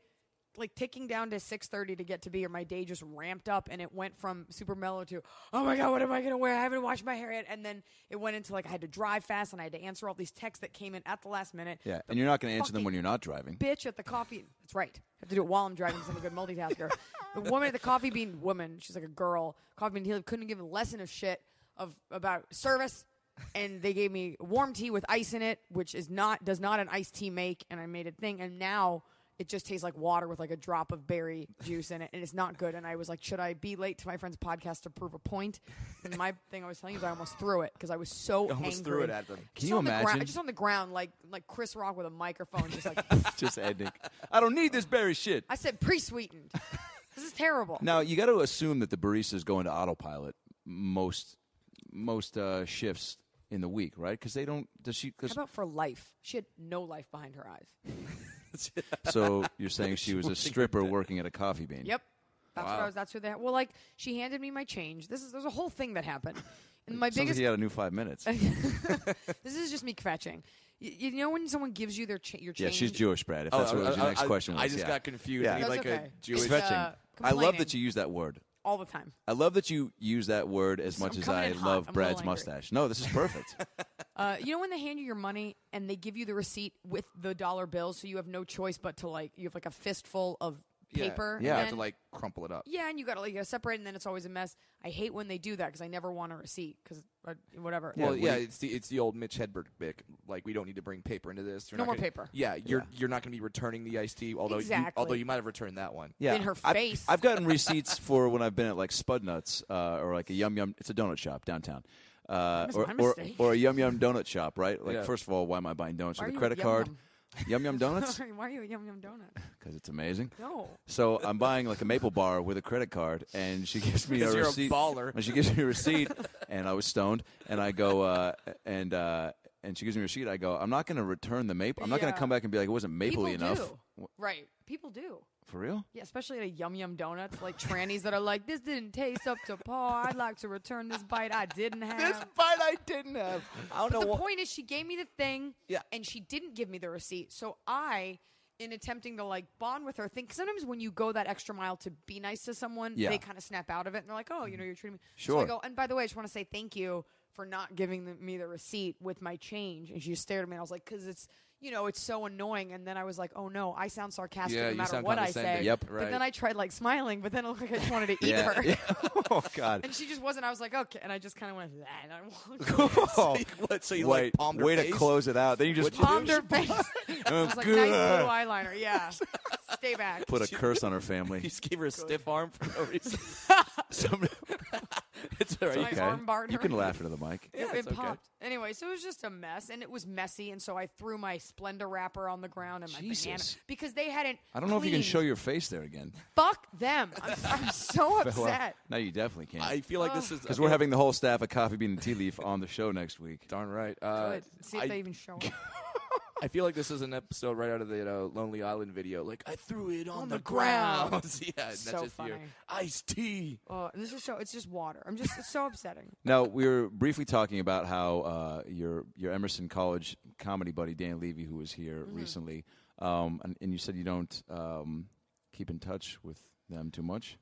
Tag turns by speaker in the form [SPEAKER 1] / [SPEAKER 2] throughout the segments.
[SPEAKER 1] like ticking down to six thirty to get to be, or my day just ramped up, and it went from super mellow to, oh my god, what am I gonna wear? I haven't washed my hair yet, and then it went into like I had to drive fast, and I had to answer all these texts that came in at the last minute.
[SPEAKER 2] Yeah, and you're not going to answer
[SPEAKER 1] fucking
[SPEAKER 2] them when you're not driving.
[SPEAKER 1] Bitch at the coffee. That's right. I have to do it while I'm driving because I'm a good multitasker. the woman at the coffee bean, woman, she's like a girl. Coffee bean heel couldn't give a lesson of shit of about service. And they gave me warm tea with ice in it, which is not does not an iced tea make, and I made a thing, and now it just tastes like water with like a drop of berry juice in it, and it's not good. And I was like, should I be late to my friend's podcast to prove a point? And my thing I was telling you is I almost threw it because I was so
[SPEAKER 3] almost
[SPEAKER 1] angry.
[SPEAKER 3] threw it at them. Can
[SPEAKER 1] Just
[SPEAKER 2] you
[SPEAKER 1] on the ground-
[SPEAKER 2] imagine?
[SPEAKER 1] just on the ground, like like Chris Rock with a microphone, just like
[SPEAKER 2] Just ending. I don't need this berry shit.
[SPEAKER 1] I said pre-sweetened. this is terrible.
[SPEAKER 2] Now you got to assume that the baristas go into autopilot most most uh, shifts in the week, right? Because they don't. Does she?
[SPEAKER 1] How
[SPEAKER 2] 'cause-
[SPEAKER 1] about for life? She had no life behind her eyes.
[SPEAKER 2] so you're saying she was a stripper working at a coffee bean?
[SPEAKER 1] Yep. That's what I was. That's who they. Well, like she handed me my change. This is there's a whole thing that happened. And my
[SPEAKER 2] Sounds like
[SPEAKER 1] biggest.
[SPEAKER 2] you got a new five minutes.
[SPEAKER 1] this is just me fetching. You, you know when someone gives you their cha- your
[SPEAKER 2] yeah,
[SPEAKER 1] change.
[SPEAKER 2] she's Jewish, Brad. If that's what was your next
[SPEAKER 3] Oh, I,
[SPEAKER 2] question was.
[SPEAKER 3] I just
[SPEAKER 2] yeah.
[SPEAKER 3] got confused.
[SPEAKER 2] Yeah.
[SPEAKER 3] I need
[SPEAKER 1] That's
[SPEAKER 3] like
[SPEAKER 1] okay.
[SPEAKER 3] a Jewish
[SPEAKER 1] It's,
[SPEAKER 2] Fetching.
[SPEAKER 1] uh,
[SPEAKER 2] I love that
[SPEAKER 1] complaining.
[SPEAKER 2] you use that word.
[SPEAKER 1] all the time.
[SPEAKER 2] I love that you use that word as much
[SPEAKER 1] I'm
[SPEAKER 2] as
[SPEAKER 1] coming
[SPEAKER 2] I
[SPEAKER 1] in hot.
[SPEAKER 2] love
[SPEAKER 1] I'm a
[SPEAKER 2] Brad's
[SPEAKER 1] little angry.
[SPEAKER 2] mustache. No, this is perfect.
[SPEAKER 1] Uh, you know when they hand you your money and they give you the receipt with the dollar bill, so you have no choice but to like you have like a fistful of
[SPEAKER 3] Yeah.
[SPEAKER 1] paper.
[SPEAKER 2] Yeah.
[SPEAKER 3] I
[SPEAKER 1] and
[SPEAKER 3] have to
[SPEAKER 1] then-
[SPEAKER 3] like crumple it up.
[SPEAKER 1] Yeah, and you gotta like you gotta separate, and then it's always a mess. I hate when they do that because I never want a receipt because whatever.
[SPEAKER 3] Well,
[SPEAKER 2] what
[SPEAKER 3] yeah,
[SPEAKER 2] do you-
[SPEAKER 3] it's the it's the old Mitch Hedberg bick. Like we don't need to bring paper into this. You're
[SPEAKER 1] No
[SPEAKER 3] not
[SPEAKER 1] more
[SPEAKER 3] gonna-
[SPEAKER 1] paper.
[SPEAKER 3] Yeah, you're you're not going to be returning the iced tea. Although you,
[SPEAKER 1] Exactly.
[SPEAKER 3] although you might have returned that one.
[SPEAKER 2] Yeah,
[SPEAKER 1] in her
[SPEAKER 2] I've-
[SPEAKER 1] face.
[SPEAKER 2] I've, gotten receipts for when I've been at like Spudnuts uh, or like a Yum Yum. It's a donut shop downtown. Uh,
[SPEAKER 1] was
[SPEAKER 2] or,
[SPEAKER 1] my
[SPEAKER 2] or,
[SPEAKER 1] mistake.
[SPEAKER 2] or a Yum Yum donut shop, right? Like,
[SPEAKER 3] Yeah.
[SPEAKER 2] first of all, why am I buying donuts
[SPEAKER 1] Why
[SPEAKER 2] with a
[SPEAKER 1] are you
[SPEAKER 2] credit
[SPEAKER 1] Yum
[SPEAKER 2] card?
[SPEAKER 1] Yum?
[SPEAKER 2] Yum Yum donuts
[SPEAKER 1] Sorry, why are you a yum yum donut?
[SPEAKER 2] because it's amazing.
[SPEAKER 1] No.
[SPEAKER 2] So I'm buying like a maple bar with a credit card, and she gives me a
[SPEAKER 3] Because you're a
[SPEAKER 2] receipt.
[SPEAKER 3] baller.
[SPEAKER 2] And she gives me a receipt, and I was stoned, and I go uh, and uh, and she gives me a receipt. I go, I'm not going to return the maple. I'm not going
[SPEAKER 1] Yeah.
[SPEAKER 2] to come back and be like it wasn't mapley
[SPEAKER 1] People
[SPEAKER 2] enough.
[SPEAKER 1] do. Right. People do.
[SPEAKER 2] For real?
[SPEAKER 1] Yeah, especially at a yum yum donuts, like trannies that are like, this didn't taste up to par. I'd like to return this bite I didn't have.
[SPEAKER 3] bite I didn't have. I don't
[SPEAKER 1] but
[SPEAKER 3] know
[SPEAKER 1] the
[SPEAKER 3] what.
[SPEAKER 1] point is, she gave me the thing,
[SPEAKER 3] Yeah.
[SPEAKER 1] and she didn't give me the receipt. So I, in attempting to like bond with her, think 'cause sometimes when you go that extra mile to be nice to someone,
[SPEAKER 2] Yeah.
[SPEAKER 1] they kind of snap out of it and they're like, "Oh, you know, you're treating me." So I
[SPEAKER 2] Sure.
[SPEAKER 1] go, and by the way, I just want to say thank you for not giving the, me the receipt with my change. And she just stared at me, and I was like, because it's, you know, it's so annoying. And then I was like, oh no, I sound sarcastic
[SPEAKER 3] Yeah,
[SPEAKER 1] no
[SPEAKER 3] you
[SPEAKER 1] matter
[SPEAKER 3] sound
[SPEAKER 1] what I
[SPEAKER 3] condescending.
[SPEAKER 1] say.
[SPEAKER 2] Yep,
[SPEAKER 1] But
[SPEAKER 2] right.
[SPEAKER 1] then I tried like smiling, but then it looked like I just wanted to eat
[SPEAKER 2] Yeah.
[SPEAKER 1] her.
[SPEAKER 2] oh God.
[SPEAKER 1] And she just wasn't. I was like, okay. And I just kind of went, "Ah," and I walked away.
[SPEAKER 2] Oh,
[SPEAKER 3] what, so you
[SPEAKER 2] wait,
[SPEAKER 3] like palmed her
[SPEAKER 2] way
[SPEAKER 3] face?
[SPEAKER 2] to close it out. Then you just
[SPEAKER 1] palmed her face. I was like, nice blue eyeliner. Yeah. Stay back.
[SPEAKER 2] put a curse on her
[SPEAKER 3] You
[SPEAKER 2] family.
[SPEAKER 3] just gave her a stiff arm for no reason. Some- it's all right.
[SPEAKER 1] Sorry.
[SPEAKER 3] You-
[SPEAKER 1] I arm-barred
[SPEAKER 2] You
[SPEAKER 1] her.
[SPEAKER 2] can laugh into the mic.
[SPEAKER 1] It- it
[SPEAKER 3] it's okay.
[SPEAKER 1] popped. Anyway, so it was just a mess, and it was messy, and so I threw my Splenda wrapper on the ground and my banana
[SPEAKER 2] Jesus.
[SPEAKER 1] because they hadn't.
[SPEAKER 2] I don't know if you can
[SPEAKER 1] cleaned.
[SPEAKER 2] show your face there again.
[SPEAKER 1] Fuck them! I'm, I'm so
[SPEAKER 2] Well,
[SPEAKER 1] upset.
[SPEAKER 2] no, you definitely can't.
[SPEAKER 3] I feel like this is
[SPEAKER 2] Because we're having the whole staff of Coffee Bean and Tea Leaf on the show next week.
[SPEAKER 3] darn right. Uh,
[SPEAKER 1] Good. See if
[SPEAKER 3] I,
[SPEAKER 1] they even show up.
[SPEAKER 3] I feel like this is an episode right out of the uh, Lonely Island video. Like I threw it on,
[SPEAKER 1] the
[SPEAKER 3] the, ground.
[SPEAKER 1] ground.
[SPEAKER 3] yeah, and that's
[SPEAKER 1] So
[SPEAKER 3] just your
[SPEAKER 1] funny.
[SPEAKER 3] iced tea.
[SPEAKER 1] Oh, this is so. It's just water. I'm just. It's so upsetting.
[SPEAKER 2] Now we were briefly talking about how uh, your your Emerson College comedy buddy Dan Levy, who was here
[SPEAKER 1] Mm-hmm.
[SPEAKER 2] recently, um, and, and you said you don't um, keep in touch with them too much.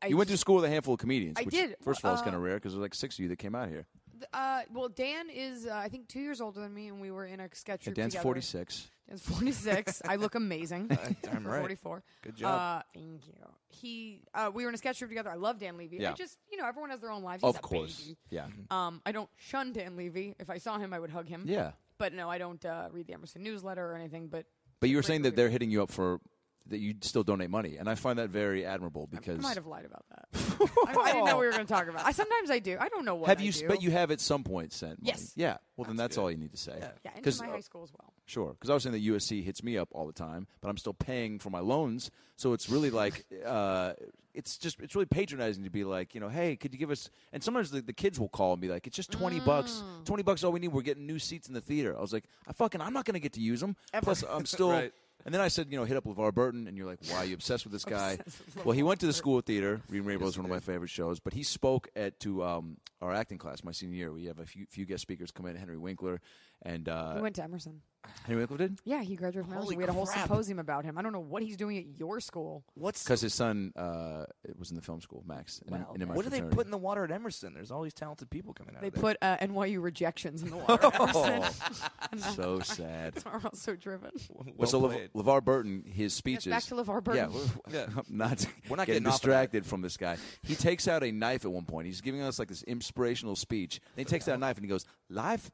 [SPEAKER 1] I
[SPEAKER 2] you went to school with a handful of comedians.
[SPEAKER 1] I
[SPEAKER 2] which,
[SPEAKER 1] did.
[SPEAKER 2] First of all, it's
[SPEAKER 1] Uh,
[SPEAKER 2] kind of rare because there's like six of you that came out here.
[SPEAKER 1] Uh, well, Dan is uh, I think two years older than me, and we were in a sketch
[SPEAKER 2] And
[SPEAKER 1] group
[SPEAKER 2] Dan's
[SPEAKER 1] together.
[SPEAKER 2] 46.
[SPEAKER 1] Dan's 46. I look amazing.
[SPEAKER 2] damn
[SPEAKER 1] for
[SPEAKER 2] right.
[SPEAKER 1] 44.
[SPEAKER 3] Good job.
[SPEAKER 1] Uh, thank you. He, uh, we were in a sketch group together. I love Dan Levy. I
[SPEAKER 2] Yeah.
[SPEAKER 1] just, you know, everyone has their own lives. He's
[SPEAKER 2] Of
[SPEAKER 1] a
[SPEAKER 2] course.
[SPEAKER 1] baby.
[SPEAKER 2] Yeah.
[SPEAKER 1] Um, I don't shun Dan Levy. If I saw him, I would hug him.
[SPEAKER 2] Yeah.
[SPEAKER 1] But no, I don't uh, read the Emerson newsletter or anything. But
[SPEAKER 2] But you were saying that they're hitting you up for that you still donate money, and I find that very admirable because
[SPEAKER 1] I might have lied about that. I, I didn't know we were going to talk about. I sometimes I do. I don't know what.
[SPEAKER 2] Have
[SPEAKER 1] I
[SPEAKER 2] you?
[SPEAKER 1] do.
[SPEAKER 2] But you have at some point sent. Money.
[SPEAKER 1] Yes.
[SPEAKER 2] Yeah. Well, then that's all you need to say.
[SPEAKER 1] Yeah, and to
[SPEAKER 2] 'Cause,
[SPEAKER 1] my
[SPEAKER 2] uh,
[SPEAKER 1] high school as well.
[SPEAKER 2] Sure, because I was saying that USC hits me up all the time, but I'm still paying for my loans, so it's really like, uh, it's just it's really patronizing to be like, you know, hey, could you give us? And sometimes the, the kids will call and be like, it's just twenty bucks, twenty bucks all we need. We're getting new seats in the theater. I was like, I fucking, I'm not gonna get to use them. Plus, I'm still.
[SPEAKER 3] Right.
[SPEAKER 2] And then I said, you know, hit up LeVar Burton, and you're like, why are you obsessed with this guy? well, he went to the school of theater. Reading Rainbow is one of my favorite shows, but he spoke at to um, our acting class my senior year. We have a few, few guest speakers come in, Henry Winkler, and
[SPEAKER 1] He
[SPEAKER 2] uh,
[SPEAKER 1] went to Emerson.
[SPEAKER 2] Henry Winkler did.
[SPEAKER 1] Yeah, he graduated from Emerson. We had a whole symposium about him. I don't know what he's doing at your school.
[SPEAKER 3] What's
[SPEAKER 2] Because his son uh, was in the film school, Max. And,
[SPEAKER 1] Wow.
[SPEAKER 2] and in my
[SPEAKER 3] what do they
[SPEAKER 2] fraternity.
[SPEAKER 3] put in the water at Emerson? There's all these talented people coming out.
[SPEAKER 1] They
[SPEAKER 3] of there.
[SPEAKER 1] put uh, NYU rejections in the water. at Emerson.
[SPEAKER 2] so sad.
[SPEAKER 1] We're all so driven.
[SPEAKER 3] Well
[SPEAKER 2] But so Le-
[SPEAKER 3] played.
[SPEAKER 2] LeVar Burton, his
[SPEAKER 1] Yes,
[SPEAKER 2] speeches.
[SPEAKER 1] back to LeVar
[SPEAKER 2] yeah,
[SPEAKER 1] Burton.
[SPEAKER 2] we're, not
[SPEAKER 3] We're not
[SPEAKER 2] getting,
[SPEAKER 3] getting off of
[SPEAKER 2] distracted from this guy. He takes out a knife at one point. He's giving us like this inspirational speech. Then he takes out a knife and he goes, "Life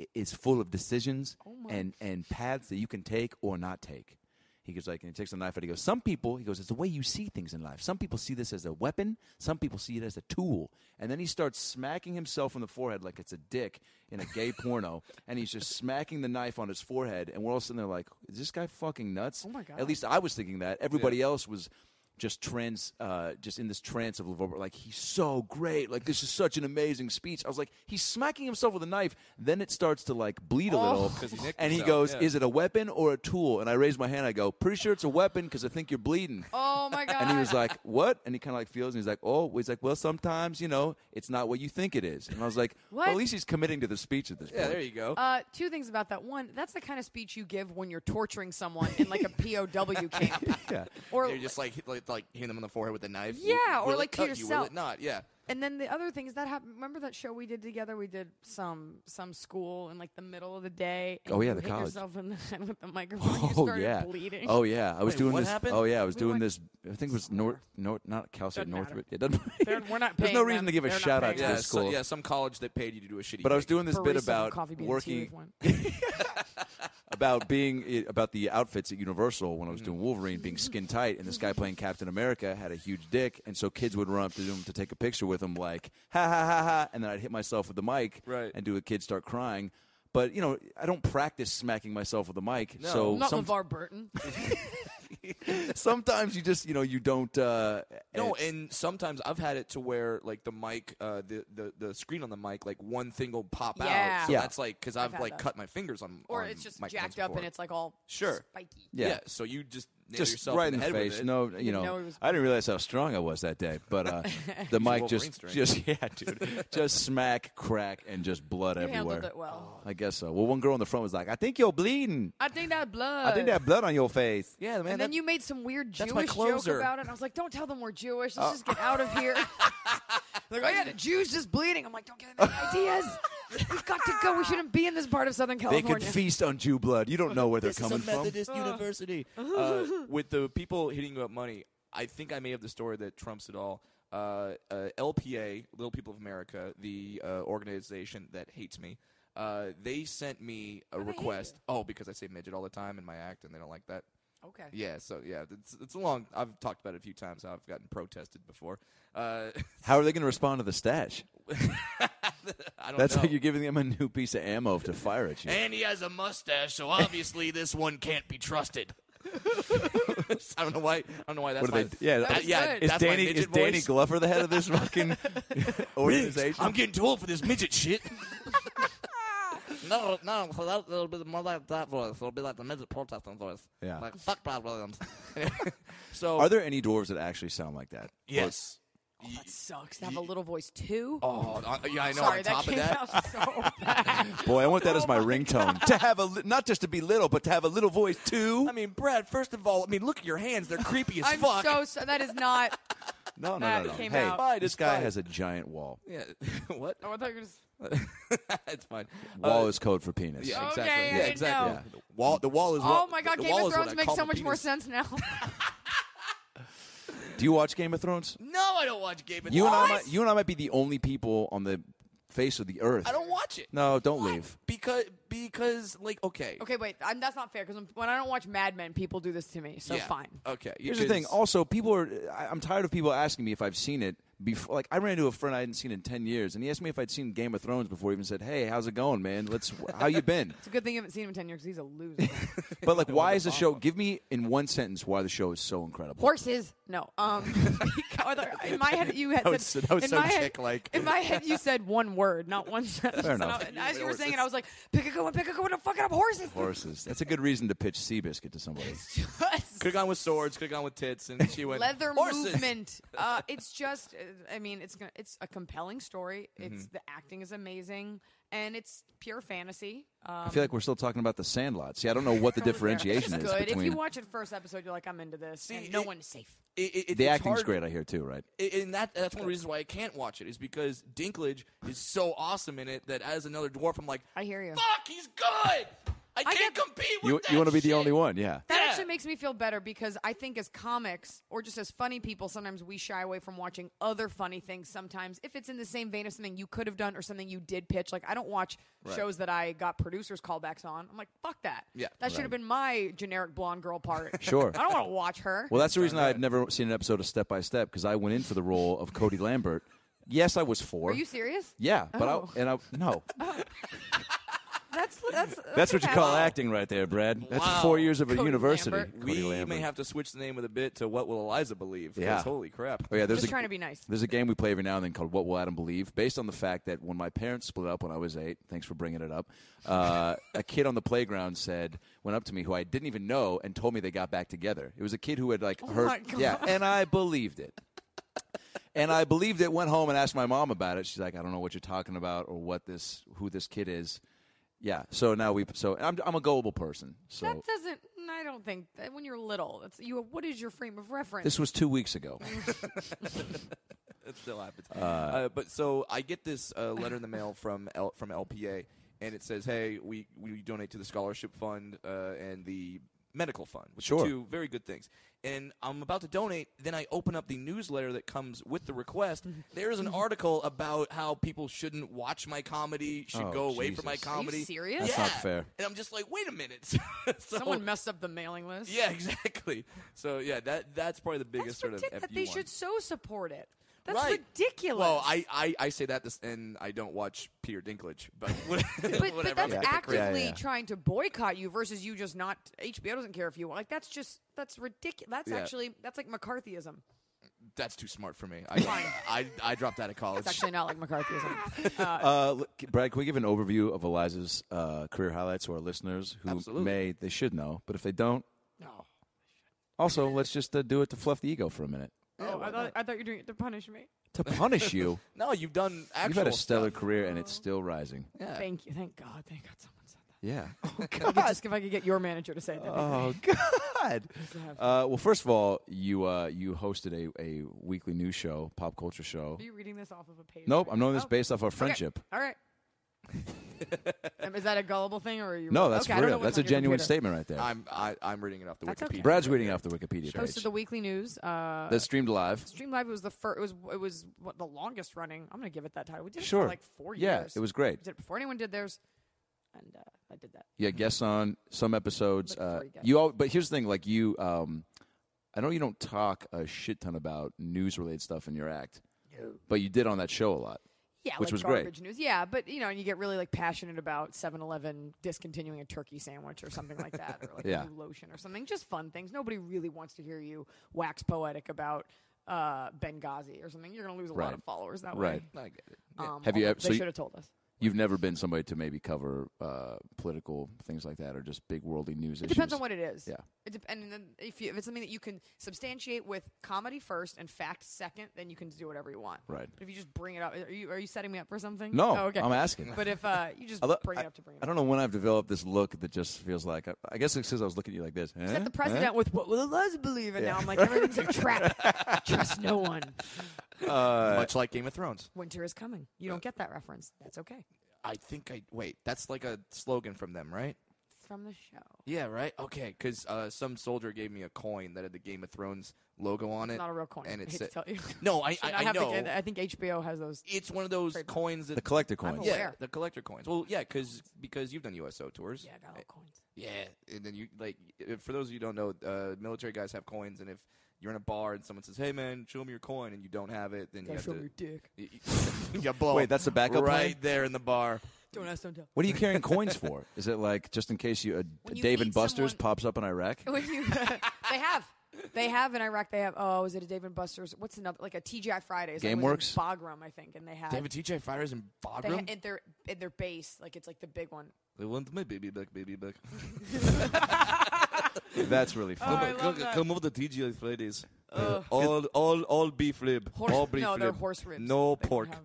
[SPEAKER 2] i- is full of decisions and and paths that you can take or not take." He goes like, and he takes the knife out. He goes, "Some people," he goes, "it's the way you see things in life. Some people see this as a weapon. Some people see it as a tool." And then he starts smacking himself on the forehead like it's a dick in a gay porno, and he's just smacking the knife on his forehead. And we're all sitting there like, "Is this guy fucking nuts?"
[SPEAKER 1] Oh my God.
[SPEAKER 2] At least I was thinking that. Everybody else was just trans, uh, just in this trance of LeVar. Burton, Like he's so great. Like this is such an amazing speech. I was like, he's smacking himself with a knife. Then it starts to like bleed a little,
[SPEAKER 3] Oh. 'Cause he nicked
[SPEAKER 2] and he
[SPEAKER 3] himself,
[SPEAKER 2] goes,
[SPEAKER 3] yeah.
[SPEAKER 2] "Is it a weapon or a tool?" And I raise my hand. I go, "Pretty sure it's a weapon because I think you're bleeding."
[SPEAKER 1] Oh my god!
[SPEAKER 2] And he was like, "What?" And he kind of like feels, and he's like, "Oh." He's like, "Well, sometimes you know, it's not what you think it is." And I was like, "Well,
[SPEAKER 1] What?
[SPEAKER 2] at least he's committing to the speech at this
[SPEAKER 3] Yeah,
[SPEAKER 2] point."
[SPEAKER 3] there you go.
[SPEAKER 1] uh, two things about that. One, that's the kind of speech you give when you're torturing someone in like a POW camp.
[SPEAKER 2] Yeah.
[SPEAKER 1] Or
[SPEAKER 3] You're just like hit- like like hitting them on the forehead with a knife.
[SPEAKER 1] Yeah,
[SPEAKER 3] Will-
[SPEAKER 1] or
[SPEAKER 3] will it
[SPEAKER 1] like to
[SPEAKER 3] cut You, will
[SPEAKER 1] yourself.
[SPEAKER 3] it not? Yeah.
[SPEAKER 1] and then the other thing is that happened. Remember that show we did together? We did some some school in like the middle of the day. And
[SPEAKER 2] Oh, yeah,
[SPEAKER 1] you
[SPEAKER 2] the
[SPEAKER 1] hit
[SPEAKER 2] college.
[SPEAKER 1] yourself in the head with the microphone. you
[SPEAKER 2] Oh
[SPEAKER 1] started
[SPEAKER 2] yeah.
[SPEAKER 1] bleeding.
[SPEAKER 2] Oh yeah. I was
[SPEAKER 3] Wait,
[SPEAKER 2] doing
[SPEAKER 3] what
[SPEAKER 2] this.
[SPEAKER 3] happened?
[SPEAKER 2] Oh yeah. I was
[SPEAKER 1] We
[SPEAKER 2] doing
[SPEAKER 1] went
[SPEAKER 2] this. I think it was North. North. Not Cal State.
[SPEAKER 1] Doesn't
[SPEAKER 2] Northwood.
[SPEAKER 1] matter.
[SPEAKER 2] It doesn't.
[SPEAKER 1] They're- we're not
[SPEAKER 2] There's no
[SPEAKER 1] paying
[SPEAKER 2] reason to
[SPEAKER 1] them.
[SPEAKER 2] give a
[SPEAKER 1] They're not
[SPEAKER 2] shout out
[SPEAKER 1] paying
[SPEAKER 2] to
[SPEAKER 3] Yeah,
[SPEAKER 1] us.
[SPEAKER 2] the
[SPEAKER 1] That's
[SPEAKER 3] so-
[SPEAKER 2] school.
[SPEAKER 3] yeah, some college that paid you to do a shitty.
[SPEAKER 2] But I was
[SPEAKER 3] gig.
[SPEAKER 2] doing this bit
[SPEAKER 1] Barista from
[SPEAKER 2] about
[SPEAKER 1] Coffee Bean Tea
[SPEAKER 2] working
[SPEAKER 1] with one.
[SPEAKER 2] about being i- about the outfits at Universal when I was
[SPEAKER 3] Mm-hmm.
[SPEAKER 2] doing Wolverine being skin tight, and this guy playing Captain America had a huge dick, and so kids would run up to him to take a picture with him, like ha ha ha ha, and then I'd hit myself with the mic,
[SPEAKER 3] Right.
[SPEAKER 2] and do a kid start crying. But you know, I don't practice smacking myself with a mic,
[SPEAKER 3] No.
[SPEAKER 2] so
[SPEAKER 1] Not
[SPEAKER 2] some-
[SPEAKER 1] LeVar Burton.
[SPEAKER 2] sometimes you just you know you don't. Uh,
[SPEAKER 3] No,
[SPEAKER 2] eh,
[SPEAKER 3] and sometimes I've had it to where like the mic, uh, the, the the screen on the mic, like one thing will pop
[SPEAKER 1] Yeah.
[SPEAKER 3] out. So
[SPEAKER 2] Yeah.
[SPEAKER 3] that's like because
[SPEAKER 1] I've
[SPEAKER 3] I've
[SPEAKER 1] had
[SPEAKER 3] like
[SPEAKER 1] that.
[SPEAKER 3] cut my fingers on,
[SPEAKER 1] Or
[SPEAKER 3] on
[SPEAKER 1] it's just
[SPEAKER 3] microphones
[SPEAKER 1] jacked up
[SPEAKER 3] before.
[SPEAKER 1] and it's like all
[SPEAKER 3] Sure.
[SPEAKER 1] spiky.
[SPEAKER 2] Yeah.
[SPEAKER 3] So you just nail
[SPEAKER 2] just
[SPEAKER 3] yourself
[SPEAKER 2] right
[SPEAKER 3] in the, head
[SPEAKER 2] face.
[SPEAKER 3] With it.
[SPEAKER 2] No, you know,
[SPEAKER 1] know it was-
[SPEAKER 2] I didn't realize how strong I was that day, but uh, the mic
[SPEAKER 3] Wolverine
[SPEAKER 2] just,
[SPEAKER 3] strength.
[SPEAKER 2] just yeah, dude, just smack, crack, and just blood
[SPEAKER 1] You
[SPEAKER 2] everywhere.
[SPEAKER 1] handled it well.
[SPEAKER 2] I guess so. Well, one girl in the front was like, "I think you're bleeding.
[SPEAKER 1] I think that blood.
[SPEAKER 2] I think that blood on your face."
[SPEAKER 3] Yeah, man.
[SPEAKER 1] And then you made some weird
[SPEAKER 3] that's my
[SPEAKER 1] Jewish joke
[SPEAKER 3] closer. Oh.
[SPEAKER 1] about it. And I was like, don't tell them we're Jewish. Let's just get out of here. They're like, oh, yeah, the Jews just bleeding. I'm like, don't give them any ideas. We've got to go. We shouldn't be in this part of Southern
[SPEAKER 2] They
[SPEAKER 1] California.
[SPEAKER 2] could feast on Jew blood. You don't know where they're
[SPEAKER 3] this
[SPEAKER 2] coming
[SPEAKER 3] is a
[SPEAKER 2] from.
[SPEAKER 3] Methodist university. Uh, with the people hitting you up money, I think I may have the story that trumps it all. Uh, uh, LPA, Little People of America, the uh, organization that hates me, uh, they sent me a request. Oh, because I say midget all the time in my act, and they don't like that.
[SPEAKER 1] okay.
[SPEAKER 3] Yeah, so yeah, it's, it's a long. I've talked about it a few times. How I've gotten protested before. Uh,
[SPEAKER 2] How are they going to respond to the stash?
[SPEAKER 3] I don't
[SPEAKER 2] That's
[SPEAKER 3] know.
[SPEAKER 2] like you're giving them a new piece of ammo to fire at you.
[SPEAKER 3] And he has a mustache, so obviously this one can't be trusted. I don't know why. I don't know why that's
[SPEAKER 2] What are
[SPEAKER 3] my-
[SPEAKER 2] they? Yeah,
[SPEAKER 1] That
[SPEAKER 2] uh,
[SPEAKER 1] was
[SPEAKER 2] yeah.
[SPEAKER 1] good.
[SPEAKER 2] Is
[SPEAKER 3] That's my
[SPEAKER 2] Danny
[SPEAKER 3] midget
[SPEAKER 2] is Danny
[SPEAKER 3] voice.
[SPEAKER 2] Glover the head of this fucking organization?
[SPEAKER 3] I'm getting too old for this midget shit. no, no, that, it'll be more like that voice. It'll be like the midget protesting voice.
[SPEAKER 2] Yeah.
[SPEAKER 3] Like, fuck Brad Williams. so,
[SPEAKER 2] Are there any dwarves that actually sound like that?
[SPEAKER 3] yes.
[SPEAKER 1] That sucks to have a little voice, too.
[SPEAKER 3] Oh, uh, yeah, I know.
[SPEAKER 1] Sorry,
[SPEAKER 3] on
[SPEAKER 1] that
[SPEAKER 3] top
[SPEAKER 1] came
[SPEAKER 3] of that,
[SPEAKER 1] out so bad.
[SPEAKER 2] Boy, I want that as my
[SPEAKER 3] Oh
[SPEAKER 2] ringtone. To have a li- not just to be little, but to have a little voice too.
[SPEAKER 3] I mean, Brad. First of all, I mean, look at your hands. They're creepy as
[SPEAKER 1] I'm
[SPEAKER 3] fuck.
[SPEAKER 1] so sorry. That is not.
[SPEAKER 2] No, no,
[SPEAKER 1] that
[SPEAKER 2] no, no.
[SPEAKER 1] came
[SPEAKER 2] Hey,
[SPEAKER 1] out-
[SPEAKER 3] Fine,
[SPEAKER 2] this
[SPEAKER 3] it's
[SPEAKER 2] guy
[SPEAKER 3] fine.
[SPEAKER 2] has a giant wall.
[SPEAKER 3] yeah. what?
[SPEAKER 1] Oh, I thought you were just.
[SPEAKER 3] it's fine.
[SPEAKER 2] Wall
[SPEAKER 3] Uh,
[SPEAKER 2] is code for penis.
[SPEAKER 3] Yeah,
[SPEAKER 1] Okay,
[SPEAKER 3] exactly.
[SPEAKER 1] I
[SPEAKER 3] yeah,
[SPEAKER 1] didn't
[SPEAKER 3] exactly.
[SPEAKER 1] know.
[SPEAKER 3] The wall. The wall is.
[SPEAKER 1] Oh,
[SPEAKER 3] what-
[SPEAKER 1] my God.
[SPEAKER 3] the
[SPEAKER 1] Game
[SPEAKER 3] wall
[SPEAKER 1] of
[SPEAKER 3] is what
[SPEAKER 1] Thrones
[SPEAKER 3] I
[SPEAKER 1] makes
[SPEAKER 3] call
[SPEAKER 1] so
[SPEAKER 3] a
[SPEAKER 1] much more
[SPEAKER 3] penis.
[SPEAKER 1] sense now.
[SPEAKER 2] Do you watch Game of Thrones?
[SPEAKER 3] No, I don't watch Game of
[SPEAKER 2] You and I,
[SPEAKER 3] Thrones.
[SPEAKER 2] might, you and I might be the only people on the face of the earth.
[SPEAKER 3] I don't watch it.
[SPEAKER 2] No, don't leave.
[SPEAKER 3] Because because like okay.
[SPEAKER 1] okay, wait. I'm, that's not fair because when I don't watch Mad Men, people do this to me. So
[SPEAKER 3] Yeah.
[SPEAKER 1] fine.
[SPEAKER 3] Okay.
[SPEAKER 2] Here's the thing.
[SPEAKER 3] because-
[SPEAKER 2] Also, people are. I, I'm tired of people asking me if I've seen it before. Like, I ran into a friend I hadn't seen in ten years, and he asked me if I'd seen Game of Thrones before. He even said, "Hey, how's it going, man? Let's. How you been?"
[SPEAKER 1] It's a good thing you haven't seen him in 10 years 'cause he's a loser.
[SPEAKER 2] But like, why is the show? Give me in one sentence why the show is so incredible.
[SPEAKER 1] horses. No. Um, in my head, you had
[SPEAKER 3] That was so-
[SPEAKER 1] said,
[SPEAKER 3] that was
[SPEAKER 1] in
[SPEAKER 3] so
[SPEAKER 1] my head-
[SPEAKER 3] chick-like.
[SPEAKER 1] In my head, you said one word, not one sentence.
[SPEAKER 2] Fair
[SPEAKER 1] And
[SPEAKER 2] enough.
[SPEAKER 1] I- and as you were
[SPEAKER 3] Horses.
[SPEAKER 1] saying it, I was like, pick a good one, pick a good one. I'm fucking up horses.
[SPEAKER 2] Horses. That's a good reason to pitch Seabiscuit to somebody.
[SPEAKER 3] Could have gone with swords. Could have gone with tits, and she went
[SPEAKER 1] Leather
[SPEAKER 3] horses.
[SPEAKER 1] movement. Uh, it's just, uh, I mean, it's gonna, it's a compelling story.
[SPEAKER 3] Mm-hmm.
[SPEAKER 1] It's the acting is amazing, and it's pure fantasy. Um,
[SPEAKER 2] I feel like we're still talking about the Sandlot. See, I don't know what the differentiation
[SPEAKER 1] it's
[SPEAKER 2] is
[SPEAKER 1] good. If you
[SPEAKER 2] between.
[SPEAKER 1] watch it first episode, you're like, I'm into this,
[SPEAKER 3] See,
[SPEAKER 1] and no
[SPEAKER 3] it-
[SPEAKER 1] one's safe.
[SPEAKER 3] It, it, it,
[SPEAKER 2] The
[SPEAKER 3] it's
[SPEAKER 2] acting's
[SPEAKER 3] hard-
[SPEAKER 2] great out here too, right?
[SPEAKER 3] I- and that that's one of the reasons why I can't watch it is because Dinklage is so awesome in it that as another dwarf, I'm like,
[SPEAKER 1] I hear you.
[SPEAKER 3] fuck, he's good. I can't
[SPEAKER 1] get-
[SPEAKER 3] compete with
[SPEAKER 2] You
[SPEAKER 3] that
[SPEAKER 2] you want to be
[SPEAKER 3] shit."
[SPEAKER 2] the only one, yeah.
[SPEAKER 1] That
[SPEAKER 3] Yeah.
[SPEAKER 1] actually makes me feel better because I think as comics or just as funny people, sometimes we shy away from watching other funny things. Sometimes if it's in the same vein of something you could have done or something you did pitch, like I don't watch shows that I got producers callbacks on. I'm like, fuck that.
[SPEAKER 3] Yeah,
[SPEAKER 1] that should have been my generic blonde girl part.
[SPEAKER 2] Sure.
[SPEAKER 1] I don't want to watch her.
[SPEAKER 2] Well, that's the reason I've never seen an episode of Step by Step because I went in for the role of Cody Lambert. Yes, I was four.
[SPEAKER 1] Are you serious?
[SPEAKER 2] Yeah, but
[SPEAKER 1] Oh.
[SPEAKER 2] I and I no.
[SPEAKER 1] That's that's that's,
[SPEAKER 2] That's what you call
[SPEAKER 1] compatible.
[SPEAKER 2] acting right there, Brad. That's
[SPEAKER 3] Wow.
[SPEAKER 2] four years of a
[SPEAKER 1] Cody
[SPEAKER 2] university.
[SPEAKER 1] Lambert.
[SPEAKER 2] Cody
[SPEAKER 3] We may
[SPEAKER 2] Lambert.
[SPEAKER 3] have to switch the name of the bit to "What Will Eliza Believe?" 'cause
[SPEAKER 2] Yeah.
[SPEAKER 3] holy crap.
[SPEAKER 2] Oh yeah, there's
[SPEAKER 1] Just
[SPEAKER 2] a,
[SPEAKER 1] trying to be nice.
[SPEAKER 2] There's a game we play every now and then called "What Will Adam Believe," based on the fact that when my parents split up when I was eight, thanks for bringing it up. Uh, a kid on the playground said, went up to me who I didn't even know and told me they got back together. It was a kid who had like heard,
[SPEAKER 1] Oh my God.
[SPEAKER 2] yeah, and I believed it. And I believed it. Went home and asked my mom about it. She's like, I don't know what you're talking about or what this, who this kid is. Yeah. So now we, so I'm, I'm a gullible person. So
[SPEAKER 1] That doesn't. I don't think that when you're little, that's you. What is your frame of reference?
[SPEAKER 2] this was two weeks ago.
[SPEAKER 3] It still happens. Uh, but so I get this uh, letter in the mail from L- from LPA, and it says, "Hey, we we donate to the scholarship fund uh, and the medical fund, which
[SPEAKER 2] Sure.
[SPEAKER 3] are two very good things." And I'm about to donate. Then I open up the newsletter that comes with the request.
[SPEAKER 2] Mm-hmm.
[SPEAKER 3] There is an article about how people shouldn't watch my comedy, should
[SPEAKER 2] Oh,
[SPEAKER 3] go away from my
[SPEAKER 2] Jesus.
[SPEAKER 1] Are
[SPEAKER 3] comedy.
[SPEAKER 1] you serious?
[SPEAKER 2] That's
[SPEAKER 3] yeah.
[SPEAKER 2] not fair.
[SPEAKER 3] And I'm just like, wait a minute. So-
[SPEAKER 1] Someone messed up the mailing list.
[SPEAKER 3] Yeah, exactly. So yeah, that that's probably the biggest
[SPEAKER 1] That's
[SPEAKER 3] sort of.
[SPEAKER 1] ridiculous.
[SPEAKER 3] FU
[SPEAKER 1] That they
[SPEAKER 3] one.
[SPEAKER 1] should so support it. That's
[SPEAKER 3] Right.
[SPEAKER 1] ridiculous.
[SPEAKER 3] Well, I, I, I say that this, and I don't watch Peter Dinklage, but what-
[SPEAKER 1] but,
[SPEAKER 3] whatever.
[SPEAKER 1] but
[SPEAKER 3] I'm
[SPEAKER 1] that's
[SPEAKER 3] a
[SPEAKER 1] actively
[SPEAKER 3] hypocrite.
[SPEAKER 2] Yeah, yeah.
[SPEAKER 1] trying to boycott you versus you just not. HBO doesn't care if you want. Like that's just that's ridiculous. That's
[SPEAKER 3] Yeah.
[SPEAKER 1] actually that's like McCarthyism.
[SPEAKER 3] That's too smart for me. I, I, I dropped out of college.
[SPEAKER 1] It's actually not like McCarthyism. Uh,
[SPEAKER 2] Uh, look, Brad, can we give an overview of Eliza's uh, career highlights to our listeners who
[SPEAKER 3] Absolutely.
[SPEAKER 2] may they should know, but if they don't,
[SPEAKER 1] no.
[SPEAKER 2] Also, let's just uh, do it to fluff the ego for a minute.
[SPEAKER 1] Oh, I thought I thought you were doing it to punish me.
[SPEAKER 2] To punish you,
[SPEAKER 3] No, you've done actual.
[SPEAKER 2] you've had a stellar
[SPEAKER 3] stuff.
[SPEAKER 2] career and it's still rising.
[SPEAKER 3] Yeah.
[SPEAKER 1] Thank you. Thank God. Thank God someone said that.
[SPEAKER 2] Yeah.
[SPEAKER 3] Oh,
[SPEAKER 1] If I could just if I could get your manager to say that.
[SPEAKER 2] Oh God. Uh, well, first of all, you uh, you hosted a, a weekly news show, pop culture show.
[SPEAKER 1] Are you reading this off of a page?
[SPEAKER 2] Nope,
[SPEAKER 1] right?
[SPEAKER 2] I'm knowing this
[SPEAKER 1] Oh,
[SPEAKER 2] based off our friendship.
[SPEAKER 1] All right. Um, Is that a gullible thing or are you?
[SPEAKER 2] No, that's
[SPEAKER 1] okay, I
[SPEAKER 2] for
[SPEAKER 1] don't know
[SPEAKER 2] real.
[SPEAKER 1] what's
[SPEAKER 2] That's a
[SPEAKER 1] on your
[SPEAKER 2] genuine
[SPEAKER 1] computer.
[SPEAKER 2] statement right there.
[SPEAKER 3] I'm I, I'm reading it off the
[SPEAKER 1] That's
[SPEAKER 3] Wikipedia.
[SPEAKER 1] okay.
[SPEAKER 2] Brad's reading off the Wikipedia
[SPEAKER 1] Posted
[SPEAKER 2] page.
[SPEAKER 1] the weekly news. Uh,
[SPEAKER 2] That's streamed live.
[SPEAKER 1] Streamlive was the first. It was it was what, the longest running. I'm gonna give it that title. We did it
[SPEAKER 2] Sure.
[SPEAKER 1] for like four
[SPEAKER 2] Yeah,
[SPEAKER 1] years.
[SPEAKER 2] it was great.
[SPEAKER 1] We did it before anyone did theirs, and uh, I did that.
[SPEAKER 2] Yeah, guests on some episodes.
[SPEAKER 1] Looking
[SPEAKER 2] Uh,
[SPEAKER 1] for you guys.
[SPEAKER 2] you all, but here's the thing: like you, um, I know you don't talk a shit ton about news related stuff in your act, but you did on that show a lot.
[SPEAKER 1] Yeah,
[SPEAKER 2] Which
[SPEAKER 1] like
[SPEAKER 2] was great.
[SPEAKER 1] garbage news. Yeah, but you know, and you get really like passionate about 7-Eleven discontinuing a turkey sandwich or something like that, or like
[SPEAKER 2] Yeah.
[SPEAKER 1] a new lotion or something. Just fun things. Nobody really wants to hear you wax poetic about uh, Benghazi or something. You're going to lose a lot
[SPEAKER 2] Right.
[SPEAKER 1] of followers that
[SPEAKER 2] Right.
[SPEAKER 1] way.
[SPEAKER 3] I get it.
[SPEAKER 1] Um,
[SPEAKER 2] Have you
[SPEAKER 1] although
[SPEAKER 2] ev- so
[SPEAKER 1] They
[SPEAKER 2] you-
[SPEAKER 1] should have told us.
[SPEAKER 2] You've never been somebody to maybe cover uh, political things like that or just big worldly news
[SPEAKER 1] It
[SPEAKER 2] issues.
[SPEAKER 1] depends on what it is.
[SPEAKER 2] Yeah.
[SPEAKER 1] It dep and then if, you, if it's something that you can substantiate with comedy first and fact second, then you can do whatever you want.
[SPEAKER 2] Right.
[SPEAKER 1] But if you just bring it up, are you, are you setting me up for something?
[SPEAKER 2] No,
[SPEAKER 1] Oh, okay.
[SPEAKER 2] I'm asking.
[SPEAKER 1] But if uh, you just
[SPEAKER 2] I lo-
[SPEAKER 1] bring
[SPEAKER 2] I,
[SPEAKER 1] it up to bring it
[SPEAKER 2] I
[SPEAKER 1] up.
[SPEAKER 2] don't know when I've developed this look that just feels like. I, I guess it's because I was looking at you like this.
[SPEAKER 1] Set
[SPEAKER 2] Huh?
[SPEAKER 1] the president with what will the laws believe, and now
[SPEAKER 2] Eh? Yeah.
[SPEAKER 1] I'm like everything's a trap. Trust no one.
[SPEAKER 2] Huh? Uh,
[SPEAKER 3] Much like Game of Thrones.
[SPEAKER 1] Winter is coming. You don't get that reference. That's okay.
[SPEAKER 3] I think I wait. That's like a slogan from them, right?
[SPEAKER 1] It's from the show.
[SPEAKER 3] Yeah, right. Okay, because uh, some soldier gave me a coin that had the Game of Thrones logo on it.
[SPEAKER 1] It's not a real coin.
[SPEAKER 3] And
[SPEAKER 1] I
[SPEAKER 3] it
[SPEAKER 1] hate
[SPEAKER 3] said,
[SPEAKER 1] to tell you.
[SPEAKER 3] "No, I,
[SPEAKER 1] Should
[SPEAKER 3] I,
[SPEAKER 1] not
[SPEAKER 3] I
[SPEAKER 1] have to
[SPEAKER 3] know.
[SPEAKER 1] get- I think HBO has those.
[SPEAKER 3] It's one of those
[SPEAKER 1] Trademark.
[SPEAKER 3] coins that
[SPEAKER 2] the collector coins.
[SPEAKER 1] aware.
[SPEAKER 3] yeah, the collector coins. Well, yeah, because because you've done USO tours.
[SPEAKER 1] Yeah, I got all coins.
[SPEAKER 3] Yeah, and then you like if- for those of you who don't know, uh, military guys have coins, and if you're in a bar and someone says, "Hey man, show me your coin," and you don't have it, then you
[SPEAKER 1] Gotta
[SPEAKER 3] have
[SPEAKER 1] show
[SPEAKER 3] to
[SPEAKER 1] me your dick.
[SPEAKER 3] y- y- you blow.
[SPEAKER 2] Wait,
[SPEAKER 3] up
[SPEAKER 2] that's the backup plan?
[SPEAKER 3] right there in the bar.
[SPEAKER 1] Don't ask, don't tell.
[SPEAKER 2] What are you carrying coins for? Is it like just in case you, uh,
[SPEAKER 1] When you
[SPEAKER 2] Dave
[SPEAKER 1] meet
[SPEAKER 2] and Buster's
[SPEAKER 1] someone-
[SPEAKER 2] pops up in Iraq?
[SPEAKER 1] When you, they have, they have in Iraq. They have. Oh, is it a Dave and Buster's? What's another like a TGI Fridays? I was
[SPEAKER 2] Gameworks?
[SPEAKER 1] in Bagram, I think, and they have.
[SPEAKER 3] They have a TJ Fighters in
[SPEAKER 1] they ha-
[SPEAKER 3] Bagram.
[SPEAKER 1] in their in their base, like it's like the big one.
[SPEAKER 3] They want my baby back, baby back.
[SPEAKER 2] That's really funny.
[SPEAKER 1] I love that. Uh,
[SPEAKER 3] Come over to TGI Fridays. all, all, all beef rib.
[SPEAKER 1] Horse,
[SPEAKER 3] all beef
[SPEAKER 1] no,
[SPEAKER 3] rib.
[SPEAKER 1] they're horse ribs.
[SPEAKER 3] No
[SPEAKER 1] that they
[SPEAKER 3] pork.
[SPEAKER 1] have.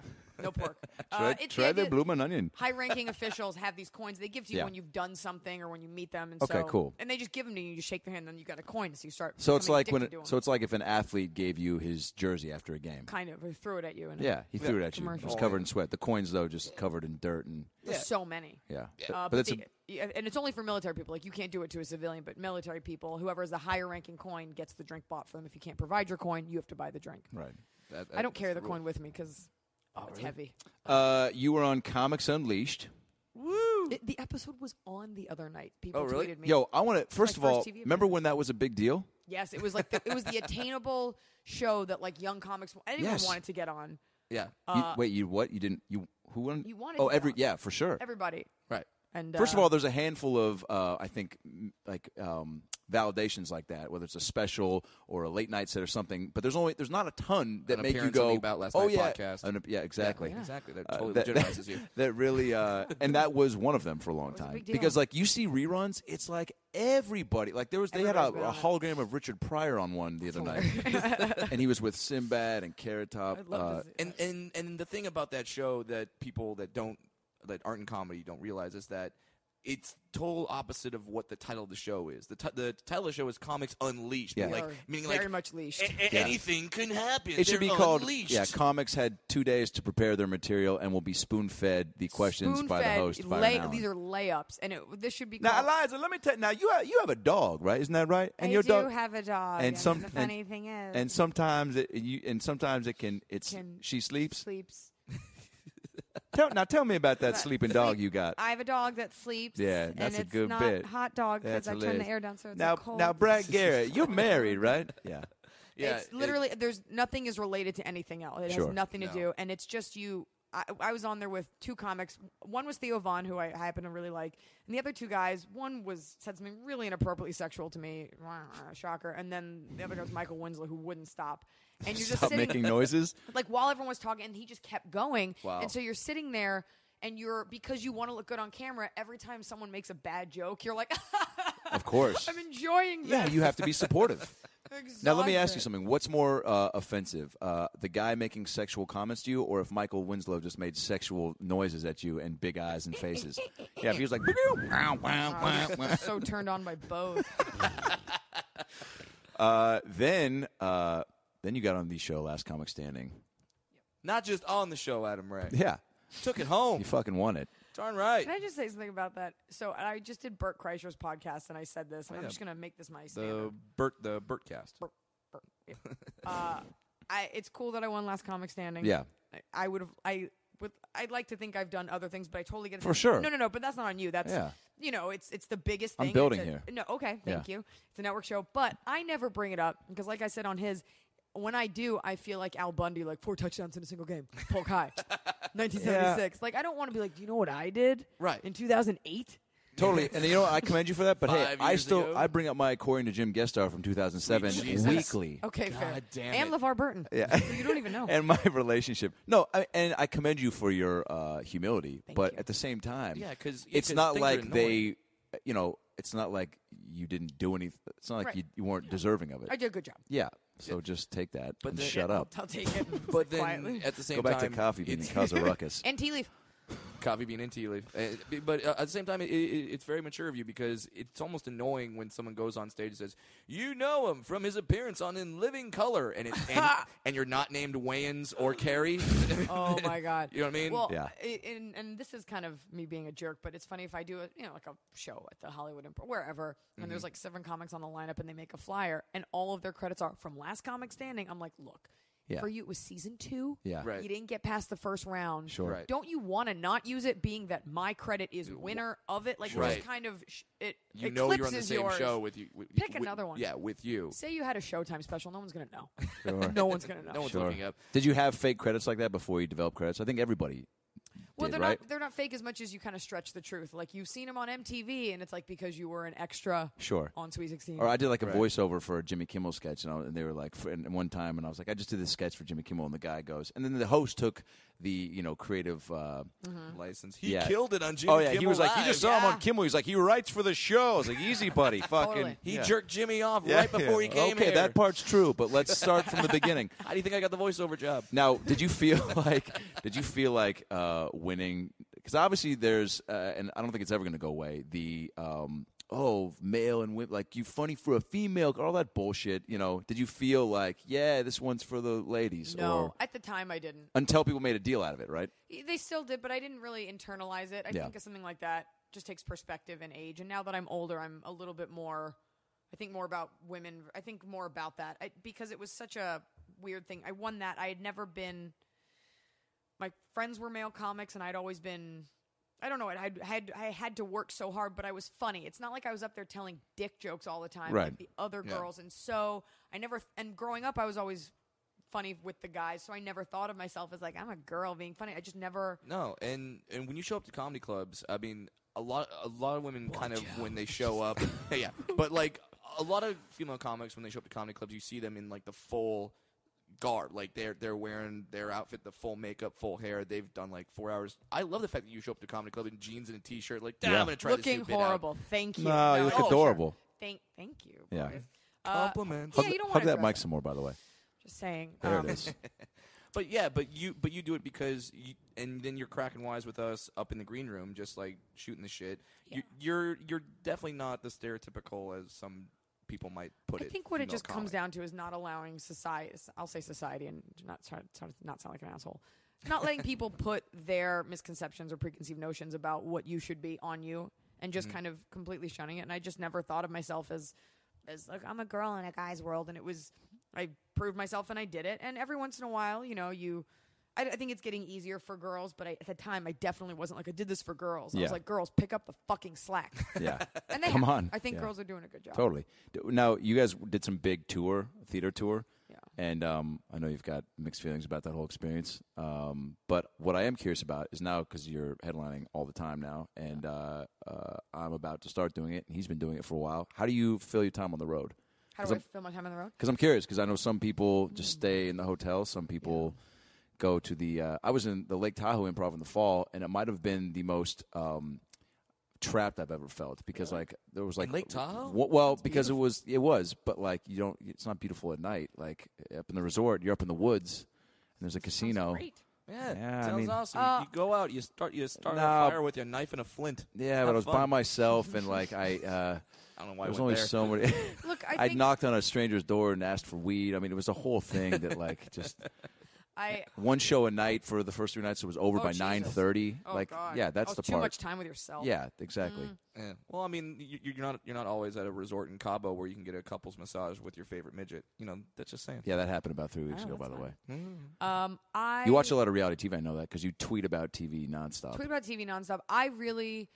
[SPEAKER 1] No pork.
[SPEAKER 2] Try,
[SPEAKER 1] uh, it's
[SPEAKER 2] try the
[SPEAKER 1] idea-
[SPEAKER 2] bloomin' onion.
[SPEAKER 1] High-ranking officials have these coins. They give to you
[SPEAKER 2] Yeah.
[SPEAKER 1] when you've done something or when you meet them. And
[SPEAKER 2] Okay,
[SPEAKER 1] so,
[SPEAKER 2] cool.
[SPEAKER 1] And they just give them to you. You shake their hand, then you got a coin. So you start.
[SPEAKER 2] So it's
[SPEAKER 1] becoming
[SPEAKER 2] like when
[SPEAKER 1] addicted
[SPEAKER 2] it,
[SPEAKER 1] to 'em.
[SPEAKER 2] so it's like if an athlete gave you his jersey after a game.
[SPEAKER 1] kind of they throw it at you. And
[SPEAKER 2] Yeah, he threw it at you. It
[SPEAKER 1] Commercial.
[SPEAKER 2] was covered in sweat. The coins though just covered in dirt and
[SPEAKER 1] there's so many.
[SPEAKER 2] yeah.
[SPEAKER 1] Uh,
[SPEAKER 2] but it's a,
[SPEAKER 1] the- yeah, and it's only for military people. Like you can't do it to a civilian, but military people, whoever has the higher ranking coin gets the drink bought for them. If you can't provide your coin, you have to buy the drink.
[SPEAKER 2] right.
[SPEAKER 3] That-
[SPEAKER 1] I don't
[SPEAKER 3] that's
[SPEAKER 1] carry the
[SPEAKER 3] rule.
[SPEAKER 1] coin with me because
[SPEAKER 2] Oh,
[SPEAKER 1] it's heavy.
[SPEAKER 2] Uh, you were on Comics Unleashed.
[SPEAKER 1] It- the episode was on the other night. People
[SPEAKER 3] Oh, really?
[SPEAKER 1] tweeted me.
[SPEAKER 2] Yo, I want to first
[SPEAKER 1] my
[SPEAKER 2] of all,
[SPEAKER 1] first TV
[SPEAKER 2] remember when that was a big deal?
[SPEAKER 1] Yes, it was like the, it was the attainable show that like young comics anyone
[SPEAKER 2] Yes.
[SPEAKER 1] wanted to get on.
[SPEAKER 3] Yeah.
[SPEAKER 2] You- wait, you what? You didn't you who won?
[SPEAKER 1] Uh, You wanted
[SPEAKER 2] Oh,
[SPEAKER 1] to get
[SPEAKER 2] every
[SPEAKER 1] on.
[SPEAKER 2] yeah, for sure.
[SPEAKER 1] Everybody
[SPEAKER 3] Right.
[SPEAKER 1] and
[SPEAKER 2] First of
[SPEAKER 1] uh,
[SPEAKER 2] all, there's a handful of uh, I think m- like um, validations like that, whether it's a special or a late night set or something. But there's only there's not a ton that
[SPEAKER 3] An
[SPEAKER 2] make you
[SPEAKER 3] appearance on
[SPEAKER 2] go
[SPEAKER 3] the About Last
[SPEAKER 2] oh
[SPEAKER 3] Night
[SPEAKER 2] yeah,
[SPEAKER 3] podcast.
[SPEAKER 2] An- yeah, exactly,
[SPEAKER 3] Exactly. That
[SPEAKER 2] Uh,
[SPEAKER 3] totally
[SPEAKER 2] that-
[SPEAKER 3] legitimizes you.
[SPEAKER 2] That really uh, and that was one of them for a long
[SPEAKER 1] a
[SPEAKER 2] time
[SPEAKER 1] big deal.
[SPEAKER 2] because like you see reruns, it's like everybody like there was they
[SPEAKER 1] Everybody's
[SPEAKER 2] had
[SPEAKER 1] been
[SPEAKER 2] a, a
[SPEAKER 1] on it.
[SPEAKER 2] hologram of Richard Pryor on one the other night, and he was with Sinbad and Carrot Top.
[SPEAKER 1] I'd love
[SPEAKER 2] uh,
[SPEAKER 1] to see
[SPEAKER 3] and and and the thing about that show that people that don't that aren't in comedy don't realize is that it's total opposite of what the title of the show is. The, t- the title of the show is Comics Unleashed.
[SPEAKER 2] Yeah.
[SPEAKER 3] Like
[SPEAKER 1] Or
[SPEAKER 3] meaning
[SPEAKER 1] very
[SPEAKER 3] like
[SPEAKER 1] much leashed.
[SPEAKER 3] a- a-
[SPEAKER 2] Yeah.
[SPEAKER 3] anything can happen.
[SPEAKER 2] It should
[SPEAKER 3] They're
[SPEAKER 2] be called
[SPEAKER 3] Unleashed.
[SPEAKER 2] yeah. Comics had two days to prepare their material and will be spoon fed the questions by the
[SPEAKER 1] Spoon-fed
[SPEAKER 2] host. Byron
[SPEAKER 1] lay-
[SPEAKER 2] Allen.
[SPEAKER 1] these are layups, and it, this should be.
[SPEAKER 2] now,
[SPEAKER 1] called-
[SPEAKER 2] Eliza, let me tell. Now you have, you have a dog, right? Isn't that right?
[SPEAKER 1] I
[SPEAKER 2] your
[SPEAKER 1] do
[SPEAKER 2] dog
[SPEAKER 1] have a dog.
[SPEAKER 2] and some
[SPEAKER 1] the funny
[SPEAKER 2] and,
[SPEAKER 1] thing is,
[SPEAKER 2] and sometimes it you and sometimes it can it's
[SPEAKER 1] Can-
[SPEAKER 2] she sleeps.
[SPEAKER 1] sleeps.
[SPEAKER 2] tell, now tell me about that sleeping dog you got.
[SPEAKER 1] I have a dog that sleeps.
[SPEAKER 2] Yeah,
[SPEAKER 1] and
[SPEAKER 2] that's a
[SPEAKER 1] it's
[SPEAKER 2] good
[SPEAKER 1] not
[SPEAKER 2] bit.
[SPEAKER 1] Hot dog
[SPEAKER 2] That's
[SPEAKER 1] because I turn
[SPEAKER 2] hilarious.
[SPEAKER 1] the air down so it's
[SPEAKER 2] now
[SPEAKER 1] not cold.
[SPEAKER 2] now Brad Garrett, you're married, right? Yeah.
[SPEAKER 3] Yeah,
[SPEAKER 1] it's
[SPEAKER 3] it-
[SPEAKER 1] literally there's nothing is related to anything else. It
[SPEAKER 2] Sure.
[SPEAKER 1] has nothing to
[SPEAKER 3] No.
[SPEAKER 1] do, and it's just you. I, I was on there with two comics. One was Theo Vaughn, who I happen to really like, and the other two guys. One was said something really inappropriately sexual to me, shocker. And then the other guy was Michael Winslow, who wouldn't stop. And you're just
[SPEAKER 2] Stop
[SPEAKER 1] sitting
[SPEAKER 2] making noises.
[SPEAKER 1] like while everyone was talking and he just kept going
[SPEAKER 3] Wow.
[SPEAKER 1] and so you're sitting there and you're because you want to look good on camera every time someone makes a bad joke you're like
[SPEAKER 2] Of course.
[SPEAKER 1] i'm enjoying this
[SPEAKER 2] yeah, you have to be supportive. Now let me ask you
[SPEAKER 1] Exhausted.
[SPEAKER 2] something. What's more uh, offensive, uh, the guy making sexual comments to you, or if Michael Winslow just made sexual noises at you and big eyes and faces? yeah, if he was like, wow, wow, wow, wow.
[SPEAKER 1] so turned on by both.
[SPEAKER 2] Uh, then uh, then you got on the show Last Comic Standing.
[SPEAKER 3] Not just on the show, Adam Ray.
[SPEAKER 2] Yeah,
[SPEAKER 3] Took it home.
[SPEAKER 2] you fucking won it.
[SPEAKER 3] Darn right.
[SPEAKER 1] Can I just say something about that? So I just did Bert Kreischer's podcast, and I said this, and I'm just gonna make this my
[SPEAKER 3] The
[SPEAKER 1] standard.
[SPEAKER 3] Bert the Bertcast.
[SPEAKER 1] Bert, yeah. uh, I, it's cool that I won Last Comic Standing.
[SPEAKER 2] Yeah.
[SPEAKER 1] I, I would have. I with. I'd like to think I've done other things, but I totally get it.
[SPEAKER 2] For sure.
[SPEAKER 1] No, no, no. But that's not on you. That's
[SPEAKER 2] Yeah.
[SPEAKER 1] you know, it's it's the biggest
[SPEAKER 2] I'm
[SPEAKER 1] thing.
[SPEAKER 2] building
[SPEAKER 1] It's a-
[SPEAKER 2] here.
[SPEAKER 1] No, okay, thank
[SPEAKER 2] Yeah.
[SPEAKER 1] you. It's a network show, but I never bring it up because, like I said on his, when I do, I feel like Al Bundy, like four touchdowns in a single game, Polk High, 1976. Like I don't want to be like, do you know what I did?
[SPEAKER 3] Right.
[SPEAKER 1] in 2008.
[SPEAKER 2] Totally, and you know what? I commend you for that. But hey,
[SPEAKER 3] Five
[SPEAKER 2] I
[SPEAKER 3] years
[SPEAKER 2] still
[SPEAKER 3] ago.
[SPEAKER 2] I bring up my according to Jim guest star from 2007
[SPEAKER 3] Sweet Jesus.
[SPEAKER 2] weekly.
[SPEAKER 1] Okay, fair.
[SPEAKER 3] God damn
[SPEAKER 1] and
[SPEAKER 3] it.
[SPEAKER 1] LeVar Burton.
[SPEAKER 2] Yeah.
[SPEAKER 1] Who you don't even know.
[SPEAKER 2] and my relationship. No, I, and I commend you for your uh, humility, but
[SPEAKER 1] you.
[SPEAKER 2] at the same time,
[SPEAKER 3] Yeah, 'cause- yeah,
[SPEAKER 2] it's
[SPEAKER 3] 'cause
[SPEAKER 2] not
[SPEAKER 3] things are
[SPEAKER 2] like they, you know, it's not like you didn't do anything. It's not like
[SPEAKER 1] Right.
[SPEAKER 2] you, you weren't deserving of it.
[SPEAKER 1] I did a good job.
[SPEAKER 2] yeah, so just take that
[SPEAKER 3] But
[SPEAKER 2] and
[SPEAKER 3] then-
[SPEAKER 2] shut up.
[SPEAKER 1] I'll take it.
[SPEAKER 3] But then
[SPEAKER 1] quietly.
[SPEAKER 3] at the same
[SPEAKER 2] Go back
[SPEAKER 3] time,
[SPEAKER 2] to coffee bean
[SPEAKER 3] it's-
[SPEAKER 2] and cause a ruckus.
[SPEAKER 1] and tea leaf.
[SPEAKER 3] coffee bean and tea leaf. Uh, b- But uh, at the same time, it, it, it's very mature of you because it's almost annoying when someone goes on stage and says, "You know him from his appearance on In Living Color," and it, and, and you're not named Wayans or Carey.
[SPEAKER 1] Oh my god.
[SPEAKER 3] You know what I mean?
[SPEAKER 1] Well,
[SPEAKER 2] Yeah.
[SPEAKER 1] I- and, and this is kind of me being a jerk, but it's funny if I do a you know like a show at the Hollywood Improv, wherever, and
[SPEAKER 3] Mm-hmm.
[SPEAKER 1] there's like seven comics on the lineup, and they make a flyer, and all of their credits are from Last Comic Standing. I'm like, look,
[SPEAKER 2] Yeah.
[SPEAKER 1] for you it was season two.
[SPEAKER 2] Yeah.
[SPEAKER 3] Right.
[SPEAKER 1] You didn't get past the first round.
[SPEAKER 2] Sure.
[SPEAKER 3] Right.
[SPEAKER 1] Don't you want to not use it, being that my credit is winner of it? Like,
[SPEAKER 3] Right.
[SPEAKER 1] just kind of sh- it
[SPEAKER 3] you
[SPEAKER 1] eclipses
[SPEAKER 3] know you're on the same
[SPEAKER 1] yours.
[SPEAKER 3] show with you. With,
[SPEAKER 1] Pick
[SPEAKER 3] with-
[SPEAKER 1] another one.
[SPEAKER 3] Yeah, with you.
[SPEAKER 1] Say you had a Showtime special, no one's gonna know.
[SPEAKER 2] Sure.
[SPEAKER 1] no one's gonna know.
[SPEAKER 3] No one's
[SPEAKER 2] Sure.
[SPEAKER 3] looking up.
[SPEAKER 2] Did you have fake credits like that before you developed credits? I think everybody.
[SPEAKER 1] Well,
[SPEAKER 2] did,
[SPEAKER 1] they're
[SPEAKER 2] right?
[SPEAKER 1] not they're not fake as much as you kind of stretch the truth. Like you've seen them on MTV, and it's like because you were an extra
[SPEAKER 2] Sure.
[SPEAKER 1] on Sweet Sixteen.
[SPEAKER 2] Or I did like a
[SPEAKER 3] Right.
[SPEAKER 2] voiceover for a Jimmy Kimmel sketch, and, I, and they were like, for, and one time, and I was like, I just did this sketch for Jimmy Kimmel, and the guy goes, and then the host took the you know creative. Uh,
[SPEAKER 1] Mm-hmm. Mm.
[SPEAKER 3] License. He
[SPEAKER 2] Yeah.
[SPEAKER 3] killed it on Jimmy.
[SPEAKER 2] oh yeah, he
[SPEAKER 3] Kimmel
[SPEAKER 2] was like, you
[SPEAKER 3] Live."
[SPEAKER 2] just saw him
[SPEAKER 1] Yeah.
[SPEAKER 2] on Kimmel. He's like, he writes for the show. I was like, easy, buddy, fucking.
[SPEAKER 1] Totally.
[SPEAKER 3] He
[SPEAKER 2] yeah.
[SPEAKER 3] jerked Jimmy off
[SPEAKER 2] Yeah.
[SPEAKER 3] right before he came
[SPEAKER 2] Okay,
[SPEAKER 3] here.
[SPEAKER 2] that part's true, but let's start from the beginning.
[SPEAKER 3] How do you think I got the voiceover job?
[SPEAKER 2] Now, did you feel like did you feel like uh, winning? Because obviously, there's uh, and I don't think it's ever going to go away. The um, oh, male and women like you funny for a female, all that bullshit. You know, did you feel like yeah, this one's for the ladies?
[SPEAKER 1] no,
[SPEAKER 2] Or,
[SPEAKER 1] at the time I didn't.
[SPEAKER 2] until people made a deal out of it, right?
[SPEAKER 1] They still did, but I didn't really internalize it. I
[SPEAKER 2] Yeah.
[SPEAKER 1] think of something like that just takes perspective and age. And now that I'm older, I'm a little bit more. I think more about women. I think more about that I, because it was such a weird thing. I won that. I had never been. My friends were male comics, and I'd always been. I don't know. I had, had I had to work so hard, but I was funny. It's not like I was up there telling dick jokes all the time
[SPEAKER 2] Right.
[SPEAKER 1] like the other girls, and so I never. And growing up, I was always funny with the guys, so I never thought of myself as like I'm a girl being funny. I just never.
[SPEAKER 3] No, and and when you show up to comedy clubs, I mean, a lot a lot of women kind of when they show up, yeah, yeah, but like a lot of female comics when they show up to comedy clubs, you see them in like the full garb, like they're they're wearing their outfit, the full makeup, full hair. They've done like four hours. I love the fact that you show up to comedy club in jeans and a t-shirt, like, "Damn,
[SPEAKER 2] Yeah.
[SPEAKER 3] I'm gonna try
[SPEAKER 1] looking
[SPEAKER 3] this new bit out."
[SPEAKER 1] horrible. Thank you.
[SPEAKER 2] No, you look
[SPEAKER 1] sure.
[SPEAKER 2] adorable.
[SPEAKER 1] Thank, thank you.
[SPEAKER 2] Yeah.
[SPEAKER 1] Boris. Uh,
[SPEAKER 3] Compliments.
[SPEAKER 1] Yeah, you don't
[SPEAKER 2] Hug
[SPEAKER 1] wanna
[SPEAKER 2] that
[SPEAKER 1] dress
[SPEAKER 2] mic
[SPEAKER 1] up.
[SPEAKER 2] some more, by the way.
[SPEAKER 1] just saying.
[SPEAKER 2] There
[SPEAKER 1] um,
[SPEAKER 2] it is.
[SPEAKER 3] But yeah, but you but you do it because you, and then you're cracking wise with us up in the green room, just like shooting the shit. You, you're you're definitely not the stereotypical as some people might put
[SPEAKER 1] I
[SPEAKER 3] it.
[SPEAKER 1] think what it
[SPEAKER 3] female
[SPEAKER 1] just
[SPEAKER 3] comic.
[SPEAKER 1] comes down to is not allowing society. I'll say society, and not try, try to not sound like an asshole. Not letting people put their misconceptions or preconceived notions about what you should be on you, and
[SPEAKER 2] Mm-hmm.
[SPEAKER 1] just kind of completely shunning it. And I just never thought of myself as as like I'm a girl in a guy's world, and it was I proved myself and I did it. And every once in a while, you know, you. I, I think it's getting easier for girls, but I, at the time, I definitely wasn't like I did this for girls. I
[SPEAKER 2] Yeah.
[SPEAKER 1] was like, girls, pick up the fucking slack.
[SPEAKER 2] Yeah.
[SPEAKER 1] And they
[SPEAKER 2] Come
[SPEAKER 1] have.
[SPEAKER 2] on.
[SPEAKER 1] I think
[SPEAKER 2] Yeah.
[SPEAKER 1] girls are doing a good job.
[SPEAKER 2] Totally. D- Now you guys did some big tour, theater tour,
[SPEAKER 1] Yeah.
[SPEAKER 2] and um, I know you've got mixed feelings about that whole experience. Um, but what I am curious about is now because you're headlining all the time now, and uh, uh, I'm about to start doing it, and he's been doing it for a while. How do you fill your time on the road?
[SPEAKER 1] How do I feel my time on the road?
[SPEAKER 2] Because I'm curious, because I know some people just stay in the hotel, some people go to the. Uh, I was in the Lake Tahoe Improv in the fall, and it might have been the most um, trapped I've ever felt because like there was like
[SPEAKER 3] Lake
[SPEAKER 1] Oh,
[SPEAKER 3] Tahoe?
[SPEAKER 2] w- well, because it was it was, but like you don't. It's not beautiful at night. Like up in the resort, you're up in the woods, and there's a casino.
[SPEAKER 3] Yeah,
[SPEAKER 2] Yeah, I
[SPEAKER 3] sounds
[SPEAKER 2] mean-
[SPEAKER 3] awesome. You-
[SPEAKER 1] Uh,
[SPEAKER 3] you go out, you start, you start
[SPEAKER 2] Nah.
[SPEAKER 3] a fire with your knife and a flint.
[SPEAKER 2] Yeah, but
[SPEAKER 3] Have
[SPEAKER 2] I was by
[SPEAKER 3] fun.
[SPEAKER 2] myself, and like I, uh,
[SPEAKER 3] I don't know why I
[SPEAKER 2] there
[SPEAKER 3] went
[SPEAKER 2] was only
[SPEAKER 3] there.
[SPEAKER 2] so many.
[SPEAKER 1] Look, I
[SPEAKER 2] I
[SPEAKER 1] think
[SPEAKER 2] knocked on a stranger's door and asked for weed. I mean, it was a whole thing that like just
[SPEAKER 1] I
[SPEAKER 2] one show a night for the first three nights. It was over
[SPEAKER 1] Oh,
[SPEAKER 2] by
[SPEAKER 1] Jesus.
[SPEAKER 2] nine thirty.
[SPEAKER 1] oh
[SPEAKER 2] like,
[SPEAKER 1] God.
[SPEAKER 2] yeah, that's
[SPEAKER 1] Oh,
[SPEAKER 2] the
[SPEAKER 1] too
[SPEAKER 2] part.
[SPEAKER 1] much Mm. time with yourself.
[SPEAKER 2] Yeah, exactly.
[SPEAKER 3] Yeah. Well, I mean, you, you're not you're not always at a resort in Cabo where you can get a couples massage with your favorite midget. You know, that's just saying.
[SPEAKER 2] Yeah, that happened about three weeks
[SPEAKER 1] Oh,
[SPEAKER 2] ago, by
[SPEAKER 1] that's
[SPEAKER 2] the
[SPEAKER 1] fine.
[SPEAKER 2] way.
[SPEAKER 1] Um, I
[SPEAKER 2] You watch a lot of reality TV. I know that because you tweet about TV nonstop.
[SPEAKER 1] tweet about TV nonstop. I really,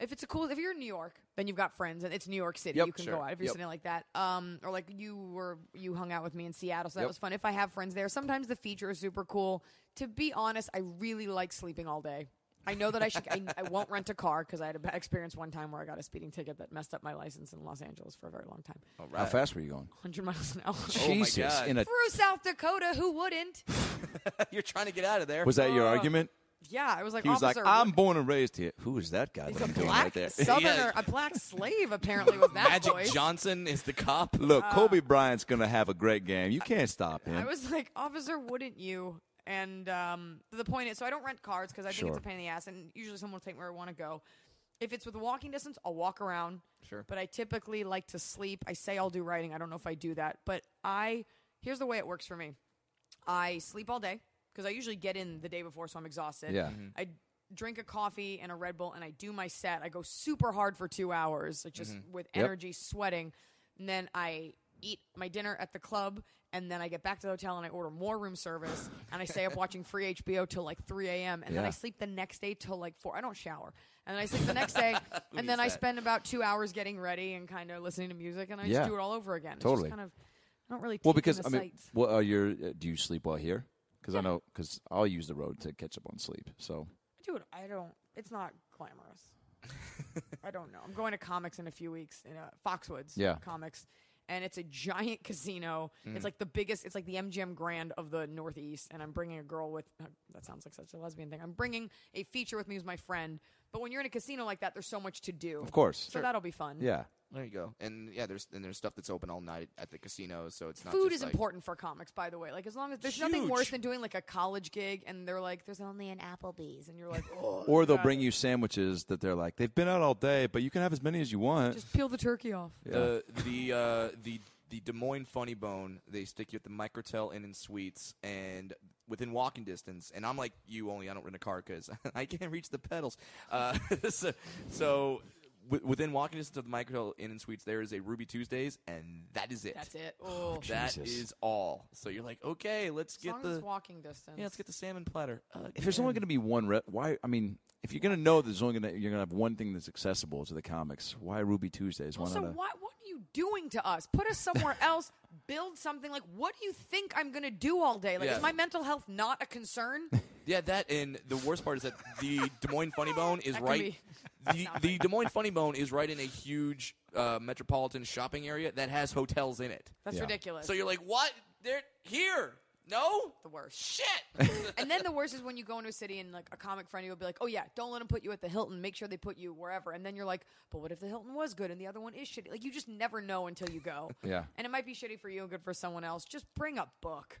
[SPEAKER 1] if it's a cool, if you're in New York, then you've got friends, and it's New York City.
[SPEAKER 2] Yep,
[SPEAKER 1] you can
[SPEAKER 2] sure.
[SPEAKER 1] go out if you're
[SPEAKER 2] Yep.
[SPEAKER 1] something like that. Um, or like you were, you hung out with me in Seattle, so that
[SPEAKER 2] Yep.
[SPEAKER 1] was fun. If I have friends there, sometimes the feature is super cool. To be honest, I really like sleeping all day. I know that I should. I, I won't rent a car because I had a bad experience one time where I got a speeding ticket that messed up my license in Los Angeles for a very long time.
[SPEAKER 3] All
[SPEAKER 2] How
[SPEAKER 3] right.
[SPEAKER 2] fast were you going?
[SPEAKER 1] 100 miles an hour.
[SPEAKER 2] Jesus!
[SPEAKER 3] Oh, God.
[SPEAKER 2] In a
[SPEAKER 1] Through South Dakota, who wouldn't?
[SPEAKER 3] you're trying to get out of there.
[SPEAKER 2] was that your argument?
[SPEAKER 1] Yeah, I was like,
[SPEAKER 2] He was like,
[SPEAKER 1] officer,
[SPEAKER 2] "I'm
[SPEAKER 1] what-
[SPEAKER 2] born and raised here." Who is that guy that I'm doing right
[SPEAKER 1] black
[SPEAKER 2] there?
[SPEAKER 1] southerner,
[SPEAKER 3] Yeah.
[SPEAKER 1] a black slave apparently was that
[SPEAKER 3] Magic
[SPEAKER 1] voice.
[SPEAKER 3] Johnson is the cop?
[SPEAKER 2] Look, Kobe Bryant's gonna have a great game. You can't stop him.
[SPEAKER 1] uh, I was like, officer, wouldn't you? And um, the point is, so I don't rent cars because I think
[SPEAKER 2] Sure.
[SPEAKER 1] it's a pain in the ass, and usually someone will take me where I want to go. If it's with walking distance, I'll walk around.
[SPEAKER 3] Sure.
[SPEAKER 1] But I typically like to sleep. I say I'll do writing. I don't know if I do that, but I here's the way it works for me. I sleep all day because I usually get in the day before, so I'm exhausted.
[SPEAKER 2] Yeah.
[SPEAKER 1] I drink a coffee and a Red Bull, and I do my set. I go super hard for two hours, like just with
[SPEAKER 2] Yep.
[SPEAKER 1] energy, sweating, and then I eat my dinner at the club. And then I get back to the hotel and I order more room service and I stay up watching free HBO till like 3 a.m. And then I
[SPEAKER 2] Yeah.
[SPEAKER 1] sleep the next day till like 4. I don't shower. And then I sleep the next day and then I spend about two hours getting ready and kind of listening to music and I
[SPEAKER 2] Yeah.
[SPEAKER 1] just do it all over again.
[SPEAKER 2] Totally.
[SPEAKER 1] It's just kind of, I don't really
[SPEAKER 2] well,
[SPEAKER 1] take in
[SPEAKER 2] because
[SPEAKER 1] the
[SPEAKER 2] I mean,
[SPEAKER 1] sights.
[SPEAKER 2] what are your? Uh, do you sleep while here? Because I know, because I'll use the road to catch up on sleep. So
[SPEAKER 1] Dude, I don't. It's not glamorous. I don't know. I'm going to comics in a few weeks in uh, Foxwoods.
[SPEAKER 2] Yeah.
[SPEAKER 1] Comics. And it's a giant casino. It's
[SPEAKER 3] Mm.
[SPEAKER 1] like the biggest. It's like the MGM Grand of the Northeast. And I'm bringing a girl with. Uh, that sounds like such a lesbian thing. I'm bringing a feature with me who's my friend. But when you're in a casino like that, there's so much to do.
[SPEAKER 2] of course,
[SPEAKER 1] So that'll be fun.
[SPEAKER 2] yeah.
[SPEAKER 3] There you go. And yeah, there's and there's stuff that's open all night at the casinos, so it's not
[SPEAKER 1] Food
[SPEAKER 3] just
[SPEAKER 1] is
[SPEAKER 3] like-
[SPEAKER 1] important for comics, by the way. Like as long as there's nothing worse
[SPEAKER 3] Huge.
[SPEAKER 1] than doing like a college gig and they're like, "There's only an Applebee's," and you're like, "Oh."
[SPEAKER 2] Or they'll bring you sandwiches that they're like, they've been out all day, but you can have as many as you want.
[SPEAKER 1] Just peel the turkey off.
[SPEAKER 3] The the uh, the the Des Moines Funny Bone. They stick you at the Microtel Inn and Suites, and within walking distance. And I'm like you, only I don't rent a car because I can't reach the pedals. Uh, so so w- within walking distance of the Microtel Inn and Suites, there is a Ruby Tuesdays, and that is it.
[SPEAKER 1] That's it. Oh,
[SPEAKER 3] That
[SPEAKER 2] Jesus.
[SPEAKER 3] is all. So you're like, okay, let's
[SPEAKER 1] as long
[SPEAKER 3] get
[SPEAKER 1] as
[SPEAKER 3] the
[SPEAKER 1] it's walking distance.
[SPEAKER 3] yeah, let's get the salmon platter. Uh,
[SPEAKER 2] if there's only going to be one rep, why? I mean, if you're going to know that there's only going to you're going to have one thing that's accessible to the comics, why Ruby Tuesdays? Why
[SPEAKER 1] Also,
[SPEAKER 2] not? a-
[SPEAKER 1] what what are you doing to us? Put us somewhere else. Build something. Like, what do you think I'm gonna do all day? Like,
[SPEAKER 3] Yeah.
[SPEAKER 1] is my mental health not a concern?
[SPEAKER 3] Yeah, that and the worst part is that the Des Moines Funny Bone is
[SPEAKER 1] That could
[SPEAKER 3] right. The,
[SPEAKER 1] be-
[SPEAKER 3] the Des Moines Funny Bone is right in a huge uh, metropolitan shopping area that has hotels in it.
[SPEAKER 1] That's
[SPEAKER 2] Yeah.
[SPEAKER 1] ridiculous.
[SPEAKER 3] So you're like, what? They're here? No,
[SPEAKER 1] the worst.
[SPEAKER 3] shit.
[SPEAKER 1] And then the worst is when you go into a city and like a comic friend of you will be like, "Oh yeah, don't let them put you at the Hilton. Make sure they put you wherever." And then you're like, "But what if the Hilton was good and the other one is shitty?" Like you just never know until you go.
[SPEAKER 2] Yeah.
[SPEAKER 1] And it might be shitty for you and good for someone else. Just bring a book.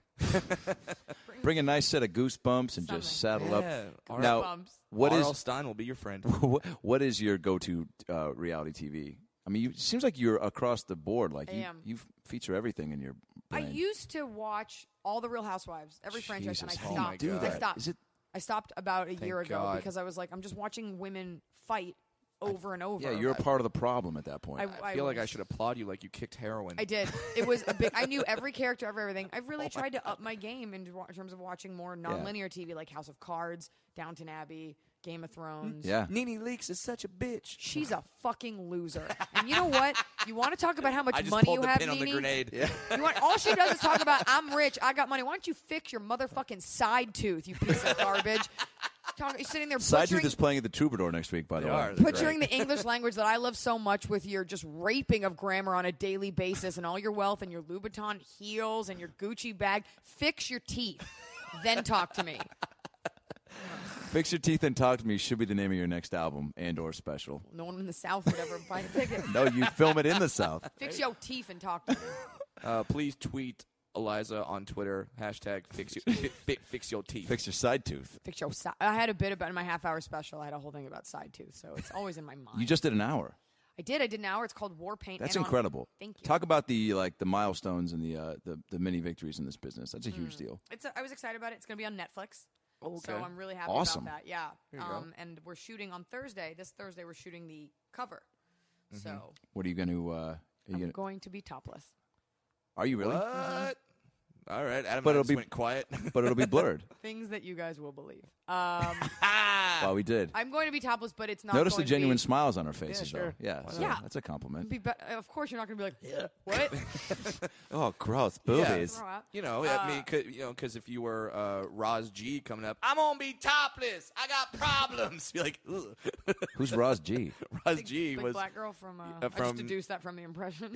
[SPEAKER 2] bring a nice set of goosebumps and
[SPEAKER 1] Something.
[SPEAKER 2] just saddle
[SPEAKER 3] Yeah,
[SPEAKER 2] up.
[SPEAKER 3] goosebumps.
[SPEAKER 2] Now, what
[SPEAKER 3] R.L.
[SPEAKER 2] is
[SPEAKER 3] Stein will be your friend.
[SPEAKER 2] what, what is your go-to uh, reality TV? I mean, you, it seems like you're across the board. Like you,
[SPEAKER 1] am.
[SPEAKER 2] you feature everything in your.
[SPEAKER 1] I
[SPEAKER 2] brain.
[SPEAKER 1] used to watch all the Real Housewives, every franchise, and I
[SPEAKER 2] Jesus,
[SPEAKER 1] stopped.
[SPEAKER 2] how do you do
[SPEAKER 1] I
[SPEAKER 2] that?
[SPEAKER 1] stopped.
[SPEAKER 2] Is it-
[SPEAKER 1] I stopped about a year ago
[SPEAKER 3] God.
[SPEAKER 1] because I was like, I'm just watching women fight over and over.
[SPEAKER 2] Yeah, you're a part of the problem at that point.
[SPEAKER 3] I feel like I should applaud you like you kicked heroin.
[SPEAKER 1] I did. It was a big. I knew every character of everything. I've
[SPEAKER 3] Oh
[SPEAKER 1] really tried to up my game in, wa- in terms of watching more nonlinear TV, like House of Cards, Downton Abbey, Game of
[SPEAKER 3] Hmm?
[SPEAKER 1] Thrones.
[SPEAKER 2] yeah.
[SPEAKER 3] Nene Leaks is such a bitch.
[SPEAKER 1] She's a fucking loser. And you know what? You want to talk about how much
[SPEAKER 3] I just
[SPEAKER 1] money
[SPEAKER 3] pulled
[SPEAKER 1] you
[SPEAKER 3] the
[SPEAKER 1] have,
[SPEAKER 3] pin on the
[SPEAKER 1] Nene?
[SPEAKER 3] grenade.
[SPEAKER 1] You want all she does is talk about I'm rich, I got money. Why don't you fix your motherfucking side tooth, you piece of garbage? Talk, you're sitting there
[SPEAKER 2] Side
[SPEAKER 1] butchering,
[SPEAKER 2] Tooth is playing at the Troubadour next week, by the
[SPEAKER 3] They
[SPEAKER 2] way.
[SPEAKER 3] are. They're
[SPEAKER 1] butchering the English language that I love so much with your just raping of grammar on a daily basis and all your wealth and your Louboutin heels and your Gucci bag. Fix your teeth, then talk to me.
[SPEAKER 2] Fix Your Teeth and Talk to Me should be the name of your next album and or special.
[SPEAKER 1] No one in the South would ever buy a ticket.
[SPEAKER 2] No, you film it in the South.
[SPEAKER 1] Fix your teeth and talk to me.
[SPEAKER 3] Uh, please tweet Eliza on Twitter hashtag fix your fi- fix your teeth.
[SPEAKER 2] Fix your side tooth.
[SPEAKER 1] Fix your side. I had a bit about in my half hour special. I had a whole thing about side tooth, so it's always in my mind.
[SPEAKER 2] You just did an hour.
[SPEAKER 1] I did. I did an hour. It's called War Paint.
[SPEAKER 2] That's
[SPEAKER 1] and on-
[SPEAKER 2] incredible.
[SPEAKER 1] Thank you.
[SPEAKER 2] Talk about the like the milestones and the uh, the, the many victories in this business. That's a huge deal.
[SPEAKER 1] It's. A, I was excited about it. It's going to be on Netflix.
[SPEAKER 3] okay.
[SPEAKER 1] So I'm really happy
[SPEAKER 2] Awesome.
[SPEAKER 1] about that. Yeah.
[SPEAKER 3] you go.
[SPEAKER 1] Um, and we're shooting on Thursday. This Thursday we're shooting the cover. So
[SPEAKER 2] What are you going to? Uh, are you
[SPEAKER 1] I'm
[SPEAKER 2] going? to
[SPEAKER 1] going to be topless.
[SPEAKER 2] Are you really?
[SPEAKER 3] What? Uh-huh. All right, Adam.
[SPEAKER 2] But
[SPEAKER 3] But
[SPEAKER 2] it'll
[SPEAKER 3] it'll
[SPEAKER 2] be-
[SPEAKER 3] went quiet.
[SPEAKER 2] But it'll be blurred.
[SPEAKER 1] Things that you guys will believe. Um,
[SPEAKER 3] Ah!
[SPEAKER 2] wow, we did.
[SPEAKER 1] I'm going to be topless, but it's not.
[SPEAKER 2] Notice the
[SPEAKER 1] going to
[SPEAKER 2] genuine
[SPEAKER 1] be-
[SPEAKER 2] smiles on our faces,
[SPEAKER 3] sure.
[SPEAKER 2] though. Yeah, so
[SPEAKER 1] Yeah.
[SPEAKER 2] that's a compliment.
[SPEAKER 1] Be, but of course, you're not going to be like, "Yeah, what?
[SPEAKER 2] Oh, gross
[SPEAKER 3] boobies.
[SPEAKER 1] Grow up.
[SPEAKER 3] you know, I
[SPEAKER 2] uh,
[SPEAKER 3] mean, 'cause- you know, because if you were uh, Roz G coming up, I'm gonna be topless. I got problems. You're like, Ugh.
[SPEAKER 2] Who's Roz G?
[SPEAKER 3] Roz G
[SPEAKER 1] Big
[SPEAKER 3] was.
[SPEAKER 1] black girl from, uh, I
[SPEAKER 3] from-
[SPEAKER 1] just deduced that from the impression.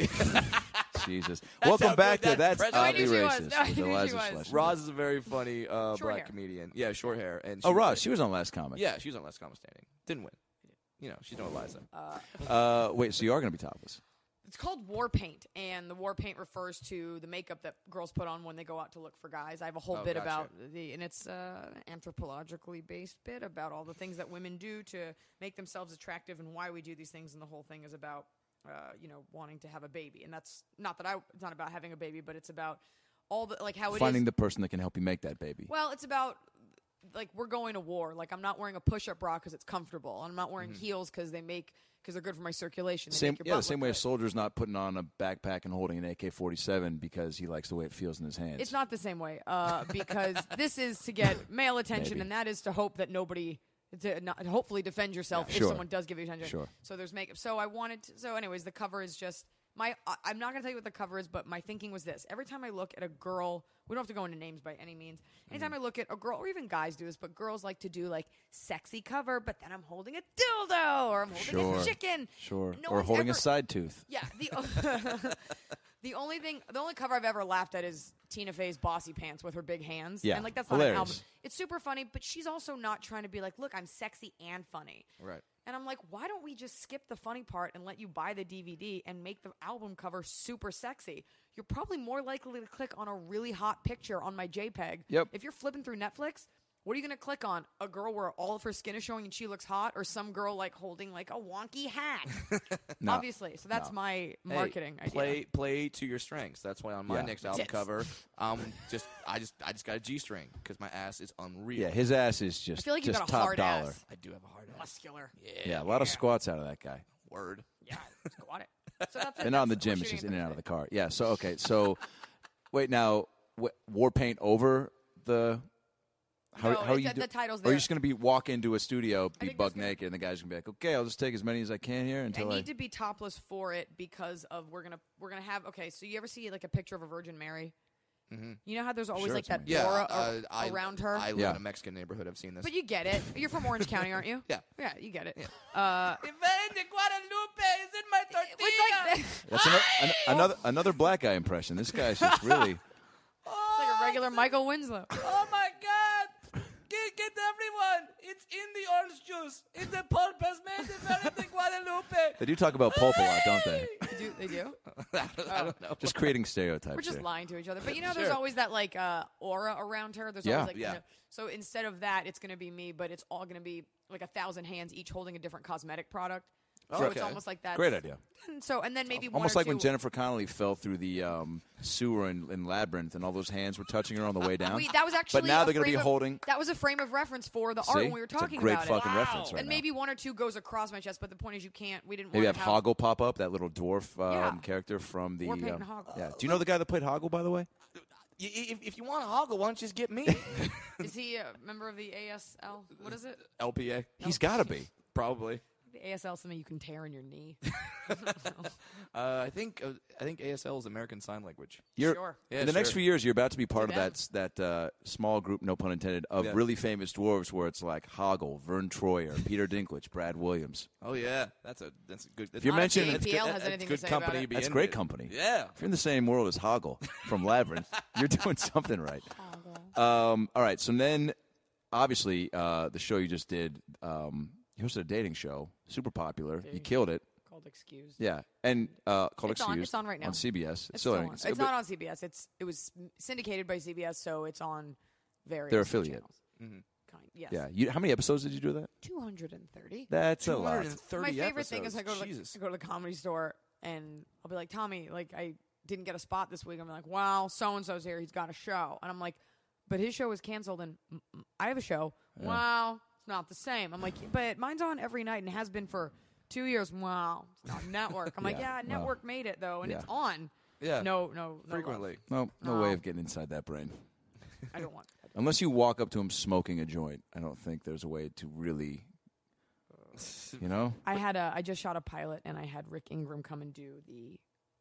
[SPEAKER 2] Jesus.
[SPEAKER 3] how
[SPEAKER 2] Welcome back
[SPEAKER 3] good
[SPEAKER 2] to
[SPEAKER 3] that
[SPEAKER 2] That's
[SPEAKER 3] president- No, I
[SPEAKER 2] Oddly
[SPEAKER 1] knew she was.
[SPEAKER 2] Racist
[SPEAKER 1] No, I
[SPEAKER 2] with
[SPEAKER 1] knew she
[SPEAKER 2] Eliza
[SPEAKER 1] was.
[SPEAKER 2] Schlesinger.
[SPEAKER 3] Roz is a very funny uh,
[SPEAKER 1] Short
[SPEAKER 3] black
[SPEAKER 1] hair.
[SPEAKER 3] comedian. Yeah, short hair. And
[SPEAKER 2] Oh,
[SPEAKER 3] she-
[SPEAKER 2] Roz. She was on Last Comic.
[SPEAKER 3] Yeah, she was on Last Comic Standing. Didn't win. You know, she's no Eliza.
[SPEAKER 2] Uh, wait, so you are going to be topless.
[SPEAKER 1] It's called war paint, and the war paint refers to the makeup that girls put on when they go out to look for guys. I have a whole
[SPEAKER 3] Oh,
[SPEAKER 1] bit
[SPEAKER 3] gotcha.
[SPEAKER 1] about the, and it's uh, an anthropologically based bit about all the things that women do to make themselves attractive and why we do these things. And the whole thing is about, uh, you know, wanting to have a baby. And that's not that I, it's not about having a baby, but it's about all the, like how Oh, it is.
[SPEAKER 2] Finding the person that can help you make that baby.
[SPEAKER 1] Well, it's about like we're going to war. Like I'm not wearing a push-up bra because it's comfortable, and I'm not
[SPEAKER 3] Mm-hmm.
[SPEAKER 1] wearing heels because they make because they're good for my circulation. They
[SPEAKER 2] same,
[SPEAKER 1] make your
[SPEAKER 2] yeah, the
[SPEAKER 1] butt
[SPEAKER 2] same
[SPEAKER 1] look
[SPEAKER 2] way a
[SPEAKER 1] good.
[SPEAKER 2] soldier's not putting on a backpack and holding an AK-47 because he likes the way it feels in his hands.
[SPEAKER 1] It's not the same way uh, because this is to get male attention,
[SPEAKER 2] Maybe.
[SPEAKER 1] and that is to hope that nobody to not, hopefully defend yourself if
[SPEAKER 2] Sure.
[SPEAKER 1] someone does give you attention.
[SPEAKER 2] Sure.
[SPEAKER 1] So there's makeup. So I wanted. To, so anyways, the cover is just my. I- I'm not gonna tell you what the cover is, but my thinking was this: every time I look at a girl, we don't have to go into names by any means. Anytime
[SPEAKER 2] Mm-hmm.
[SPEAKER 1] I look at a girl, or even guys do this, but girls like to do like sexy cover, but then I'm holding a dildo or I'm holding
[SPEAKER 2] Sure.
[SPEAKER 1] a chicken,
[SPEAKER 2] Sure.
[SPEAKER 1] No
[SPEAKER 2] or
[SPEAKER 1] one's
[SPEAKER 2] holding a
[SPEAKER 1] ever-
[SPEAKER 2] side tooth.
[SPEAKER 1] yeah. The, the only thing, the only cover I've ever laughed at is Tina Fey's bossy pants with her big hands.
[SPEAKER 2] Yeah,
[SPEAKER 1] And like that's not an album.
[SPEAKER 2] hilarious.
[SPEAKER 1] It's super funny, but she's also not trying to be like, look, I'm sexy and funny.
[SPEAKER 3] Right.
[SPEAKER 1] And I'm like, why don't we just skip the funny part and let you buy the DVD and make the album cover super sexy? You're probably more likely to click on a really hot picture on my JPEG.
[SPEAKER 2] Yep.
[SPEAKER 1] If you're flipping through Netflix, what are you going to click on? A girl where all of her skin is showing and she looks hot, or some girl like holding like a wonky hat? Obviously. So that's my
[SPEAKER 3] Hey,
[SPEAKER 1] marketing idea.
[SPEAKER 3] Play play to your strengths. That's why on my
[SPEAKER 2] Yeah.
[SPEAKER 3] next album
[SPEAKER 1] Tits.
[SPEAKER 3] cover, um, just I just I just got a G string because my ass is unreal.
[SPEAKER 2] Yeah, his ass is just,
[SPEAKER 1] I feel like you've
[SPEAKER 2] just
[SPEAKER 1] got a
[SPEAKER 2] top
[SPEAKER 1] hard
[SPEAKER 2] dollar.
[SPEAKER 1] ass.
[SPEAKER 3] I do have a hard ass.
[SPEAKER 1] Muscular.
[SPEAKER 2] Yeah, a lot of squats out of that guy.
[SPEAKER 3] Word.
[SPEAKER 1] Yeah, got it. So that's it.
[SPEAKER 2] And not in the
[SPEAKER 1] That's- we're
[SPEAKER 2] gym, it's
[SPEAKER 1] shooting
[SPEAKER 2] just
[SPEAKER 1] it
[SPEAKER 2] in and out of
[SPEAKER 1] Thursday.
[SPEAKER 2] the car. Yeah, so, okay. So, wait, now, wh- war paint over the. How,
[SPEAKER 1] No,
[SPEAKER 2] how are
[SPEAKER 1] it's-
[SPEAKER 2] you
[SPEAKER 1] the title's
[SPEAKER 2] Are
[SPEAKER 1] there.
[SPEAKER 2] you just going to be walk into a studio, be
[SPEAKER 1] think that's
[SPEAKER 2] bug naked, and the guy's going to be like, okay, I'll just take as many as I can here
[SPEAKER 1] I
[SPEAKER 2] until I.
[SPEAKER 1] need to be topless for it because of we're gonna we're gonna have okay. So you ever see like a picture of a Virgin Mary?
[SPEAKER 3] Mm-hmm.
[SPEAKER 1] You know how there's always
[SPEAKER 2] Sure,
[SPEAKER 1] like
[SPEAKER 2] it's
[SPEAKER 1] that
[SPEAKER 2] amazing.
[SPEAKER 3] Yeah.
[SPEAKER 1] aura
[SPEAKER 3] uh,
[SPEAKER 1] ar-
[SPEAKER 3] I,
[SPEAKER 1] around her.
[SPEAKER 3] I live
[SPEAKER 2] Yeah.
[SPEAKER 3] in a Mexican neighborhood. I've seen this.
[SPEAKER 1] but you get it. You're from Orange County, aren't you?
[SPEAKER 3] Yeah.
[SPEAKER 1] yeah, you get it. Uh, it's like
[SPEAKER 3] Guadalupe
[SPEAKER 1] that- it's
[SPEAKER 2] That's another, an, another another black guy impression. This guy's just really.
[SPEAKER 1] like a regular Michael Winslow.
[SPEAKER 3] Oh my God! Get, get everyone! It's in the orange juice. It's the pulpas made de Guadalupe.
[SPEAKER 2] They do talk about pulp a lot, don't they?
[SPEAKER 1] They do they do?
[SPEAKER 3] I don't know.
[SPEAKER 2] Just creating stereotypes.
[SPEAKER 1] We're just
[SPEAKER 2] here.
[SPEAKER 1] lying to each other. But you know, there's
[SPEAKER 3] Sure.
[SPEAKER 1] always that like uh, aura around her. There's
[SPEAKER 2] Yeah.
[SPEAKER 1] always like
[SPEAKER 3] Yeah.
[SPEAKER 1] You know, so instead of that, it's gonna be me, but it's all gonna be like a thousand hands, each holding a different cosmetic product. So
[SPEAKER 3] Oh, Okay.
[SPEAKER 1] it's almost like that.
[SPEAKER 2] Great idea.
[SPEAKER 1] So and then maybe
[SPEAKER 2] Almost
[SPEAKER 1] one or
[SPEAKER 2] like when
[SPEAKER 1] two-
[SPEAKER 2] Jennifer Connelly fell through the um, sewer in, in Labyrinth and all those hands were touching her on the way down.
[SPEAKER 1] Uh, We, that was actually.
[SPEAKER 2] But now
[SPEAKER 1] a
[SPEAKER 2] they're gonna be
[SPEAKER 1] frame of-
[SPEAKER 2] holding.
[SPEAKER 1] That was a frame of reference for the
[SPEAKER 2] See?
[SPEAKER 1] art when we were
[SPEAKER 2] It's a
[SPEAKER 1] talking
[SPEAKER 2] great
[SPEAKER 1] about
[SPEAKER 2] fucking
[SPEAKER 1] it.
[SPEAKER 2] reference right
[SPEAKER 1] and
[SPEAKER 2] now.
[SPEAKER 1] maybe one or two goes across my chest, but the point is you can't. We didn't.
[SPEAKER 2] Maybe have
[SPEAKER 1] want to
[SPEAKER 2] Hoggle pop up, that little dwarf um,
[SPEAKER 1] Yeah.
[SPEAKER 2] character from the.
[SPEAKER 1] Or
[SPEAKER 2] um,
[SPEAKER 1] Peyton Hoggle.
[SPEAKER 2] Yeah. Do you know the guy that played Hoggle, by the way?
[SPEAKER 3] Y- y- If, if you want to hoggle, why don't you just get me?
[SPEAKER 1] Is he a member of the ASL? What is it?
[SPEAKER 3] LPA,
[SPEAKER 2] He's got to be.
[SPEAKER 3] probably.
[SPEAKER 1] The ASL is something you can tear in your knee.
[SPEAKER 3] Uh, I think uh, I think ASL is American Sign Language.
[SPEAKER 2] You're,
[SPEAKER 1] Sure.
[SPEAKER 3] Yeah,
[SPEAKER 2] in the next
[SPEAKER 3] sure.
[SPEAKER 2] few years, you're about to be part of
[SPEAKER 1] them.
[SPEAKER 2] that s- that uh, small group, no pun intended, of
[SPEAKER 3] Yeah.
[SPEAKER 2] really famous dwarves where it's like Hoggle, Vern Troyer, Peter Dinklage, Brad Williams.
[SPEAKER 3] Oh yeah, that's a that's a good. That's
[SPEAKER 2] you're
[SPEAKER 3] a-
[SPEAKER 2] mentioning-
[SPEAKER 3] that's
[SPEAKER 1] APL
[SPEAKER 3] good-
[SPEAKER 1] has
[SPEAKER 3] that's
[SPEAKER 1] anything to
[SPEAKER 3] good
[SPEAKER 1] say about
[SPEAKER 3] company.
[SPEAKER 1] it.
[SPEAKER 3] to be
[SPEAKER 2] That's
[SPEAKER 3] in
[SPEAKER 2] great
[SPEAKER 3] with.
[SPEAKER 2] company.
[SPEAKER 3] Yeah.
[SPEAKER 2] If you're in the same world as Hoggle from Labyrinth, you're doing something right. Um, all right, so then obviously, uh, the show you just did, um, you hosted a dating show, super popular. You killed it.
[SPEAKER 1] Called excuse.
[SPEAKER 2] Yeah, and uh, called
[SPEAKER 1] It's on-
[SPEAKER 2] Excused
[SPEAKER 1] it's on right now.
[SPEAKER 2] on CBS.
[SPEAKER 1] It's still
[SPEAKER 2] on.
[SPEAKER 1] on. It's,
[SPEAKER 2] but
[SPEAKER 1] not on CBS. It's it was syndicated by CBS, so it's on various
[SPEAKER 2] Their affiliate. Mm-hmm.
[SPEAKER 1] channels. Kind. Yes.
[SPEAKER 2] Yeah, you, how many episodes did you do of that?
[SPEAKER 1] Two hundred and thirty.
[SPEAKER 2] That's a lot.
[SPEAKER 3] 230
[SPEAKER 1] My favorite
[SPEAKER 3] episodes.
[SPEAKER 1] thing is I go to
[SPEAKER 3] Jesus.
[SPEAKER 1] the, I go to the comedy store and I'll be like, Tommy, like I didn't get a spot this week. I'm like, wow, so and so's here. He's got a show, and I'm like, but his show was canceled, and mm, mm, I have a show. Wow, it's not the same. I'm like, but mine's on every night and has been for two years. Wow, it's not network. I'm like,
[SPEAKER 2] Yeah,
[SPEAKER 1] yeah,
[SPEAKER 2] wow.
[SPEAKER 1] network made it though, and it's
[SPEAKER 2] Yeah.
[SPEAKER 1] on.
[SPEAKER 3] Yeah.
[SPEAKER 1] No, no, no love.
[SPEAKER 3] Frequently.
[SPEAKER 2] No, no way of getting inside that brain.
[SPEAKER 1] I don't want.
[SPEAKER 2] Unless you walk up to him smoking a joint, I don't think there's a way to really, you know.
[SPEAKER 1] I had a I just shot a pilot and I had Rick Ingram come and do the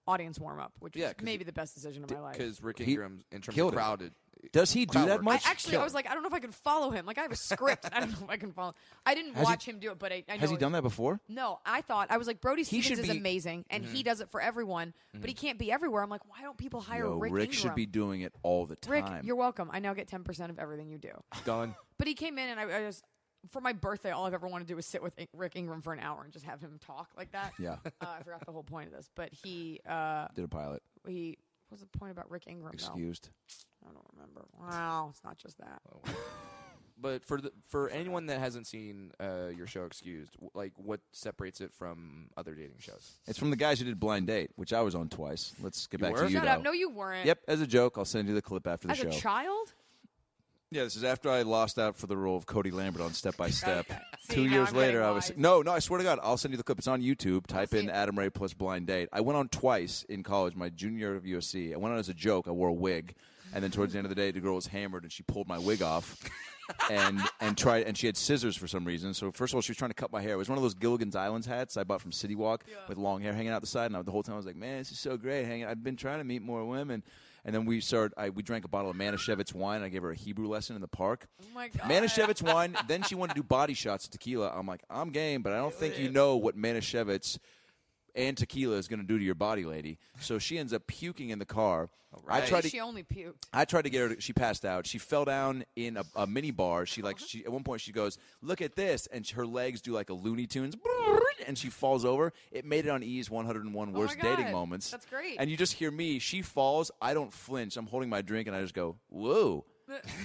[SPEAKER 1] audience warm up, which
[SPEAKER 3] Yeah,
[SPEAKER 1] was
[SPEAKER 3] 'cause
[SPEAKER 1] maybe the best decision of my life.
[SPEAKER 3] Because Rick
[SPEAKER 2] He
[SPEAKER 3] Ingram, in terms
[SPEAKER 2] killed
[SPEAKER 3] of
[SPEAKER 2] it.
[SPEAKER 3] crowded.
[SPEAKER 2] Does he do
[SPEAKER 3] Crowd
[SPEAKER 2] that
[SPEAKER 3] work.
[SPEAKER 2] much?
[SPEAKER 1] I actually I was like, I don't know if I can follow him. Like I have a script. and I don't know if I can follow. I didn't
[SPEAKER 2] Has he-
[SPEAKER 1] watch him do it, but I, I know
[SPEAKER 2] Has he
[SPEAKER 1] it-
[SPEAKER 2] done that before?
[SPEAKER 1] No, I thought I was like Brody
[SPEAKER 2] He
[SPEAKER 1] Stevens
[SPEAKER 2] should
[SPEAKER 1] is
[SPEAKER 2] be- Mm-hmm. Mm.
[SPEAKER 1] amazing, and he does it for everyone, but he can't be everywhere. I'm like, why don't people hire
[SPEAKER 2] Yo,
[SPEAKER 1] Rick?
[SPEAKER 2] should
[SPEAKER 1] Ingram?
[SPEAKER 2] be doing it all the
[SPEAKER 1] Rick,
[SPEAKER 2] time.
[SPEAKER 1] you're welcome. I now get ten percent of everything you do.
[SPEAKER 3] Done.
[SPEAKER 1] But he came in, and I, I just for my birthday, all I've ever wanted to do was sit with In- Rick Ingram for an hour and just have him talk like that.
[SPEAKER 2] Yeah.
[SPEAKER 1] uh, I forgot the whole point of this, but he uh,
[SPEAKER 2] Did a pilot
[SPEAKER 1] he what was the point about Rick Ingram? though?
[SPEAKER 2] excused?
[SPEAKER 1] I don't remember. Wow, it's not just that.
[SPEAKER 3] But for the, for anyone that hasn't seen uh, your show, excused, w- like what separates it from other dating shows?
[SPEAKER 2] It's from the guys who did Blind Date, which I was on twice. Let's get
[SPEAKER 3] You
[SPEAKER 2] back
[SPEAKER 3] were?
[SPEAKER 2] to you.
[SPEAKER 1] Shut
[SPEAKER 2] though.
[SPEAKER 1] up! No, you weren't.
[SPEAKER 2] Yep, as a joke, I'll send you the clip after the
[SPEAKER 1] As
[SPEAKER 2] show.
[SPEAKER 1] a child?
[SPEAKER 2] yeah, this is after I lost out for the role of Cody Lambert on Step by Step.
[SPEAKER 1] See,
[SPEAKER 2] Two
[SPEAKER 1] now
[SPEAKER 2] years
[SPEAKER 1] I'm
[SPEAKER 2] later,
[SPEAKER 1] getting
[SPEAKER 2] I was
[SPEAKER 1] wise.
[SPEAKER 2] no, no. I swear to God, I'll send you the clip. It's on YouTube. Type
[SPEAKER 1] see
[SPEAKER 2] in
[SPEAKER 1] it.
[SPEAKER 2] Adam Ray plus Blind Date. I went on twice in college, my junior year of USC. I went on as a joke. I wore a wig, and then towards the end of the day, the girl was hammered and she pulled my wig off. and and tried and she had scissors for some reason. So first of all, she was trying to cut my hair. It was one of those Gilligan's Islands hats I bought from City Walk with long hair hanging out the side. And I, the whole time I was like, "Man, this is so great." Hanging, I've been trying to meet more women. And then we started. I, we drank a bottle of Manischewitz wine. I gave her a Hebrew lesson in the park. Oh
[SPEAKER 1] my God.
[SPEAKER 2] Manischewitz wine. Then she wanted to do body shots of tequila. I'm like, I'm game, but I don't think you know what Manischewitz and tequila is going to do to your body, lady. So she ends up puking in the car. I
[SPEAKER 3] right.
[SPEAKER 2] tried to
[SPEAKER 1] She only puked.
[SPEAKER 2] I tried to get her. To, she passed out. She fell down in a, a mini bar. She
[SPEAKER 1] Uh-huh.
[SPEAKER 2] like she at one point she goes, "Look at this," and her legs do like a Looney Tunes, and she falls over. It made it on E's 101 worst dating
[SPEAKER 1] Oh God.
[SPEAKER 2] moments.
[SPEAKER 1] That's great.
[SPEAKER 2] And you just hear me. She falls. I don't flinch. I'm holding my drink, and I just go, "Whoa!"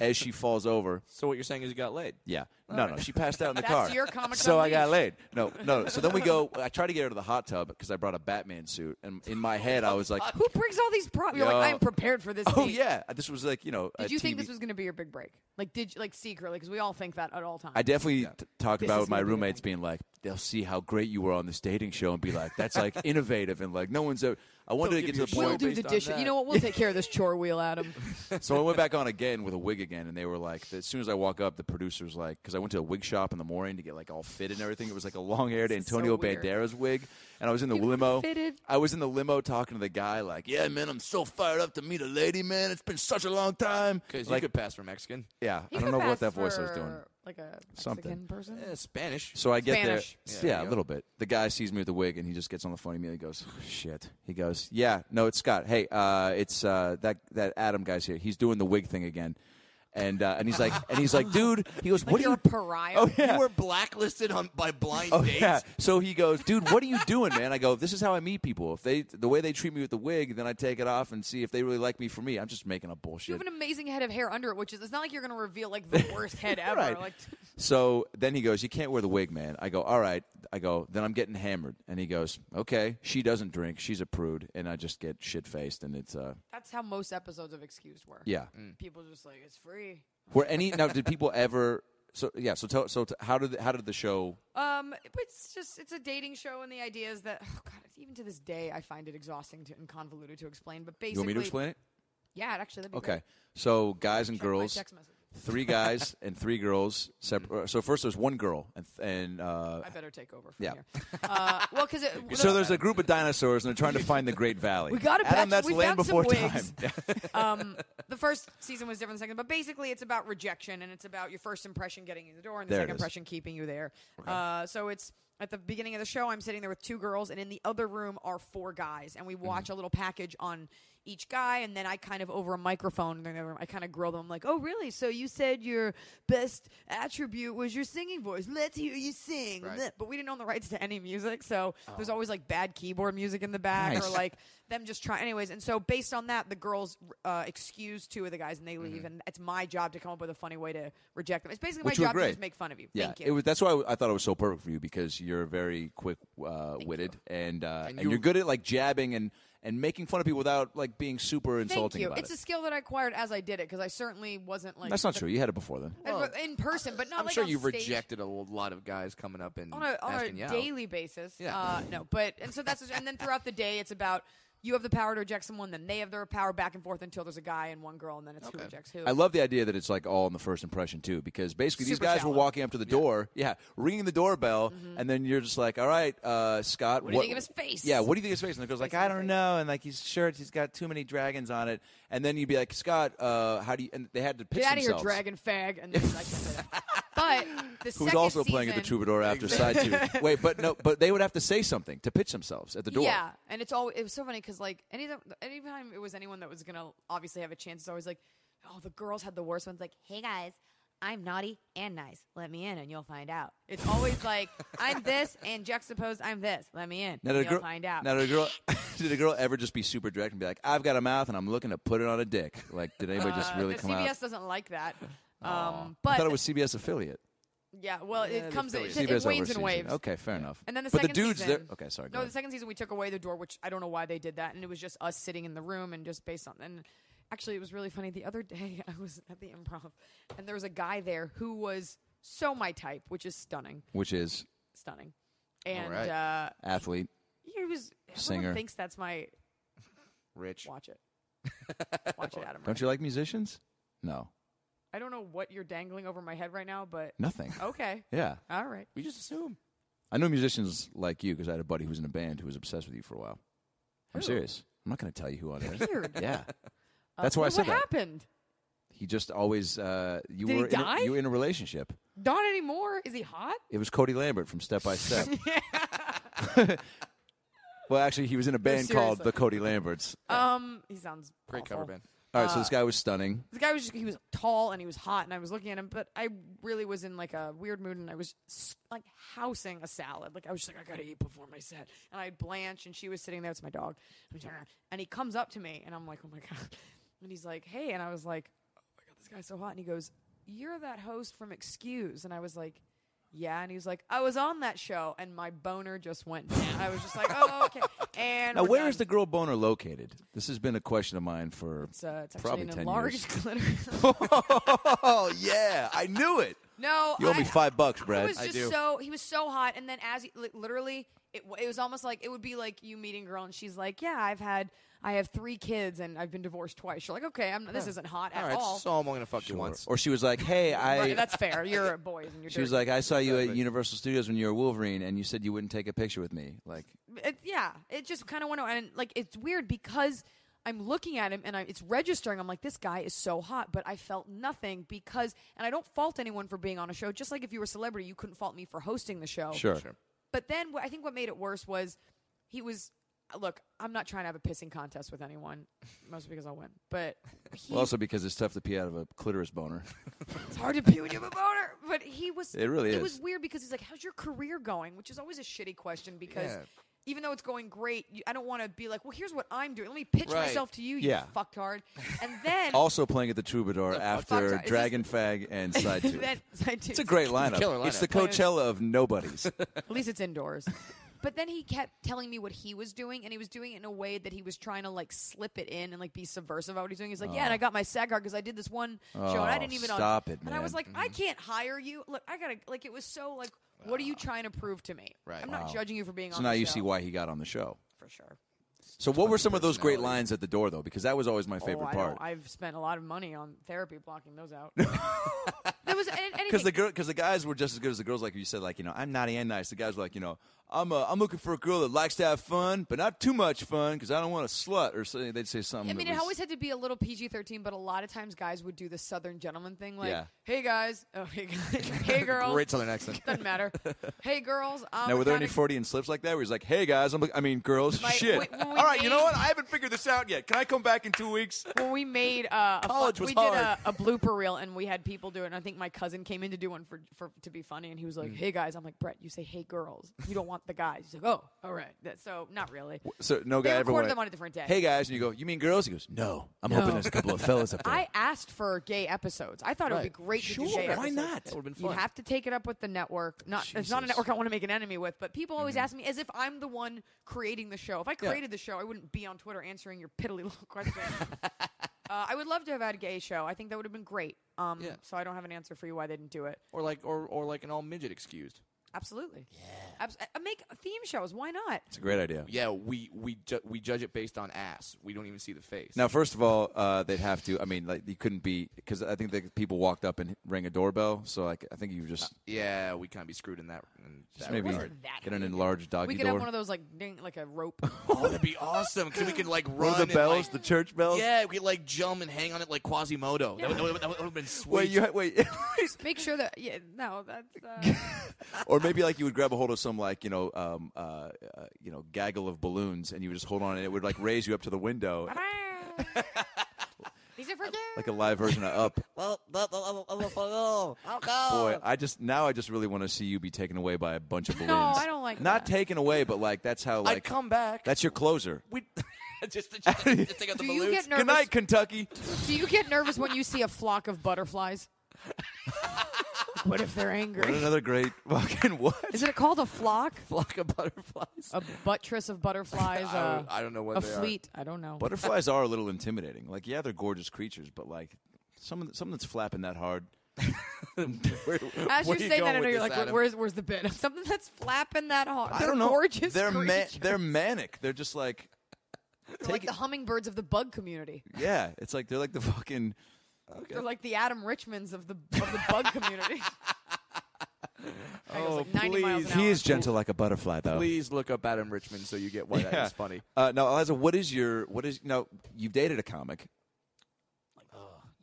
[SPEAKER 2] as she falls over.
[SPEAKER 3] So what you're saying is you got laid.
[SPEAKER 2] Yeah. No, no. She passed out in the
[SPEAKER 1] That's
[SPEAKER 2] car.
[SPEAKER 1] your Comic-Con
[SPEAKER 2] So I got
[SPEAKER 1] reach.
[SPEAKER 2] laid. No, no. So then we go. I tried to get her to the hot tub because I brought a Batman suit, and in my head I was like.
[SPEAKER 1] Who brings all these problems? You're like,
[SPEAKER 2] Yo.
[SPEAKER 1] I'm prepared for this.
[SPEAKER 2] Oh
[SPEAKER 1] date."
[SPEAKER 2] yeah, this was like you know. a
[SPEAKER 1] Did you think
[SPEAKER 2] TV
[SPEAKER 1] this was going to be your big break? Like, did you, like secretly? Because we all think that at all times.
[SPEAKER 2] I definitely t- talked
[SPEAKER 1] This
[SPEAKER 2] about
[SPEAKER 1] is
[SPEAKER 2] with my
[SPEAKER 1] gonna be the
[SPEAKER 2] roommates being like, they'll see how great you were on this dating show and be like, that's like innovative and like no one's. ever I wanted
[SPEAKER 3] They'll
[SPEAKER 2] to get
[SPEAKER 3] give
[SPEAKER 2] to
[SPEAKER 3] you
[SPEAKER 2] the
[SPEAKER 3] a show
[SPEAKER 1] We'll
[SPEAKER 2] point.
[SPEAKER 1] do
[SPEAKER 3] based
[SPEAKER 1] the
[SPEAKER 3] on
[SPEAKER 1] dishes. You
[SPEAKER 3] that.
[SPEAKER 1] know what? We'll take care of this chore wheel, Adam.
[SPEAKER 2] So I went back on again with a wig again, and they were like, as soon as I walk up, the producer's like, because I went to a wig shop in the morning to get like all fitted and everything. It was like a long haired
[SPEAKER 1] is so
[SPEAKER 2] Antonio
[SPEAKER 1] weird.
[SPEAKER 2] Banderas wig, and I was in the
[SPEAKER 1] You were
[SPEAKER 2] limo.
[SPEAKER 1] fitted?
[SPEAKER 2] I was in the limo talking to the guy like, yeah, man, I'm so fired up to meet a lady, man. It's been such a long time.
[SPEAKER 3] Because
[SPEAKER 2] like,
[SPEAKER 3] you could pass for Mexican.
[SPEAKER 2] yeah,
[SPEAKER 1] He
[SPEAKER 2] I don't
[SPEAKER 1] could
[SPEAKER 2] know what that
[SPEAKER 1] pass
[SPEAKER 2] voice I was
[SPEAKER 1] for,
[SPEAKER 2] doing.
[SPEAKER 1] Like a Mexican
[SPEAKER 2] Something.
[SPEAKER 1] person.
[SPEAKER 3] Eh, Spanish.
[SPEAKER 2] So I get
[SPEAKER 1] Spanish.
[SPEAKER 3] Yeah,
[SPEAKER 2] there. Yeah,
[SPEAKER 3] there you
[SPEAKER 2] a
[SPEAKER 3] go.
[SPEAKER 2] little bit. The guy sees me with the wig and he just gets on the phone immediately and goes, shit. He goes, yeah, no, it's Scott. Hey, uh, it's uh, that, that Adam guy's here. He's doing the wig thing again. And, uh, and he's like, and he's like, dude, he goes,
[SPEAKER 1] Like
[SPEAKER 2] what are
[SPEAKER 1] you're
[SPEAKER 2] you?
[SPEAKER 1] a pariah.
[SPEAKER 2] Oh, yeah.
[SPEAKER 3] You were blacklisted on by blind
[SPEAKER 2] Oh,
[SPEAKER 3] dates.
[SPEAKER 2] yeah. So he goes, dude, what are you doing, man? I go, this is how I meet people. If they, the way they treat me with the wig, then I take it off and see if they really like me for me. I'm just making up
[SPEAKER 1] You
[SPEAKER 2] bullshit.
[SPEAKER 1] have an amazing head of hair under it, which is it's not like you're going to reveal like the worst head ever.
[SPEAKER 2] Right.
[SPEAKER 1] Like,
[SPEAKER 2] So then he goes, "You can't wear the wig, man." I go, "All right." I go, "Then I'm getting hammered." And he goes, "Okay." She doesn't drink. She's a prude, and I just get shit faced, and it's uh,
[SPEAKER 1] that's how most episodes of Excused were.
[SPEAKER 2] yeah.
[SPEAKER 1] People just like it's free.
[SPEAKER 2] Were any now? Did people ever? So yeah. So tell. So t- how did how did the show?
[SPEAKER 1] Um, but it's just it's a dating show, and the idea is that oh god, it's- even to this day I find it exhausting to, and convoluted to explain. But basically,
[SPEAKER 2] You want me to explain it?
[SPEAKER 1] Yeah, it actually. That'd be
[SPEAKER 2] Okay.
[SPEAKER 1] great.
[SPEAKER 2] So guys and
[SPEAKER 1] Check my
[SPEAKER 2] girls,
[SPEAKER 1] text Mm. message.
[SPEAKER 2] three guys and three girls. Separ- so first there's one girl, and and uh,
[SPEAKER 1] I better take over from
[SPEAKER 2] Yeah.
[SPEAKER 1] here. Uh, well, because
[SPEAKER 2] so there's a group of dinosaurs, and they're trying to find the Great Valley.
[SPEAKER 1] We got a
[SPEAKER 2] Adam.
[SPEAKER 1] batch-
[SPEAKER 2] That's
[SPEAKER 1] we
[SPEAKER 2] land
[SPEAKER 1] found some
[SPEAKER 2] before
[SPEAKER 1] wigs.
[SPEAKER 2] time.
[SPEAKER 1] um, the first season was different than the second, but basically it's about rejection and it's about your first impression getting you in the door and the
[SPEAKER 2] There it
[SPEAKER 1] second
[SPEAKER 2] is.
[SPEAKER 1] impression keeping you there. Uh, so it's at the beginning of the show, I'm sitting there with two girls, and in the other room are four guys, and we
[SPEAKER 2] Mm-hmm.
[SPEAKER 1] watch a little package on each guy, and then I kind of over a microphone in the other room, I kind of grill them. I'm like, "Oh, really? So you said your best attribute was your singing voice? Let's hear you sing."
[SPEAKER 2] Right. Oh.
[SPEAKER 1] Bleh. But we didn't own the rights to any music, so there's always like bad keyboard music in the back, or
[SPEAKER 2] Nice.
[SPEAKER 1] like them just trying. Anyways, and so based on that, the girls uh, excuse two of the guys, and they leave, and it's my job to come up with a funny way to reject them. It's basically
[SPEAKER 2] Mm-hmm. Which
[SPEAKER 1] my
[SPEAKER 2] were
[SPEAKER 1] job
[SPEAKER 2] great.
[SPEAKER 1] to just make fun of you.
[SPEAKER 2] Yeah,
[SPEAKER 1] Thank you.
[SPEAKER 2] it was. That's why I- I thought it was so perfect for you because you're very quick uh, witted and uh, and,
[SPEAKER 3] you-
[SPEAKER 2] you're good at like jabbing and and making fun of people without like being super
[SPEAKER 1] Thank
[SPEAKER 2] insulting
[SPEAKER 1] you.
[SPEAKER 2] about
[SPEAKER 1] It's
[SPEAKER 2] it.
[SPEAKER 1] a skill that I acquired as I did it because I certainly wasn't like
[SPEAKER 2] that's not
[SPEAKER 1] the-
[SPEAKER 2] true. You had it before then.
[SPEAKER 1] I- in person, but not
[SPEAKER 3] I'm
[SPEAKER 1] like
[SPEAKER 3] sure
[SPEAKER 1] on
[SPEAKER 3] you've
[SPEAKER 1] stage.
[SPEAKER 3] rejected a lot of guys coming up and
[SPEAKER 1] on a, on
[SPEAKER 3] asking you
[SPEAKER 1] a
[SPEAKER 3] out.
[SPEAKER 1] daily basis.
[SPEAKER 3] Yeah.
[SPEAKER 1] Uh, no, but and so that's and then throughout the day, it's about you have the power to reject someone, then they have their power back and forth until there's a guy and one girl, and then it's who rejects who.
[SPEAKER 2] I love the idea that it's like all in the first impression too, because basically these
[SPEAKER 1] Super
[SPEAKER 2] guys
[SPEAKER 1] shallow.
[SPEAKER 2] were
[SPEAKER 1] Mm-hmm.
[SPEAKER 2] walking up to the door, yeah, ringing the doorbell, and then you're just like, "All right, uh, Scott, what
[SPEAKER 1] do you think of his face?"
[SPEAKER 2] Yeah, what do you think of his face? And the girl's like, "I don't know," and like his shirt, he's got too many dragons on it, and then you'd be like, "Scott, uh, how do you?" And they had to pitch
[SPEAKER 1] Get out of here,
[SPEAKER 2] themselves.
[SPEAKER 1] dragon fag, and then I said it. But the
[SPEAKER 2] Who was
[SPEAKER 1] second
[SPEAKER 2] also playing at the
[SPEAKER 1] season-
[SPEAKER 2] troubadour after side two? Wait, but no, but they would have to say something to pitch themselves at the door.
[SPEAKER 1] Yeah, and it's all it was so funny because like any anytime it was anyone that was gonna obviously have a chance, it's always like, oh, the girls had the worst ones. Like, hey guys, I'm naughty and nice. Let me in, and you'll find out. It's always like I'm this and juxtaposed I'm this. Let me in,
[SPEAKER 2] Now did
[SPEAKER 1] and
[SPEAKER 2] a
[SPEAKER 1] you'll
[SPEAKER 2] girl,
[SPEAKER 1] find out.
[SPEAKER 2] Now did a girl, did a girl ever just be super direct and be like, "I've got a mouth and I'm looking to put it on a dick"? Like, did anybody just
[SPEAKER 1] Uh,
[SPEAKER 2] really
[SPEAKER 1] the
[SPEAKER 2] come
[SPEAKER 1] CBS
[SPEAKER 2] out?
[SPEAKER 1] doesn't like that.
[SPEAKER 2] Aw.
[SPEAKER 1] Um, but
[SPEAKER 2] I thought it was CBS affiliate.
[SPEAKER 1] yeah, well, it comes it,
[SPEAKER 2] CBS
[SPEAKER 1] it wanes
[SPEAKER 2] overseas.
[SPEAKER 1] and waves.
[SPEAKER 2] Okay, fair enough.
[SPEAKER 1] And then the
[SPEAKER 2] but
[SPEAKER 1] second
[SPEAKER 2] the dudes
[SPEAKER 1] season,
[SPEAKER 2] there. Okay, sorry. Go
[SPEAKER 1] No, the
[SPEAKER 2] ahead.
[SPEAKER 1] second season we took away the door, which I don't know why they did that, and it was just us sitting in the room and just based on. And actually, it was really funny. The other day, I was at the improv, and there was a guy there who was so my type, which is stunning,
[SPEAKER 2] Which is
[SPEAKER 1] stunning, and
[SPEAKER 3] right.
[SPEAKER 1] uh,
[SPEAKER 2] athlete.
[SPEAKER 1] he was. Everyone
[SPEAKER 2] Singer.
[SPEAKER 1] thinks that's my
[SPEAKER 3] Rich.
[SPEAKER 1] watch it. Watch it, Adam.
[SPEAKER 2] Don't you like musicians? No,
[SPEAKER 1] I don't know what you're dangling over my head right now, but
[SPEAKER 2] nothing.
[SPEAKER 1] okay,
[SPEAKER 2] Yeah,
[SPEAKER 1] all right.
[SPEAKER 3] We just assume.
[SPEAKER 2] I know musicians like you because I had a buddy who was in a band who was obsessed with you for a while. I'm
[SPEAKER 1] Who?
[SPEAKER 2] serious. I'm not going to tell you who on air.
[SPEAKER 1] Weird.
[SPEAKER 2] yeah,
[SPEAKER 1] Uh,
[SPEAKER 2] That's why I
[SPEAKER 1] what
[SPEAKER 2] said that.
[SPEAKER 1] happened?
[SPEAKER 2] he just always uh, you
[SPEAKER 1] Did he
[SPEAKER 2] were in
[SPEAKER 1] die?
[SPEAKER 2] a, you were in a relationship.
[SPEAKER 1] Not anymore. Is he hot?
[SPEAKER 2] It was Cody Lambert from Step by Step. well, actually, he was in a band called
[SPEAKER 1] seriously.
[SPEAKER 2] the Cody Lamberts.
[SPEAKER 1] Um, he sounds
[SPEAKER 3] Great
[SPEAKER 1] awful.
[SPEAKER 3] cover band.
[SPEAKER 2] All right,
[SPEAKER 1] Uh,
[SPEAKER 2] so this guy was stunning.
[SPEAKER 1] The guy was just, he was tall and he was hot and I was looking at him, but I really was in like a weird mood and I was s- like housing a salad. Like I was just like I gotta eat before my set. And I had Blanche and she was sitting there. It's my dog. I'm just, "Argh." And he comes up to me and I'm like, oh my god. And he's like, hey. And I was like, oh my god, this guy's so hot. And he goes, you're that host from Excuse. And I was like. Yeah, and he was like, I was on that show, and my boner just went down. I was just like, oh, okay. And
[SPEAKER 2] Now,
[SPEAKER 1] we're
[SPEAKER 2] where
[SPEAKER 1] done.
[SPEAKER 2] is the girl boner located? This has been a question of mine for.
[SPEAKER 1] It's, uh, it's actually
[SPEAKER 2] Probably
[SPEAKER 1] an
[SPEAKER 2] 10
[SPEAKER 1] enlarged
[SPEAKER 2] years.
[SPEAKER 1] clitoris.
[SPEAKER 2] oh yeah, I knew it.
[SPEAKER 1] No,
[SPEAKER 2] You owe
[SPEAKER 1] I,
[SPEAKER 2] me five bucks,
[SPEAKER 1] He
[SPEAKER 2] Brad.
[SPEAKER 1] was just so he was so hot, and then as he, li- literally, it, w- it was almost like it would be like you meeting a girl, and she's like, "Yeah, I've had, I have three kids, and I've been divorced twice." You're like, "Okay, I'm, this isn't hot
[SPEAKER 3] All
[SPEAKER 1] at
[SPEAKER 3] right,
[SPEAKER 1] all."
[SPEAKER 3] so I'm only gonna fuck you
[SPEAKER 2] Or,
[SPEAKER 3] once.
[SPEAKER 2] or she was like, "Hey, I."
[SPEAKER 1] Right, that's fair. You're boys, and you're.
[SPEAKER 2] she was
[SPEAKER 1] dirty.
[SPEAKER 2] like, "I saw you at Universal Studios when you were Wolverine, and you said you wouldn't take a picture with me." Like,
[SPEAKER 1] it, yeah, it just kind of went on, and like it's weird because I'm looking at him and I, it's registering. I'm like, this guy is so hot, but I felt nothing because, and I don't fault anyone for being on a show. Just like if you were a celebrity, you couldn't fault me for hosting the show.
[SPEAKER 2] sure.
[SPEAKER 1] But then what, I think what made it worse was he was. Look, I'm not trying to have a pissing contest with anyone, mostly because I'll win. But he,
[SPEAKER 2] Well, also because it's tough to pee out of a clitoris boner.
[SPEAKER 1] it's hard to pee when you have a boner. But he was.
[SPEAKER 2] It really
[SPEAKER 1] It
[SPEAKER 2] is.
[SPEAKER 1] was weird because he's like, "How's your career going?" Which is always a shitty question because.
[SPEAKER 3] Yeah.
[SPEAKER 1] Even though it's going great, you, I don't want to be like, "Well, here's what I'm doing. Let me pitch
[SPEAKER 3] Right.
[SPEAKER 1] myself to you,
[SPEAKER 2] Yeah.
[SPEAKER 1] you fucked hard." And then,
[SPEAKER 2] also playing at the
[SPEAKER 1] Oh,
[SPEAKER 2] Troubadour after
[SPEAKER 1] Is this-
[SPEAKER 2] Dragon Fag and Side Two.
[SPEAKER 1] then
[SPEAKER 2] It's a great lineup.
[SPEAKER 3] killer lineup.
[SPEAKER 2] It's the Coachella of nobodies.
[SPEAKER 1] At least it's indoors. but then he kept telling me what he was doing, and he was doing it in a way that he was trying to like slip it in and like be subversive about what he's doing. He's like, "Yeah, and I got my SAG card because I did this one show, and I
[SPEAKER 2] Oh,
[SPEAKER 1] didn't even
[SPEAKER 2] stop it,
[SPEAKER 1] And I was
[SPEAKER 2] man. Mm-hmm.
[SPEAKER 1] like, "I can't hire you. Look, I gotta like." It was so like, "What are you trying to prove to me?"
[SPEAKER 3] Right.
[SPEAKER 1] I'm not judging you for being
[SPEAKER 2] Uh, so
[SPEAKER 1] on.
[SPEAKER 2] now
[SPEAKER 1] the
[SPEAKER 2] you
[SPEAKER 1] show,
[SPEAKER 2] see why he got on the show.
[SPEAKER 1] for sure.
[SPEAKER 2] So what were some of those great
[SPEAKER 3] personality.
[SPEAKER 2] lines at the door though? Because that was always my
[SPEAKER 1] oh,
[SPEAKER 2] favorite
[SPEAKER 1] I
[SPEAKER 2] part.
[SPEAKER 1] don't- I've spent a lot of money on therapy blocking those out. there was an- anything.
[SPEAKER 2] Because the girl, because the guys were just as good as the girls. Like you said, like you know, I'm naughty and nice. The guys were like, you know, I'm uh, I'm looking for a girl that likes to have fun, but not too much fun because I don't want a slut or something. They'd say something.
[SPEAKER 1] I mean,
[SPEAKER 2] that
[SPEAKER 1] it
[SPEAKER 2] was-
[SPEAKER 1] always had to be a little PG thirteen, but a lot of times guys would do the Southern gentleman thing, like,
[SPEAKER 2] Yeah.
[SPEAKER 1] "Hey guys, oh hey guys, hey girls,
[SPEAKER 3] Great Southern accent.
[SPEAKER 1] doesn't matter. Hey girls, um,
[SPEAKER 2] Now, were there any
[SPEAKER 1] for?
[SPEAKER 2] 40 and slips like that where he's like, hey guys, I'm look- I mean, girls,
[SPEAKER 1] Like,
[SPEAKER 2] shit.
[SPEAKER 1] when- when we
[SPEAKER 2] All right, you know
[SPEAKER 1] made-
[SPEAKER 2] what? I haven't figured this out yet. Can I come back in two weeks?
[SPEAKER 1] when we made uh, a
[SPEAKER 2] College
[SPEAKER 1] fun-
[SPEAKER 2] was
[SPEAKER 1] we
[SPEAKER 2] hard.
[SPEAKER 1] did a, a blooper reel and we had people do it. And I think my cousin came in to do one for, for to be funny, and he was like,
[SPEAKER 2] Mm.
[SPEAKER 1] "Hey guys," I'm like, "Brett, you say hey girls. You don't want the guys." He's like, "Oh, all right." That, so not really.
[SPEAKER 2] So, no
[SPEAKER 1] They
[SPEAKER 2] guy ever
[SPEAKER 1] recorded
[SPEAKER 2] went,
[SPEAKER 1] them on a different day.
[SPEAKER 2] Hey guys, and you go, you mean girls? He goes, no. I'm hoping there's a couple of fellas up there.
[SPEAKER 1] I asked for gay episodes. I thought it would be
[SPEAKER 2] Right.
[SPEAKER 1] great
[SPEAKER 2] sure,
[SPEAKER 1] to do gay
[SPEAKER 2] why
[SPEAKER 1] episodes.
[SPEAKER 2] not?
[SPEAKER 3] That would have been
[SPEAKER 1] You
[SPEAKER 3] fun.
[SPEAKER 1] have to take it up with the network. Not it's not a
[SPEAKER 2] Jesus.
[SPEAKER 1] network I want to make an enemy with, but people always ask me as if I'm the one creating the show. If I created the show, I wouldn't be on Twitter answering your piddly little questions. uh, I would love to have had a gay show. I think that would have been great. Um,
[SPEAKER 3] Yeah.
[SPEAKER 1] So I don't have an answer for you why they didn't do it.
[SPEAKER 3] or like or or like an all midget excused.
[SPEAKER 1] Absolutely. Yeah. Abs- uh, make theme shows. Why not?
[SPEAKER 2] It's a great idea.
[SPEAKER 3] Yeah, we we ju- we judge it based on ass. We don't even see the face.
[SPEAKER 2] Now, first of all, uh, they'd have to. I mean, like you couldn't be because I think that people walked up and rang a doorbell. So, like, I think you just,
[SPEAKER 3] yeah, we kind of be screwed in that. In
[SPEAKER 2] just
[SPEAKER 3] that
[SPEAKER 2] maybe
[SPEAKER 3] regard.
[SPEAKER 1] wasn't Uh, that
[SPEAKER 2] get an
[SPEAKER 1] big.
[SPEAKER 2] enlarged doggy
[SPEAKER 1] we could
[SPEAKER 2] door.
[SPEAKER 1] have one of those like ding, like a rope.
[SPEAKER 3] Oh, that'd be awesome because we could like run
[SPEAKER 2] One of
[SPEAKER 3] and,
[SPEAKER 2] the bells, the
[SPEAKER 3] like-
[SPEAKER 2] church bells.
[SPEAKER 3] yeah, we could like jump and hang on it like Quasimodo. That would, that would, that would have been sweet.
[SPEAKER 2] Wait, you ha- wait.
[SPEAKER 1] make sure that yeah. No, that's. Uh,
[SPEAKER 2] or maybe like you would grab a hold of some like you know um, uh, uh, you know gaggle of balloons and you would just hold on and it would like raise you up to the window
[SPEAKER 1] These are for you.
[SPEAKER 2] like a live version of Up. Boy, I just now I just really want to see you be taken away by a bunch of balloons.
[SPEAKER 1] I don't like
[SPEAKER 2] not
[SPEAKER 1] that.
[SPEAKER 2] taken away, but like that's how like
[SPEAKER 3] I'd come back.
[SPEAKER 2] that's your closer.
[SPEAKER 3] we just, to- just, to- just take out the
[SPEAKER 1] Do you
[SPEAKER 3] balloons.
[SPEAKER 1] get nervous?
[SPEAKER 2] Good night, Kentucky.
[SPEAKER 1] Do you get nervous when you see a flock of butterflies? what if they're
[SPEAKER 2] What
[SPEAKER 1] angry?
[SPEAKER 2] another great fucking what?
[SPEAKER 1] Isn't it called a flock?
[SPEAKER 3] flock of butterflies.
[SPEAKER 1] A buttress of butterflies?
[SPEAKER 3] I,
[SPEAKER 1] uh,
[SPEAKER 3] don't, I don't know what
[SPEAKER 1] Oh, a
[SPEAKER 3] they are.
[SPEAKER 1] fleet? I don't know.
[SPEAKER 2] Butterflies are a little intimidating. Like yeah, they're gorgeous creatures, but like someone someone that's flapping that hard.
[SPEAKER 3] Where-
[SPEAKER 1] As
[SPEAKER 3] where
[SPEAKER 1] you're
[SPEAKER 3] are you
[SPEAKER 1] saying that,
[SPEAKER 3] going
[SPEAKER 1] I know
[SPEAKER 3] with
[SPEAKER 1] you're
[SPEAKER 3] this,
[SPEAKER 1] like,
[SPEAKER 3] Adam?
[SPEAKER 1] where's where's the bit? Something that's flapping that hard.
[SPEAKER 2] I
[SPEAKER 1] They're
[SPEAKER 2] don't know.
[SPEAKER 1] Gorgeous.
[SPEAKER 2] they're ma-
[SPEAKER 1] creatures.
[SPEAKER 2] they're manic. They're just like
[SPEAKER 1] They're like the hummingbirds of the bug community.
[SPEAKER 2] Yeah, it's like they're like the fucking.
[SPEAKER 1] They're like the Adam Richmonds of the of the bug community. I think it was
[SPEAKER 3] Oh,
[SPEAKER 1] like 90 miles an
[SPEAKER 2] He
[SPEAKER 1] hour.
[SPEAKER 2] is gentle like a butterfly, though.
[SPEAKER 3] Please look up Adam Richmond so you get why that
[SPEAKER 2] Yeah.
[SPEAKER 3] is funny.
[SPEAKER 2] Uh, now, Eliza, what is your what is now? You've dated a comic,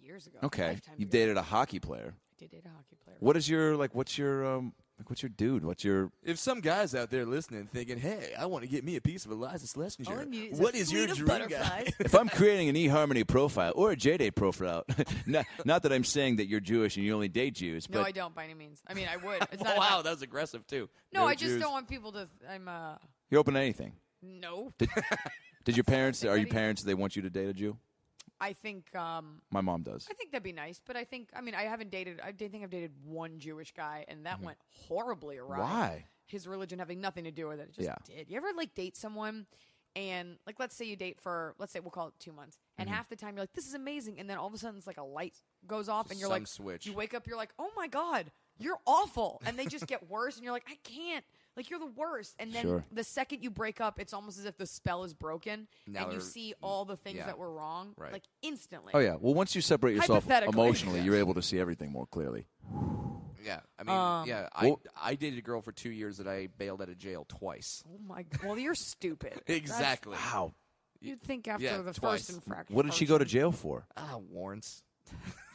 [SPEAKER 1] years ago.
[SPEAKER 2] okay?
[SPEAKER 1] Lifetime
[SPEAKER 2] You've
[SPEAKER 1] ago.
[SPEAKER 2] dated a hockey player.
[SPEAKER 1] I did date a hockey player.
[SPEAKER 2] What is your like? What's your um? Like, what's your dude? What's your?
[SPEAKER 3] If some guys out there listening thinking, "Hey, I want to get me a piece of Eliza Schlesinger,"
[SPEAKER 1] All I need is a
[SPEAKER 3] what is your
[SPEAKER 1] fleet of
[SPEAKER 3] dream guy?
[SPEAKER 1] butterflies.
[SPEAKER 2] If I'm creating an eHarmony profile or a J-Day profile, not, not that I'm saying that you're Jewish and you only date Jews,
[SPEAKER 1] No,
[SPEAKER 2] but
[SPEAKER 1] I don't by any means. I mean, I would. It's not
[SPEAKER 3] wow,
[SPEAKER 1] about-
[SPEAKER 3] that was aggressive too.
[SPEAKER 1] No, I just
[SPEAKER 3] Jews.
[SPEAKER 1] don't want people to. I'm uh.
[SPEAKER 2] you're open to anything.
[SPEAKER 1] No,
[SPEAKER 2] Did, did your parents? Are your
[SPEAKER 1] Anybody-
[SPEAKER 2] parents? They want you to date a Jew?
[SPEAKER 1] I think um.
[SPEAKER 2] My mom does.
[SPEAKER 1] I think that'd be nice, but I think I mean I haven't dated. I did think I've dated one Jewish guy, and
[SPEAKER 3] Mm-hmm.
[SPEAKER 1] that went horribly awry.
[SPEAKER 2] Why?
[SPEAKER 1] His religion having nothing to do with it. It just
[SPEAKER 2] Yeah.
[SPEAKER 1] did. You ever like date someone, and like let's say you date for let's say we'll call it two months, and
[SPEAKER 3] Mm-hmm.
[SPEAKER 1] half the time you're like this is amazing, and then all of a sudden it's like a light goes off, and you're
[SPEAKER 3] Some
[SPEAKER 1] like
[SPEAKER 3] switch.
[SPEAKER 1] You wake up, you're like oh my god, you're awful, and they just get worse, and you're like I can't. Like you're the worst, and then
[SPEAKER 2] Sure.
[SPEAKER 1] the second you break up, it's almost as if the spell is broken,
[SPEAKER 3] Now
[SPEAKER 1] and you
[SPEAKER 3] they're-
[SPEAKER 1] see all the things
[SPEAKER 3] yeah.
[SPEAKER 1] that were wrong,
[SPEAKER 3] Right.
[SPEAKER 1] like instantly.
[SPEAKER 2] Oh yeah. Well, once you separate yourself
[SPEAKER 1] Hypothetically.
[SPEAKER 2] emotionally, you're able to see everything more clearly.
[SPEAKER 3] Yeah, I mean,
[SPEAKER 1] Um,
[SPEAKER 3] yeah, I
[SPEAKER 2] Well-
[SPEAKER 3] I dated a girl for two years that I bailed out of jail twice.
[SPEAKER 1] Oh my! Well, you're stupid.
[SPEAKER 3] Exactly.
[SPEAKER 2] Wow.
[SPEAKER 1] You'd think after
[SPEAKER 3] Yeah,
[SPEAKER 1] the
[SPEAKER 3] twice.
[SPEAKER 1] first infraction.
[SPEAKER 2] What did she go to jail for?
[SPEAKER 3] Ah, warrants.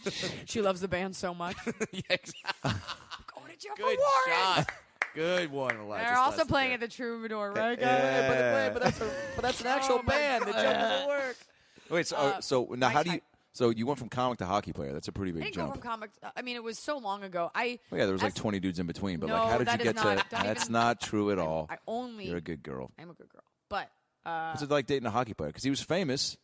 [SPEAKER 1] She loves the band so much.
[SPEAKER 3] yeah, exactly.
[SPEAKER 1] Going to jail
[SPEAKER 3] Good
[SPEAKER 1] for Warren.
[SPEAKER 3] shot. Good one, Eliza.
[SPEAKER 1] They're also
[SPEAKER 3] Schlesinger.
[SPEAKER 1] playing at the Oh Troubadour, right, guys?
[SPEAKER 3] Yeah, but, but that's a, but that's an actual band. The joke doesn't work.
[SPEAKER 2] Wait, so, uh, so now how
[SPEAKER 1] I-
[SPEAKER 2] do you?
[SPEAKER 1] I-
[SPEAKER 2] so you went from comic to hockey player. That's a pretty
[SPEAKER 1] I
[SPEAKER 2] big
[SPEAKER 1] didn't go
[SPEAKER 2] jump.
[SPEAKER 1] from comic. I mean, it was so long ago. I
[SPEAKER 2] Well, Oh, yeah, there was like
[SPEAKER 1] as-
[SPEAKER 2] 20 dudes in between, but
[SPEAKER 1] No,
[SPEAKER 2] like, how did
[SPEAKER 1] that
[SPEAKER 2] you
[SPEAKER 1] is
[SPEAKER 2] get to?
[SPEAKER 1] not- don't
[SPEAKER 2] that's
[SPEAKER 1] even-
[SPEAKER 2] not true at all.
[SPEAKER 1] I only.
[SPEAKER 2] You're a good girl.
[SPEAKER 1] I'm a good girl, but uh,
[SPEAKER 2] What's it like dating a hockey player? Because he was famous.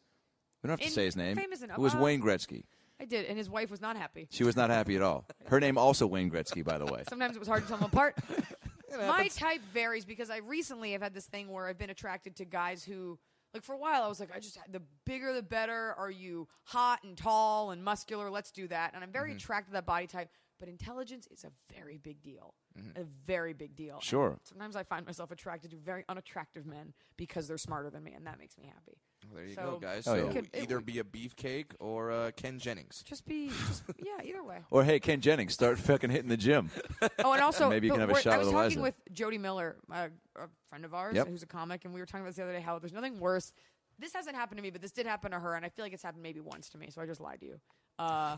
[SPEAKER 2] We don't have to
[SPEAKER 1] In-
[SPEAKER 2] say his name.
[SPEAKER 1] famous enough.
[SPEAKER 2] Who was
[SPEAKER 1] Uh,
[SPEAKER 2] Wayne Gretzky?
[SPEAKER 1] I did, and his wife was not happy.
[SPEAKER 2] She was not happy at all. Her name also Wayne Gretzky, by the way.
[SPEAKER 1] Sometimes it was hard to tell them apart. My type varies because I recently have had this thing where I've been attracted to guys who, like, for a while I was like, I just the bigger the better. Are you hot and tall and muscular? Let's do that. And I'm
[SPEAKER 3] Mm-hmm.
[SPEAKER 1] very attracted to that body type, but intelligence is a very big deal.
[SPEAKER 3] Mm-hmm.
[SPEAKER 1] A very big deal. And
[SPEAKER 2] Sure.
[SPEAKER 1] sometimes I find myself attracted to very unattractive men because they're smarter than me, and that makes me happy.
[SPEAKER 3] There you
[SPEAKER 1] So-
[SPEAKER 3] go, guys.
[SPEAKER 2] Oh,
[SPEAKER 3] so
[SPEAKER 2] yeah.
[SPEAKER 1] Could- it
[SPEAKER 3] either
[SPEAKER 1] would-
[SPEAKER 3] be a beefcake or uh, Ken Jennings.
[SPEAKER 1] Just be, just, yeah, either way.
[SPEAKER 2] Or hey, Ken Jennings, start fucking hitting the gym.
[SPEAKER 1] Oh, and also,
[SPEAKER 2] Maybe you
[SPEAKER 1] but
[SPEAKER 2] can have a
[SPEAKER 1] we're-
[SPEAKER 2] shot
[SPEAKER 1] I was
[SPEAKER 2] with
[SPEAKER 1] talking
[SPEAKER 2] Eliza.
[SPEAKER 1] with Jody Miller, uh, a friend of ours
[SPEAKER 2] Yep.
[SPEAKER 1] who's a comic, and we were talking about this the other day how there's nothing worse. This hasn't happened to me, but this did happen to her, and I feel like it's happened maybe once to me, so I just lied to you. Uh,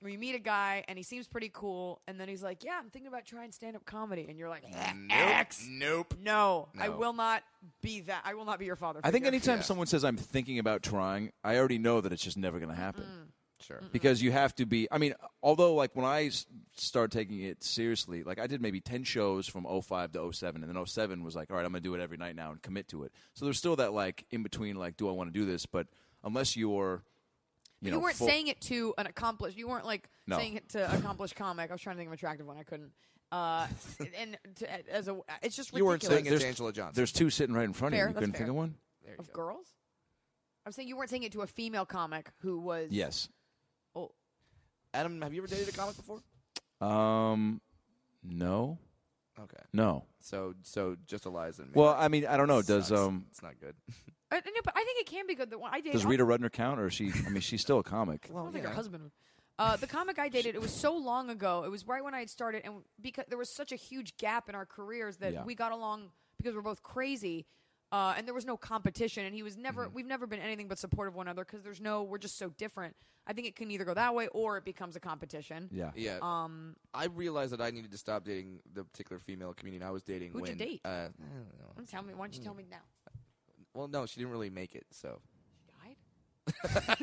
[SPEAKER 1] where you meet a guy and he seems pretty cool, and then he's like, "Yeah, I'm thinking about trying stand up comedy," and you're like, "Eh, "X,
[SPEAKER 3] Nope.
[SPEAKER 1] no, I
[SPEAKER 3] No.
[SPEAKER 1] will not be that. I will not be your father."
[SPEAKER 2] I think
[SPEAKER 1] figure."
[SPEAKER 2] anytime
[SPEAKER 3] Yeah.
[SPEAKER 2] someone says I'm thinking about trying, I already know that it's just never going to happen.
[SPEAKER 3] Sure.
[SPEAKER 2] Because you have to be. I mean, although like when I s- started taking it seriously, like I did maybe ten shows from 05 to 07, and then 07 was like, all right, I'm going to do it every night now and commit to it. So there's still that like in between, like, do I want to do this? But unless you're, you
[SPEAKER 1] you,
[SPEAKER 2] know,
[SPEAKER 1] weren't
[SPEAKER 2] full-
[SPEAKER 1] saying it to an accomplished. You weren't like
[SPEAKER 2] No.
[SPEAKER 1] saying it to accomplished comic. I was trying to think of an attractive one. I couldn't. Uh, and to, as a, it's just ridiculous.
[SPEAKER 2] You weren't
[SPEAKER 3] saying
[SPEAKER 2] there's-
[SPEAKER 3] it's Angela Johnson.
[SPEAKER 2] There's two sitting right in front
[SPEAKER 1] Fair,
[SPEAKER 2] of you. You
[SPEAKER 1] that's
[SPEAKER 2] couldn't
[SPEAKER 1] fair.
[SPEAKER 2] think of one.
[SPEAKER 1] of girls. I'm saying you weren't saying it to a female comic who was
[SPEAKER 2] Yes.
[SPEAKER 1] Oh,
[SPEAKER 3] Adam, have you ever dated a comic before?
[SPEAKER 2] Um, no,
[SPEAKER 3] Okay.
[SPEAKER 2] no.
[SPEAKER 3] So so just Eliza and me.
[SPEAKER 2] Well, I mean, I don't know. Does
[SPEAKER 3] Sucks.
[SPEAKER 2] um
[SPEAKER 3] It's not good.
[SPEAKER 1] I, no, but I think it can be good. The one I dated.
[SPEAKER 2] does Rita Rudner count, or is she? I mean, she's still a comic.
[SPEAKER 1] I don't think
[SPEAKER 3] yeah.
[SPEAKER 1] her husband would. Uh, the comic I dated, it was so long ago. It was right when I had started, and because there was such a huge gap in our careers that
[SPEAKER 2] Yeah.
[SPEAKER 1] we got along because we're both crazy, uh, and there was no competition. And he was never,
[SPEAKER 2] Mm-hmm.
[SPEAKER 1] we've never been anything but supportive of one another because there's no, we're just so different. I think it can either go that way or it becomes a competition.
[SPEAKER 2] Yeah.
[SPEAKER 3] Yeah.
[SPEAKER 1] Um,
[SPEAKER 3] I realized that I needed to stop dating the particular female comedian I was dating.
[SPEAKER 1] Who'd you
[SPEAKER 3] when,
[SPEAKER 1] date?
[SPEAKER 3] Uh, I don't know.
[SPEAKER 1] tell me, why don't you
[SPEAKER 2] Mm.
[SPEAKER 1] tell me now?
[SPEAKER 3] Well, no, she didn't really make it. So
[SPEAKER 1] Died?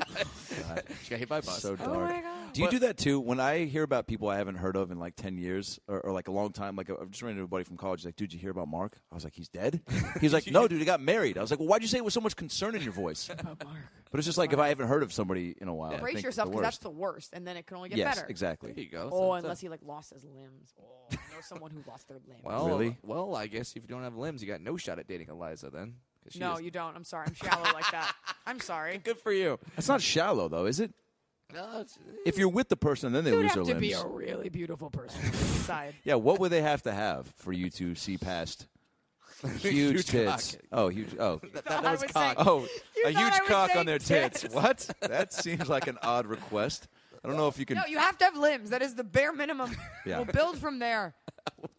[SPEAKER 3] she got hit by a bus.
[SPEAKER 2] So dark.
[SPEAKER 1] my God.
[SPEAKER 2] Do you do that too? When I hear about people I haven't heard of in like ten years or, or like a long time, like I've just ran into a buddy from college. He's like, dude, you hear about Mark? I was like, he's dead. He's like, no, dude, he got married. I was like, well, why'd you say it with so much concern in your voice? But it's just like if I haven't heard of somebody in a while, I
[SPEAKER 1] Brace
[SPEAKER 2] think
[SPEAKER 1] yourself
[SPEAKER 2] the
[SPEAKER 1] because that's
[SPEAKER 2] worst.
[SPEAKER 1] the worst, and then it can only get
[SPEAKER 2] yes,
[SPEAKER 1] better.
[SPEAKER 3] there
[SPEAKER 2] exactly.
[SPEAKER 3] you go.
[SPEAKER 1] Oh,
[SPEAKER 3] So- so-
[SPEAKER 1] unless he like lost his limbs. Oh, I know someone who lost their limbs.
[SPEAKER 3] Well,
[SPEAKER 2] Really?
[SPEAKER 3] well, I guess if you don't have limbs, you got no shot at dating Eliza then. 'cause she
[SPEAKER 1] no,
[SPEAKER 3] is-
[SPEAKER 1] you don't. I'm sorry. I'm shallow like that. I'm sorry.
[SPEAKER 3] Good for you.
[SPEAKER 2] That's not shallow though, is it?
[SPEAKER 3] No, it's-
[SPEAKER 2] If you're with the person and then they
[SPEAKER 1] You'd
[SPEAKER 2] lose
[SPEAKER 1] have to
[SPEAKER 2] their limbs,
[SPEAKER 1] be a really beautiful person on the inside.
[SPEAKER 2] yeah, what would they have to have for you to see past?
[SPEAKER 3] Huge
[SPEAKER 2] huge tits.
[SPEAKER 3] cock.
[SPEAKER 2] Oh, huge. Oh,
[SPEAKER 3] that,
[SPEAKER 1] I
[SPEAKER 3] that was
[SPEAKER 1] would
[SPEAKER 3] cock.
[SPEAKER 1] say-
[SPEAKER 2] Oh,
[SPEAKER 1] You
[SPEAKER 2] a
[SPEAKER 1] thought I
[SPEAKER 2] huge
[SPEAKER 1] was
[SPEAKER 2] cock on
[SPEAKER 1] saying
[SPEAKER 2] their tits.
[SPEAKER 1] tits.
[SPEAKER 2] What? That seems like an odd request. I don't know if you can.
[SPEAKER 1] No, you have to have limbs. That is the bare minimum.
[SPEAKER 2] Yeah.
[SPEAKER 1] We'll build from there.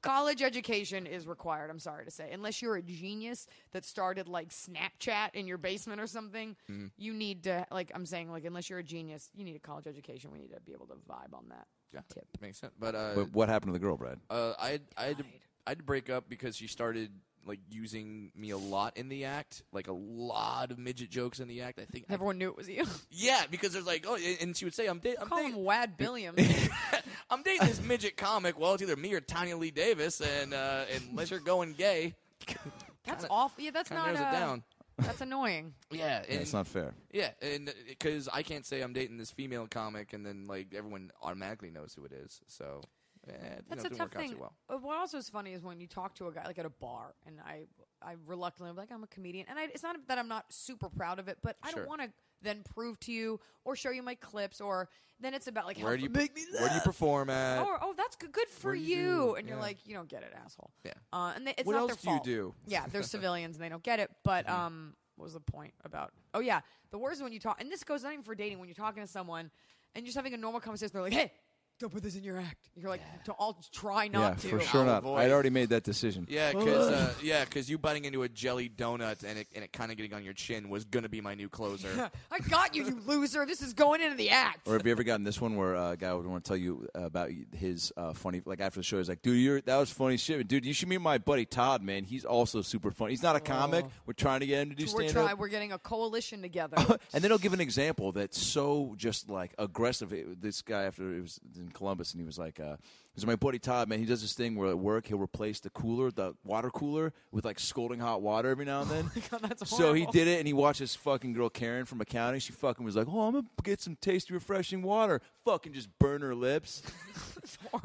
[SPEAKER 1] College education is required, I'm sorry to say. Unless you're a genius that started like Snapchat in your basement or something, you need to like I'm saying like unless you're a genius, you need a college education. We need to be able to vibe on that.
[SPEAKER 3] Yeah,
[SPEAKER 1] Tip.
[SPEAKER 3] Makes sense. But, uh,
[SPEAKER 2] But what happened to the girl, Brad?
[SPEAKER 3] uh, I had- I had to,
[SPEAKER 1] Died.
[SPEAKER 3] I had to break up because she started like using me a lot in the act, like a lot of midget jokes in the act. I think. I-
[SPEAKER 1] Everyone knew it was you.
[SPEAKER 3] yeah, because there's like oh, and- and she would say I'm da- I'm
[SPEAKER 1] Call
[SPEAKER 3] dating
[SPEAKER 1] him Wad Billiam.
[SPEAKER 3] I'm dating this midget comic. Well, it's either me or Tanya Lee Davis, and uh, unless you're going gay,
[SPEAKER 1] That's awful. Yeah, that's
[SPEAKER 3] kind of
[SPEAKER 1] not.
[SPEAKER 3] narrows
[SPEAKER 1] uh,
[SPEAKER 3] it down.
[SPEAKER 1] That's annoying.
[SPEAKER 3] Yeah, and,
[SPEAKER 2] Yeah, it's not fair.
[SPEAKER 3] Yeah, and because I can't say I'm dating this female comic, and then like everyone automatically knows who it is. So eh, you know,
[SPEAKER 1] That's
[SPEAKER 3] it
[SPEAKER 1] a
[SPEAKER 3] didn't
[SPEAKER 1] tough
[SPEAKER 3] work out too
[SPEAKER 1] thing.
[SPEAKER 3] well.
[SPEAKER 1] Uh, What also is funny is when you talk to a guy like at a bar, and I, I reluctantly I'm like I'm a comedian, and I, it's not that I'm not super proud of it, but I
[SPEAKER 3] Sure.
[SPEAKER 1] don't want to then prove to you or show you my clips, or then it's about like
[SPEAKER 3] Where
[SPEAKER 1] how
[SPEAKER 3] do you
[SPEAKER 1] f-
[SPEAKER 3] make Where do you perform at?
[SPEAKER 1] Or oh, that's good, good for
[SPEAKER 3] Where do
[SPEAKER 1] you,
[SPEAKER 3] you do it?
[SPEAKER 1] and you're
[SPEAKER 3] Yeah.
[SPEAKER 1] like you don't get it, asshole.
[SPEAKER 3] Yeah.
[SPEAKER 1] Uh, and they, it's
[SPEAKER 3] What
[SPEAKER 1] not
[SPEAKER 3] else
[SPEAKER 1] their
[SPEAKER 3] do you
[SPEAKER 1] fault.
[SPEAKER 3] do? Mm-hmm.
[SPEAKER 1] Yeah, they're civilians and they don't get it. But um, what was the point about? Oh yeah, the worst is when you talk, and this goes not even for dating. When you're talking to someone and you're just having a normal conversation, they're like, "Hey, don't put this in your act." You're like, "Don't- "I'll try not
[SPEAKER 2] yeah,
[SPEAKER 1] to."
[SPEAKER 2] for sure not.
[SPEAKER 3] avoid.
[SPEAKER 2] I'd already made that decision.
[SPEAKER 3] Yeah, because uh, yeah, 'cause you biting into a jelly donut and it, and it kind of getting on your chin was gonna be my new closer.
[SPEAKER 1] I got you, you loser. This is going into the act.
[SPEAKER 2] Or have you ever gotten this one where uh, a guy would want to tell you about his uh, funny, like after the show, he's like, dude, you're, that was funny shit. Dude, you should meet my buddy Todd, man. He's also super funny. He's not a comic. We're trying to get him to do
[SPEAKER 1] Oh. We're
[SPEAKER 2] stand
[SPEAKER 1] try.
[SPEAKER 2] up.
[SPEAKER 1] We're getting a coalition together.
[SPEAKER 2] and then he'll give an example that's so just like aggressive. It- this guy after it was in Columbus, and he was like, uh, "It was my buddy Todd, man. He does this thing where at work he'll replace the cooler, the water cooler, with like scalding hot water every now and then."
[SPEAKER 1] Oh that's
[SPEAKER 2] so he
[SPEAKER 1] horrible.
[SPEAKER 2] did it, and he watched this fucking girl Karen from accounting. She fucking was like, "Oh, I'm gonna get some tasty, refreshing water." Fucking just burn her lips.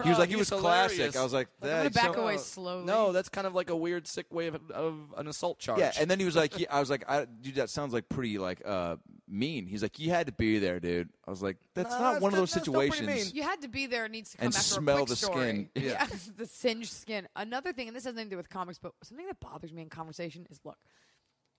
[SPEAKER 2] He was like, "He
[SPEAKER 3] he's
[SPEAKER 2] was classic."
[SPEAKER 3] hilarious.
[SPEAKER 2] I was like,
[SPEAKER 1] I'm gonna
[SPEAKER 2] "That's
[SPEAKER 1] back
[SPEAKER 2] so-
[SPEAKER 1] away slowly.
[SPEAKER 3] uh, No, that's kind of like a weird sick way of, of an assault charge.
[SPEAKER 2] Yeah, and then he was like, yeah, I was like, I, dude, that sounds like pretty like uh, mean. He's like, you had to be there, dude. I was like, that's
[SPEAKER 3] Nah,
[SPEAKER 2] not
[SPEAKER 3] that's
[SPEAKER 2] one of
[SPEAKER 3] not-
[SPEAKER 2] those
[SPEAKER 3] that's not pretty
[SPEAKER 2] situations.
[SPEAKER 3] mean.
[SPEAKER 1] You had to be there. It needs to come
[SPEAKER 2] And
[SPEAKER 1] after
[SPEAKER 2] smell
[SPEAKER 1] a quick
[SPEAKER 2] the
[SPEAKER 1] story.
[SPEAKER 2] skin. Yeah.
[SPEAKER 1] Yes, the singed skin. Another thing, and this has nothing to do with comics, but something that bothers me in conversation is look,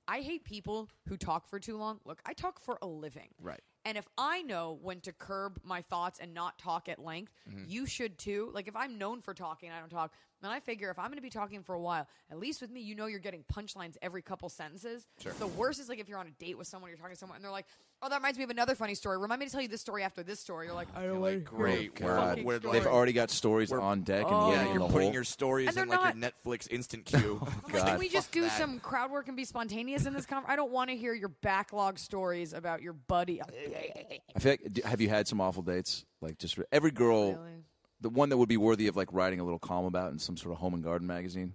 [SPEAKER 1] I hate people who talk for too long. Look, I talk for a living.
[SPEAKER 3] Right.
[SPEAKER 1] And if I know when to curb my thoughts and not talk at length,
[SPEAKER 2] Mm-hmm.
[SPEAKER 1] you should too. Like if I'm known for talking, and I don't talk. And I figure if I'm going to be talking for a while, at least with me, you know you're getting punchlines every couple sentences. The worst is like if you're on a date with someone, you're talking to someone, and they're like, "Oh, that reminds me of another funny story. Remind me to tell you this story after this story." You're like, "I don't
[SPEAKER 3] like, great.
[SPEAKER 2] God.
[SPEAKER 3] where-
[SPEAKER 1] fucking
[SPEAKER 3] where do I-
[SPEAKER 1] story.
[SPEAKER 2] They've already got stories on deck, and
[SPEAKER 3] yeah,
[SPEAKER 2] yeah,
[SPEAKER 3] oh, you're putting your stories
[SPEAKER 1] And
[SPEAKER 3] in
[SPEAKER 1] they're
[SPEAKER 3] like your Netflix instant queue.
[SPEAKER 1] I'm like,
[SPEAKER 2] God.
[SPEAKER 1] can we just
[SPEAKER 3] Fuck
[SPEAKER 1] do
[SPEAKER 3] that.
[SPEAKER 1] some crowd work and be spontaneous in this conference? I don't want to hear your backlog stories about your buddy.
[SPEAKER 2] I feel like, d- have you had some awful dates? Like just re- every girl,
[SPEAKER 1] Really?
[SPEAKER 2] the one that would be worthy of like writing a little column about in some sort of home and garden magazine.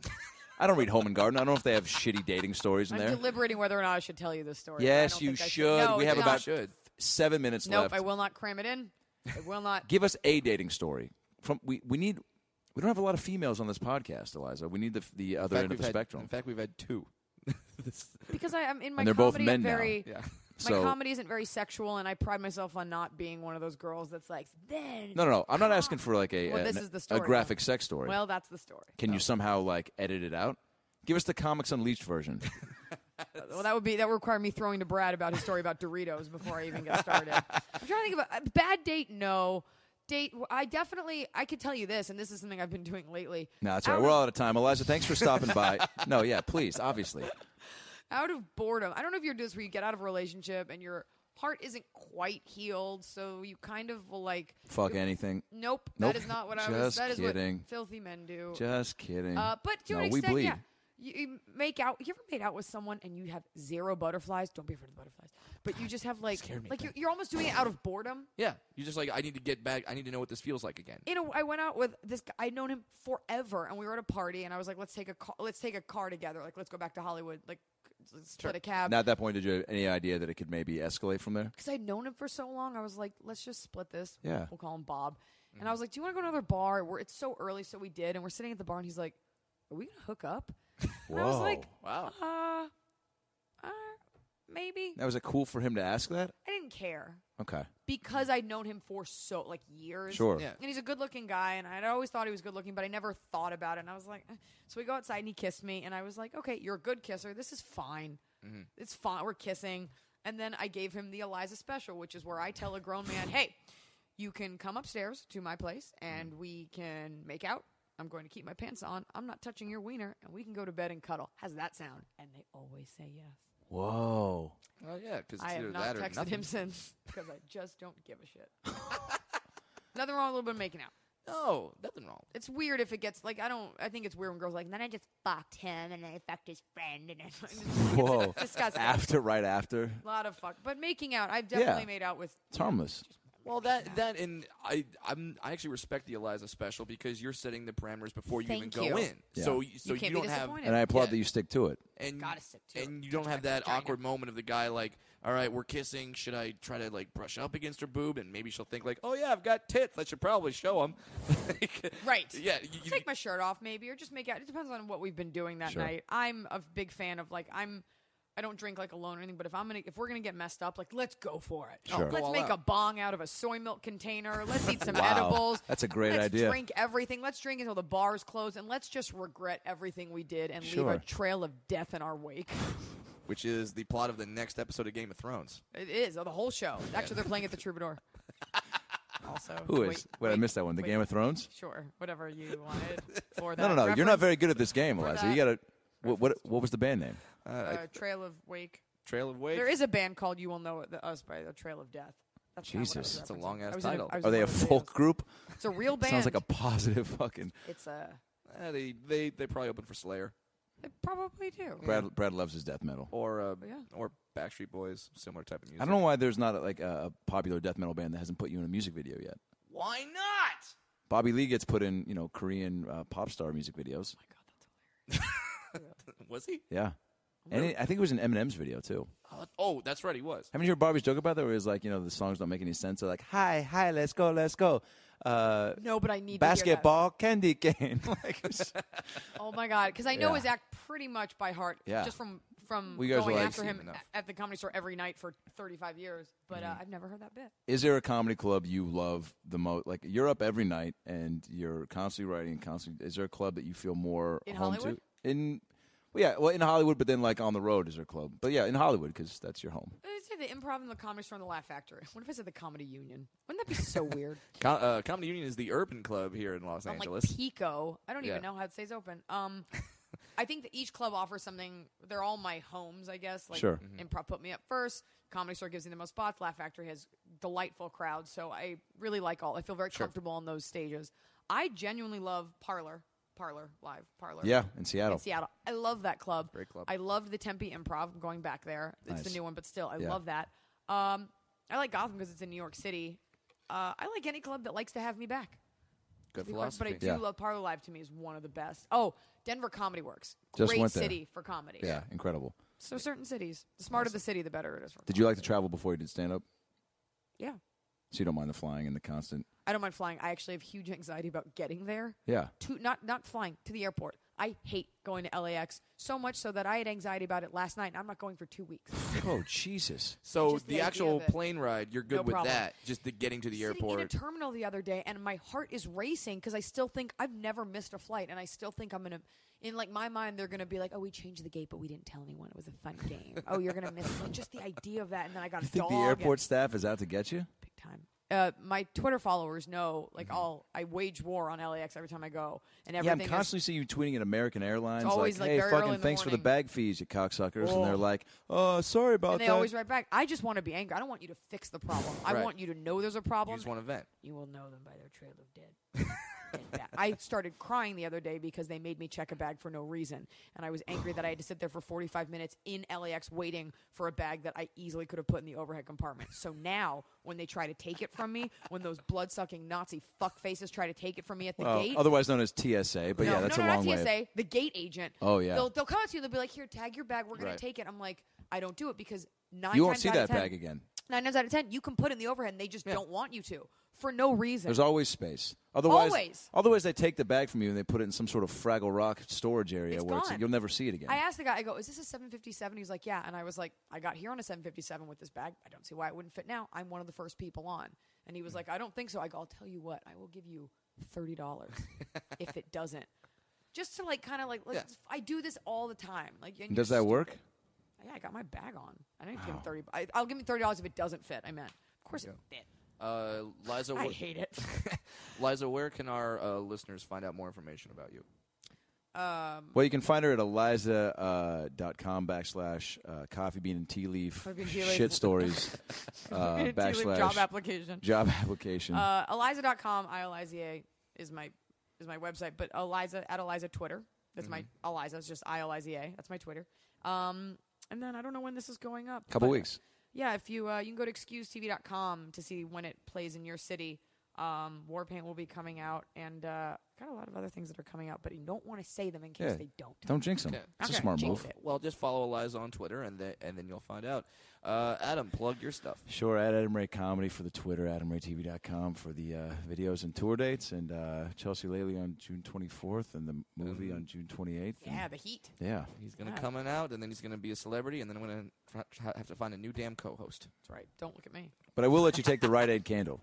[SPEAKER 2] I don't read Home and Garden. I don't know if they have shitty dating stories in
[SPEAKER 1] I'm
[SPEAKER 2] there.
[SPEAKER 1] deliberating whether or not I should tell you this story. but I
[SPEAKER 2] Yes,
[SPEAKER 1] don't
[SPEAKER 2] you
[SPEAKER 1] think I
[SPEAKER 2] should.
[SPEAKER 1] No,
[SPEAKER 2] we
[SPEAKER 1] it's
[SPEAKER 2] have
[SPEAKER 1] not.
[SPEAKER 2] about seven minutes
[SPEAKER 1] Nope,
[SPEAKER 2] left.
[SPEAKER 1] I will not cram it in. I will not.
[SPEAKER 2] Give us a dating story. From we, we need. We don't have a lot of females on this podcast, Eliza. We need the the other end of the spectrum.
[SPEAKER 3] In fact, we've had two.
[SPEAKER 1] because I, I'm in my
[SPEAKER 2] And they're both
[SPEAKER 1] comedy.
[SPEAKER 2] men
[SPEAKER 1] I'm
[SPEAKER 2] now.
[SPEAKER 1] very.
[SPEAKER 3] Yeah.
[SPEAKER 1] My
[SPEAKER 2] So-
[SPEAKER 1] comedy isn't very sexual, and I pride myself on not being one of those girls that's like, then.
[SPEAKER 2] no, no, no. I'm not asking for like a
[SPEAKER 1] Well,
[SPEAKER 2] a-
[SPEAKER 1] this
[SPEAKER 2] an-
[SPEAKER 1] is the
[SPEAKER 2] a
[SPEAKER 1] story, then.
[SPEAKER 2] graphic sex story.
[SPEAKER 1] Well, oh. that's the story.
[SPEAKER 2] Can you somehow like edit it out? Give us the comics unleashed version.
[SPEAKER 1] Well, that would be that would require me throwing to Brad about his story about Doritos before I even get started. I'm trying to think about a bad date. No date. I definitely I could tell you this, and this is something I've been doing lately.
[SPEAKER 2] No, that's
[SPEAKER 1] out
[SPEAKER 2] right. We're
[SPEAKER 1] of-
[SPEAKER 2] all out of time. Eliza, thanks for stopping by. No, yeah, please, obviously.
[SPEAKER 1] out of boredom. I don't know if you're doing this where you get out of a relationship and your heart isn't quite healed, so you kind of will like.
[SPEAKER 2] Fuck anything.
[SPEAKER 1] Nope,
[SPEAKER 2] Nope.
[SPEAKER 1] that is not what I was.
[SPEAKER 2] Just
[SPEAKER 1] That is
[SPEAKER 2] kidding.
[SPEAKER 1] what filthy men do.
[SPEAKER 2] Just kidding.
[SPEAKER 1] Uh, but to
[SPEAKER 2] no,
[SPEAKER 1] an
[SPEAKER 2] we
[SPEAKER 1] extent,
[SPEAKER 2] bleed.
[SPEAKER 1] yeah. You, you make out. You ever made out with someone and you have zero butterflies? Don't be afraid of the butterflies. But you just have like,
[SPEAKER 3] scared me.
[SPEAKER 1] like you're, you're almost doing it out of boredom.
[SPEAKER 3] Yeah. You're just like, I need to get back. I need to know what this feels like again.
[SPEAKER 1] You know, I went out with this. guy. I'd known him forever, and we were at a party, and I was like, "Let's take a car, let's take a car together. Like, let's go back to Hollywood. Like, let's split a cab."
[SPEAKER 2] Now at that point, did you have any idea that it could maybe escalate from there?
[SPEAKER 1] because I'd known him for so long, I was like, let's just split this.
[SPEAKER 2] Yeah. Mm.
[SPEAKER 1] We'll call him Bob. And I was like, do you want to go to another bar? We're, it's so early, so we did. And we're sitting at the bar, and he's like, are we going to hook up? And I was like,
[SPEAKER 3] Wow.
[SPEAKER 1] uh, uh, maybe.
[SPEAKER 2] Now, was it cool for him to ask that?
[SPEAKER 1] I didn't care
[SPEAKER 2] Okay,
[SPEAKER 1] because I'd known him for so, like, years.
[SPEAKER 2] sure.
[SPEAKER 3] Yeah.
[SPEAKER 1] And he's a good looking guy, and I'd always thought he was good looking, but I never thought about it. And I was like, eh. so we go outside, and he kissed me, and I was like, okay, you're a good kisser. This is fine. It's fine. We're kissing. And then I gave him the Eliza special, which is where I tell a grown man, hey, you can come upstairs to my place, and we can make out. I'm going to keep my pants on. I'm not touching your wiener, and we can go to bed and cuddle. How's that sound? And they always say yes.
[SPEAKER 2] Whoa.
[SPEAKER 3] Well, yeah, because
[SPEAKER 1] I have not
[SPEAKER 3] that or
[SPEAKER 1] texted
[SPEAKER 3] nothing.
[SPEAKER 1] him since because I just don't give a shit. Nothing wrong with a little bit of making out.
[SPEAKER 3] No, nothing wrong.
[SPEAKER 1] It's weird if it gets like I don't. I think it's weird when girls are like. Then I just fucked him and I fucked his friend and I.
[SPEAKER 2] Whoa.
[SPEAKER 1] It's disgusting.
[SPEAKER 2] After, right after.
[SPEAKER 1] a lot of fuck, but making out. I've definitely made out with.
[SPEAKER 2] It's harmless.
[SPEAKER 3] Well, that that and I I'm I actually respect the Eliza special because you're setting the parameters before you even
[SPEAKER 1] Thank
[SPEAKER 3] go
[SPEAKER 1] you.
[SPEAKER 3] in.
[SPEAKER 2] Yeah.
[SPEAKER 3] So you, so
[SPEAKER 1] you can't
[SPEAKER 3] don't
[SPEAKER 1] be
[SPEAKER 3] have
[SPEAKER 1] disappointed.
[SPEAKER 2] And I applaud
[SPEAKER 3] Yeah.
[SPEAKER 2] that you stick to it.
[SPEAKER 3] and
[SPEAKER 1] Gotta stick to it.
[SPEAKER 3] and you don't
[SPEAKER 1] Touch
[SPEAKER 3] have
[SPEAKER 1] my
[SPEAKER 3] that
[SPEAKER 1] vagina.
[SPEAKER 3] awkward moment of the guy like, all right, we're kissing. Should I try to like brush up against her boob and maybe she'll think like, oh yeah, I've got tits. I should probably show them.
[SPEAKER 1] Right.
[SPEAKER 3] Yeah. You, you,
[SPEAKER 1] Take my shirt off, maybe, or just make out. It depends on what we've been doing that
[SPEAKER 2] Sure.
[SPEAKER 1] night. I'm a big fan of like I'm. I don't drink like alone or anything, but if I'm gonna, if we're gonna get messed up, like let's go for it.
[SPEAKER 2] Sure.
[SPEAKER 3] Go
[SPEAKER 1] Let's
[SPEAKER 3] all
[SPEAKER 1] make
[SPEAKER 3] out.
[SPEAKER 1] a bong out of a soy milk container. Let's eat some
[SPEAKER 2] Wow.
[SPEAKER 1] edibles.
[SPEAKER 2] That's a great
[SPEAKER 1] let's
[SPEAKER 2] idea.
[SPEAKER 1] Drink everything. Let's drink until the bars close, and let's just regret everything we did and leave
[SPEAKER 2] Sure.
[SPEAKER 1] a trail of death in our wake.
[SPEAKER 3] which is the plot of the next episode of Game of Thrones.
[SPEAKER 1] It is oh, the whole show. Actually, they're playing at the Troubadour. Also,
[SPEAKER 2] Who is?
[SPEAKER 1] wait,
[SPEAKER 2] Wait, I missed that one. The
[SPEAKER 1] wait.
[SPEAKER 2] Game of Thrones?
[SPEAKER 1] Sure, whatever you wanted for that.
[SPEAKER 2] No, no, no. You're not
[SPEAKER 1] reference.
[SPEAKER 2] very good at this game, Eliza. You
[SPEAKER 1] that
[SPEAKER 2] got to. What, what, what was the band name?
[SPEAKER 1] uh, Trail of Wake.
[SPEAKER 3] Trail of Wake.
[SPEAKER 1] There is a band called "You Will Know It- Us" by the Trail of Death. That's not what I was
[SPEAKER 2] Jesus.
[SPEAKER 3] That's a
[SPEAKER 1] referencing.
[SPEAKER 3] long-ass
[SPEAKER 1] I was in
[SPEAKER 3] title.
[SPEAKER 1] I was
[SPEAKER 2] Are
[SPEAKER 1] in
[SPEAKER 2] they a
[SPEAKER 1] one of the
[SPEAKER 2] folk
[SPEAKER 1] videos.
[SPEAKER 2] group?
[SPEAKER 1] It's a real band.
[SPEAKER 2] Sounds like a positive fucking.
[SPEAKER 1] It's a.
[SPEAKER 3] Uh, they they they probably open for Slayer
[SPEAKER 1] They probably do.
[SPEAKER 2] Brad, Brad loves his death metal.
[SPEAKER 3] or uh,
[SPEAKER 1] Oh, Yeah.
[SPEAKER 3] or Backstreet Boys, similar type of music.
[SPEAKER 2] I don't know why there's not like a a popular death metal band that hasn't put you in a music video yet.
[SPEAKER 3] why not.
[SPEAKER 2] Bobby Lee gets put in, you know, Korean uh, pop star music videos.
[SPEAKER 1] Oh
[SPEAKER 3] Was he?
[SPEAKER 2] Yeah, and it- I think it was in Eminem's video too.
[SPEAKER 3] Oh, oh, that's right, he was.
[SPEAKER 2] Haven't you heard Bobby's joke about that? Where he's like, you know, the songs don't make any sense. They're like, hi, hi, let's go, let's go. Uh,
[SPEAKER 1] No, but I need
[SPEAKER 2] basketball, candy cane. like, it's-
[SPEAKER 1] To hear that. Oh my god, because I know
[SPEAKER 2] Yeah.
[SPEAKER 1] his act pretty much by heart.
[SPEAKER 2] Yeah.
[SPEAKER 1] Just from from
[SPEAKER 2] We guys
[SPEAKER 1] going
[SPEAKER 2] are like-
[SPEAKER 1] after
[SPEAKER 2] Seen
[SPEAKER 1] him
[SPEAKER 3] enough.
[SPEAKER 1] a- at the comedy store every night for 35 years. But
[SPEAKER 2] Mm-hmm.
[SPEAKER 1] uh, I've never heard that bit.
[SPEAKER 2] is there a comedy club you love the most? Like, you're up every night and you're constantly writing, constantly. Is there a club that you feel more
[SPEAKER 1] In
[SPEAKER 2] home
[SPEAKER 1] Hollywood?
[SPEAKER 2] to? In Well, yeah, well, in Hollywood, but then like on the road is her club. But yeah, in Hollywood because that's your home.
[SPEAKER 1] I say the improv and the comedy store and the Laugh Factory. What if I said the Comedy Union? Wouldn't that be so weird?
[SPEAKER 3] Com- uh, Comedy Union is the urban club here in Los
[SPEAKER 1] I'm
[SPEAKER 3] Angeles.
[SPEAKER 1] like Pico. I don't even
[SPEAKER 3] Yeah.
[SPEAKER 1] know how it stays open. Um, I think that each club offers something. They're all my homes, I guess. Like
[SPEAKER 2] Sure.
[SPEAKER 1] Improv put me up first. Comedy Store gives me the most spots. Laugh Factory has delightful crowds, so I really like all. I feel very comfortable on those stages. I genuinely love Parlor, Parlor Live, Parlor.
[SPEAKER 2] Yeah, in Seattle.
[SPEAKER 1] In Seattle. I love that club.
[SPEAKER 3] Great club.
[SPEAKER 1] I loved the Tempe Improv. I'm going back there. It's the
[SPEAKER 2] Nice.
[SPEAKER 1] new one, but still, I
[SPEAKER 2] Yeah.
[SPEAKER 1] love that. Um, I like Gotham because it's in New York City. Uh, I like any club that likes to have me back.
[SPEAKER 3] Good
[SPEAKER 1] Be quite-
[SPEAKER 3] philosophy.
[SPEAKER 1] But I do
[SPEAKER 2] Yeah.
[SPEAKER 1] love Parlor Live. To me, is one of the best. Oh, Denver Comedy Works.
[SPEAKER 2] Just
[SPEAKER 1] Great
[SPEAKER 2] went there.
[SPEAKER 1] city for comedy.
[SPEAKER 2] Yeah, incredible.
[SPEAKER 1] So certain cities, the smarter the city, the better it is. For
[SPEAKER 2] Did you like to travel before you did stand up?
[SPEAKER 1] Yeah.
[SPEAKER 2] So you don't mind the flying and the constant?
[SPEAKER 1] I don't mind flying. I actually have huge anxiety about getting there.
[SPEAKER 2] Yeah.
[SPEAKER 1] To not not flying to the airport. I hate going to LAX so much so that I had anxiety about it last night. and I'm not going for two weeks.
[SPEAKER 2] Oh Jesus!
[SPEAKER 3] so
[SPEAKER 1] Just
[SPEAKER 3] the,
[SPEAKER 1] the idea
[SPEAKER 3] actual
[SPEAKER 1] of it.
[SPEAKER 3] plane ride, you're good
[SPEAKER 1] No
[SPEAKER 3] with
[SPEAKER 1] problem.
[SPEAKER 3] that. Just the getting to the
[SPEAKER 1] Sitting in a
[SPEAKER 3] airport.
[SPEAKER 1] terminal the other day, and my heart is racing because I still think I've never missed a flight, and I still think I'm gonna. In like my mind, they're gonna be like, "Oh, we changed the gate, but we didn't tell anyone. It was a fun game. oh, you're gonna miss like just the idea of that." And then I got
[SPEAKER 2] You
[SPEAKER 1] a
[SPEAKER 2] think
[SPEAKER 1] dog
[SPEAKER 2] the
[SPEAKER 1] and-
[SPEAKER 2] airport staff is out to get you?
[SPEAKER 1] big time. Uh, my Twitter followers know, like, all I wage war on LAX every time I go, and
[SPEAKER 2] Mm-hmm. Yeah,
[SPEAKER 1] everything.
[SPEAKER 2] I'm
[SPEAKER 1] is-
[SPEAKER 2] constantly seeing you tweeting at American Airlines
[SPEAKER 1] always, like,
[SPEAKER 2] like, "Hey,
[SPEAKER 1] very early
[SPEAKER 2] fucking
[SPEAKER 1] in the
[SPEAKER 2] thanks for the
[SPEAKER 1] morning.
[SPEAKER 2] bag fees, you cocksuckers,"
[SPEAKER 1] Oh.
[SPEAKER 2] and they're like, "Oh, sorry about
[SPEAKER 1] and they
[SPEAKER 2] that."
[SPEAKER 1] always write back. I just want to be angry. I don't want you to fix the problem. I
[SPEAKER 3] Right.
[SPEAKER 1] want you to know there's a
[SPEAKER 3] You
[SPEAKER 1] problem.
[SPEAKER 3] just want to vent.
[SPEAKER 1] you will know them by their trail of dead. dead bag. I started crying the other day because they made me check a bag for no reason, and I was angry that I had to sit there for 45 minutes in LAX waiting for a bag that I easily could have put in the overhead compartment. So now, when they try to take it from me, when those blood-sucking Nazi fuck faces try to take it from me at the
[SPEAKER 2] Well,
[SPEAKER 1] gate,
[SPEAKER 2] Uh, otherwise known as TSA, but
[SPEAKER 1] no,
[SPEAKER 2] yeah, that's
[SPEAKER 1] no, no,
[SPEAKER 2] a long
[SPEAKER 1] not
[SPEAKER 2] way.
[SPEAKER 1] TSA, the gate agent.
[SPEAKER 2] Oh, yeah.
[SPEAKER 1] they'll, they'll come up to you. They'll be like, "Here, tag your bag. We're gonna
[SPEAKER 3] Right.
[SPEAKER 1] take it." I'm like, I don't do it because nine.
[SPEAKER 2] You won't
[SPEAKER 1] times
[SPEAKER 2] see
[SPEAKER 1] out of
[SPEAKER 2] that
[SPEAKER 1] 10
[SPEAKER 2] bag again.
[SPEAKER 1] Nine times out of ten, you can put it in the overhead, and they just don't want you to for no reason.
[SPEAKER 2] There's always space. Otherwise,
[SPEAKER 1] Always.
[SPEAKER 2] otherwise they take the bag from you and they put it in some sort of Fraggle Rock storage area
[SPEAKER 1] It's
[SPEAKER 2] where
[SPEAKER 1] gone.
[SPEAKER 2] It's, you'll never see it again.
[SPEAKER 1] I asked the guy, I go, is this a 757? He's like, yeah. And I was like, I got here on a 757 with this bag. I don't see why it wouldn't fit now. I'm one of the first people on. And he
[SPEAKER 2] Hmm.
[SPEAKER 1] was like, I don't think so. I go, I'll tell you what, I will give you $30 if it doesn't. Just to like kind of like, like, I do this all the time. Like, and
[SPEAKER 2] And Does
[SPEAKER 1] you're
[SPEAKER 2] that work?
[SPEAKER 1] stupid. Yeah, I got my bag on. I didn't give him 30 I, I'll give him $30 if it doesn't fit. I meant, of course it fit.
[SPEAKER 3] Uh, Liza,
[SPEAKER 1] I
[SPEAKER 3] wh-
[SPEAKER 1] hate it.
[SPEAKER 3] Liza, where can our uh, listeners find out more information about you?
[SPEAKER 1] um,
[SPEAKER 2] Well, you can find her at eliza.com uh, dot com backslash uh, coffee bean and tea leaf
[SPEAKER 1] Coffee bean tea leaf.
[SPEAKER 2] shit stories uh,
[SPEAKER 1] do a job
[SPEAKER 2] backslash
[SPEAKER 1] application.
[SPEAKER 2] job application.
[SPEAKER 1] Uh, Eliza.com, I-L-I-Z-A is my is my website, but Eliza at Eliza Twitter. That's
[SPEAKER 2] Mm-hmm.
[SPEAKER 1] my Eliza. It's just I-L-I-Z-A. That's my Twitter. Um, and then I don't know when this is going up.
[SPEAKER 2] Couple
[SPEAKER 1] but-
[SPEAKER 2] weeks.
[SPEAKER 1] Yeah, if you uh, you can go to excusetv.com to see when it plays in your city. Um, Warpaint will be coming out, and uh, got a lot of other things that are coming out, but you don't want to say them in case
[SPEAKER 2] Yeah.
[SPEAKER 1] they don't.
[SPEAKER 2] Don't jinx them. It's a
[SPEAKER 1] Okay,
[SPEAKER 2] smart
[SPEAKER 1] jinx
[SPEAKER 2] move.
[SPEAKER 1] it.
[SPEAKER 3] Well, just follow Eliza on Twitter, and then and then you'll find out. Uh, Adam, plug your stuff.
[SPEAKER 2] Sure, at Adam Ray Comedy for the Twitter, AdamRayTV.com for the uh, videos and tour dates, and uh, Chelsea Laley on June 24th, and the movie on June 28th. and-
[SPEAKER 1] Yeah, the heat.
[SPEAKER 2] yeah.
[SPEAKER 3] He's gonna
[SPEAKER 1] Yeah.
[SPEAKER 3] come and out, and then he's gonna be a celebrity, and then I'm gonna try, try, have to find a new damn co-host.
[SPEAKER 1] That's right. Don't look at me.
[SPEAKER 2] But I will let you take the Rite Aid candle.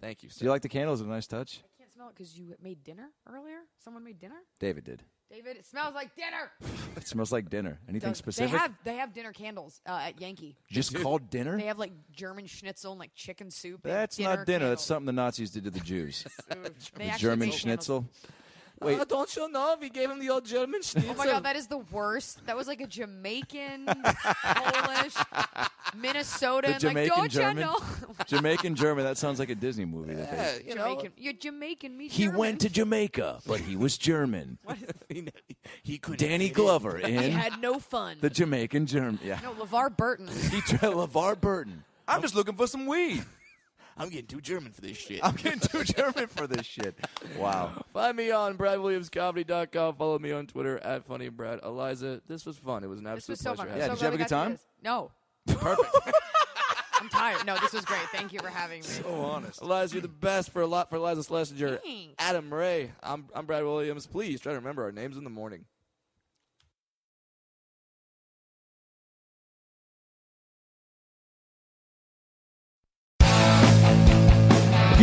[SPEAKER 3] Thank you.
[SPEAKER 2] Do you like the candles? A nice touch.
[SPEAKER 1] I can't smell it because you made dinner earlier. Someone made dinner.
[SPEAKER 2] David did.
[SPEAKER 1] David, it smells like dinner.
[SPEAKER 2] It smells like dinner. Anything
[SPEAKER 1] Does-
[SPEAKER 2] specific?
[SPEAKER 1] They have they have dinner candles uh, at Yankee.
[SPEAKER 2] Just called dinner.
[SPEAKER 1] They have like German schnitzel and like chicken soup. They have
[SPEAKER 2] That's not dinner. That's
[SPEAKER 1] candles.
[SPEAKER 2] something the Nazis did to the Jews.
[SPEAKER 1] They
[SPEAKER 2] The German
[SPEAKER 1] actually make candles.
[SPEAKER 2] schnitzel. Wait.
[SPEAKER 3] Uh, don't you know? We gave him the old German schnitzel.
[SPEAKER 1] Oh my god, that is the worst. That was like a Jamaican, Polish, Minnesota,
[SPEAKER 2] The
[SPEAKER 1] and like "Oh,
[SPEAKER 2] Jamaican German.
[SPEAKER 1] don't you know?
[SPEAKER 2] Jamaican German. That sounds like a Disney movie. that they-
[SPEAKER 3] yeah, you know,
[SPEAKER 1] Jamaican, you're Jamaican. Me,
[SPEAKER 2] He
[SPEAKER 1] German.
[SPEAKER 2] went to Jamaica, but he was German.
[SPEAKER 3] he, he couldn't.
[SPEAKER 2] Danny
[SPEAKER 3] fit in.
[SPEAKER 2] Glover
[SPEAKER 1] He
[SPEAKER 2] in
[SPEAKER 1] had no fun.
[SPEAKER 2] the Jamaican German. Yeah.
[SPEAKER 1] no, LeVar Burton.
[SPEAKER 2] He tried LeVar Burton. I'm just looking for some weed.
[SPEAKER 3] I'm getting too German for this shit.
[SPEAKER 2] I'm getting too German for this shit. Wow.
[SPEAKER 3] Find me on BradWilliamsComedy.com. Follow me on Twitter at FunnyBrad. Eliza, this was fun. It was an
[SPEAKER 1] This
[SPEAKER 3] absolute
[SPEAKER 1] was so
[SPEAKER 3] pleasure.
[SPEAKER 1] fun. I'm
[SPEAKER 2] Yeah,
[SPEAKER 1] so
[SPEAKER 2] did you
[SPEAKER 1] glad
[SPEAKER 2] have
[SPEAKER 1] we
[SPEAKER 2] a good
[SPEAKER 1] got to do
[SPEAKER 2] time?
[SPEAKER 1] this. No,
[SPEAKER 3] Perfect.
[SPEAKER 1] I'm tired. No, this was great. Thank you for having me.
[SPEAKER 2] So honest.
[SPEAKER 3] Eliza, you're the best for a lot for Eliza Schlesinger.
[SPEAKER 1] Thanks.
[SPEAKER 3] Adam Ray. I'm, I'm Brad Williams. Please try to remember our names in the morning.
[SPEAKER 4] If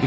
[SPEAKER 4] You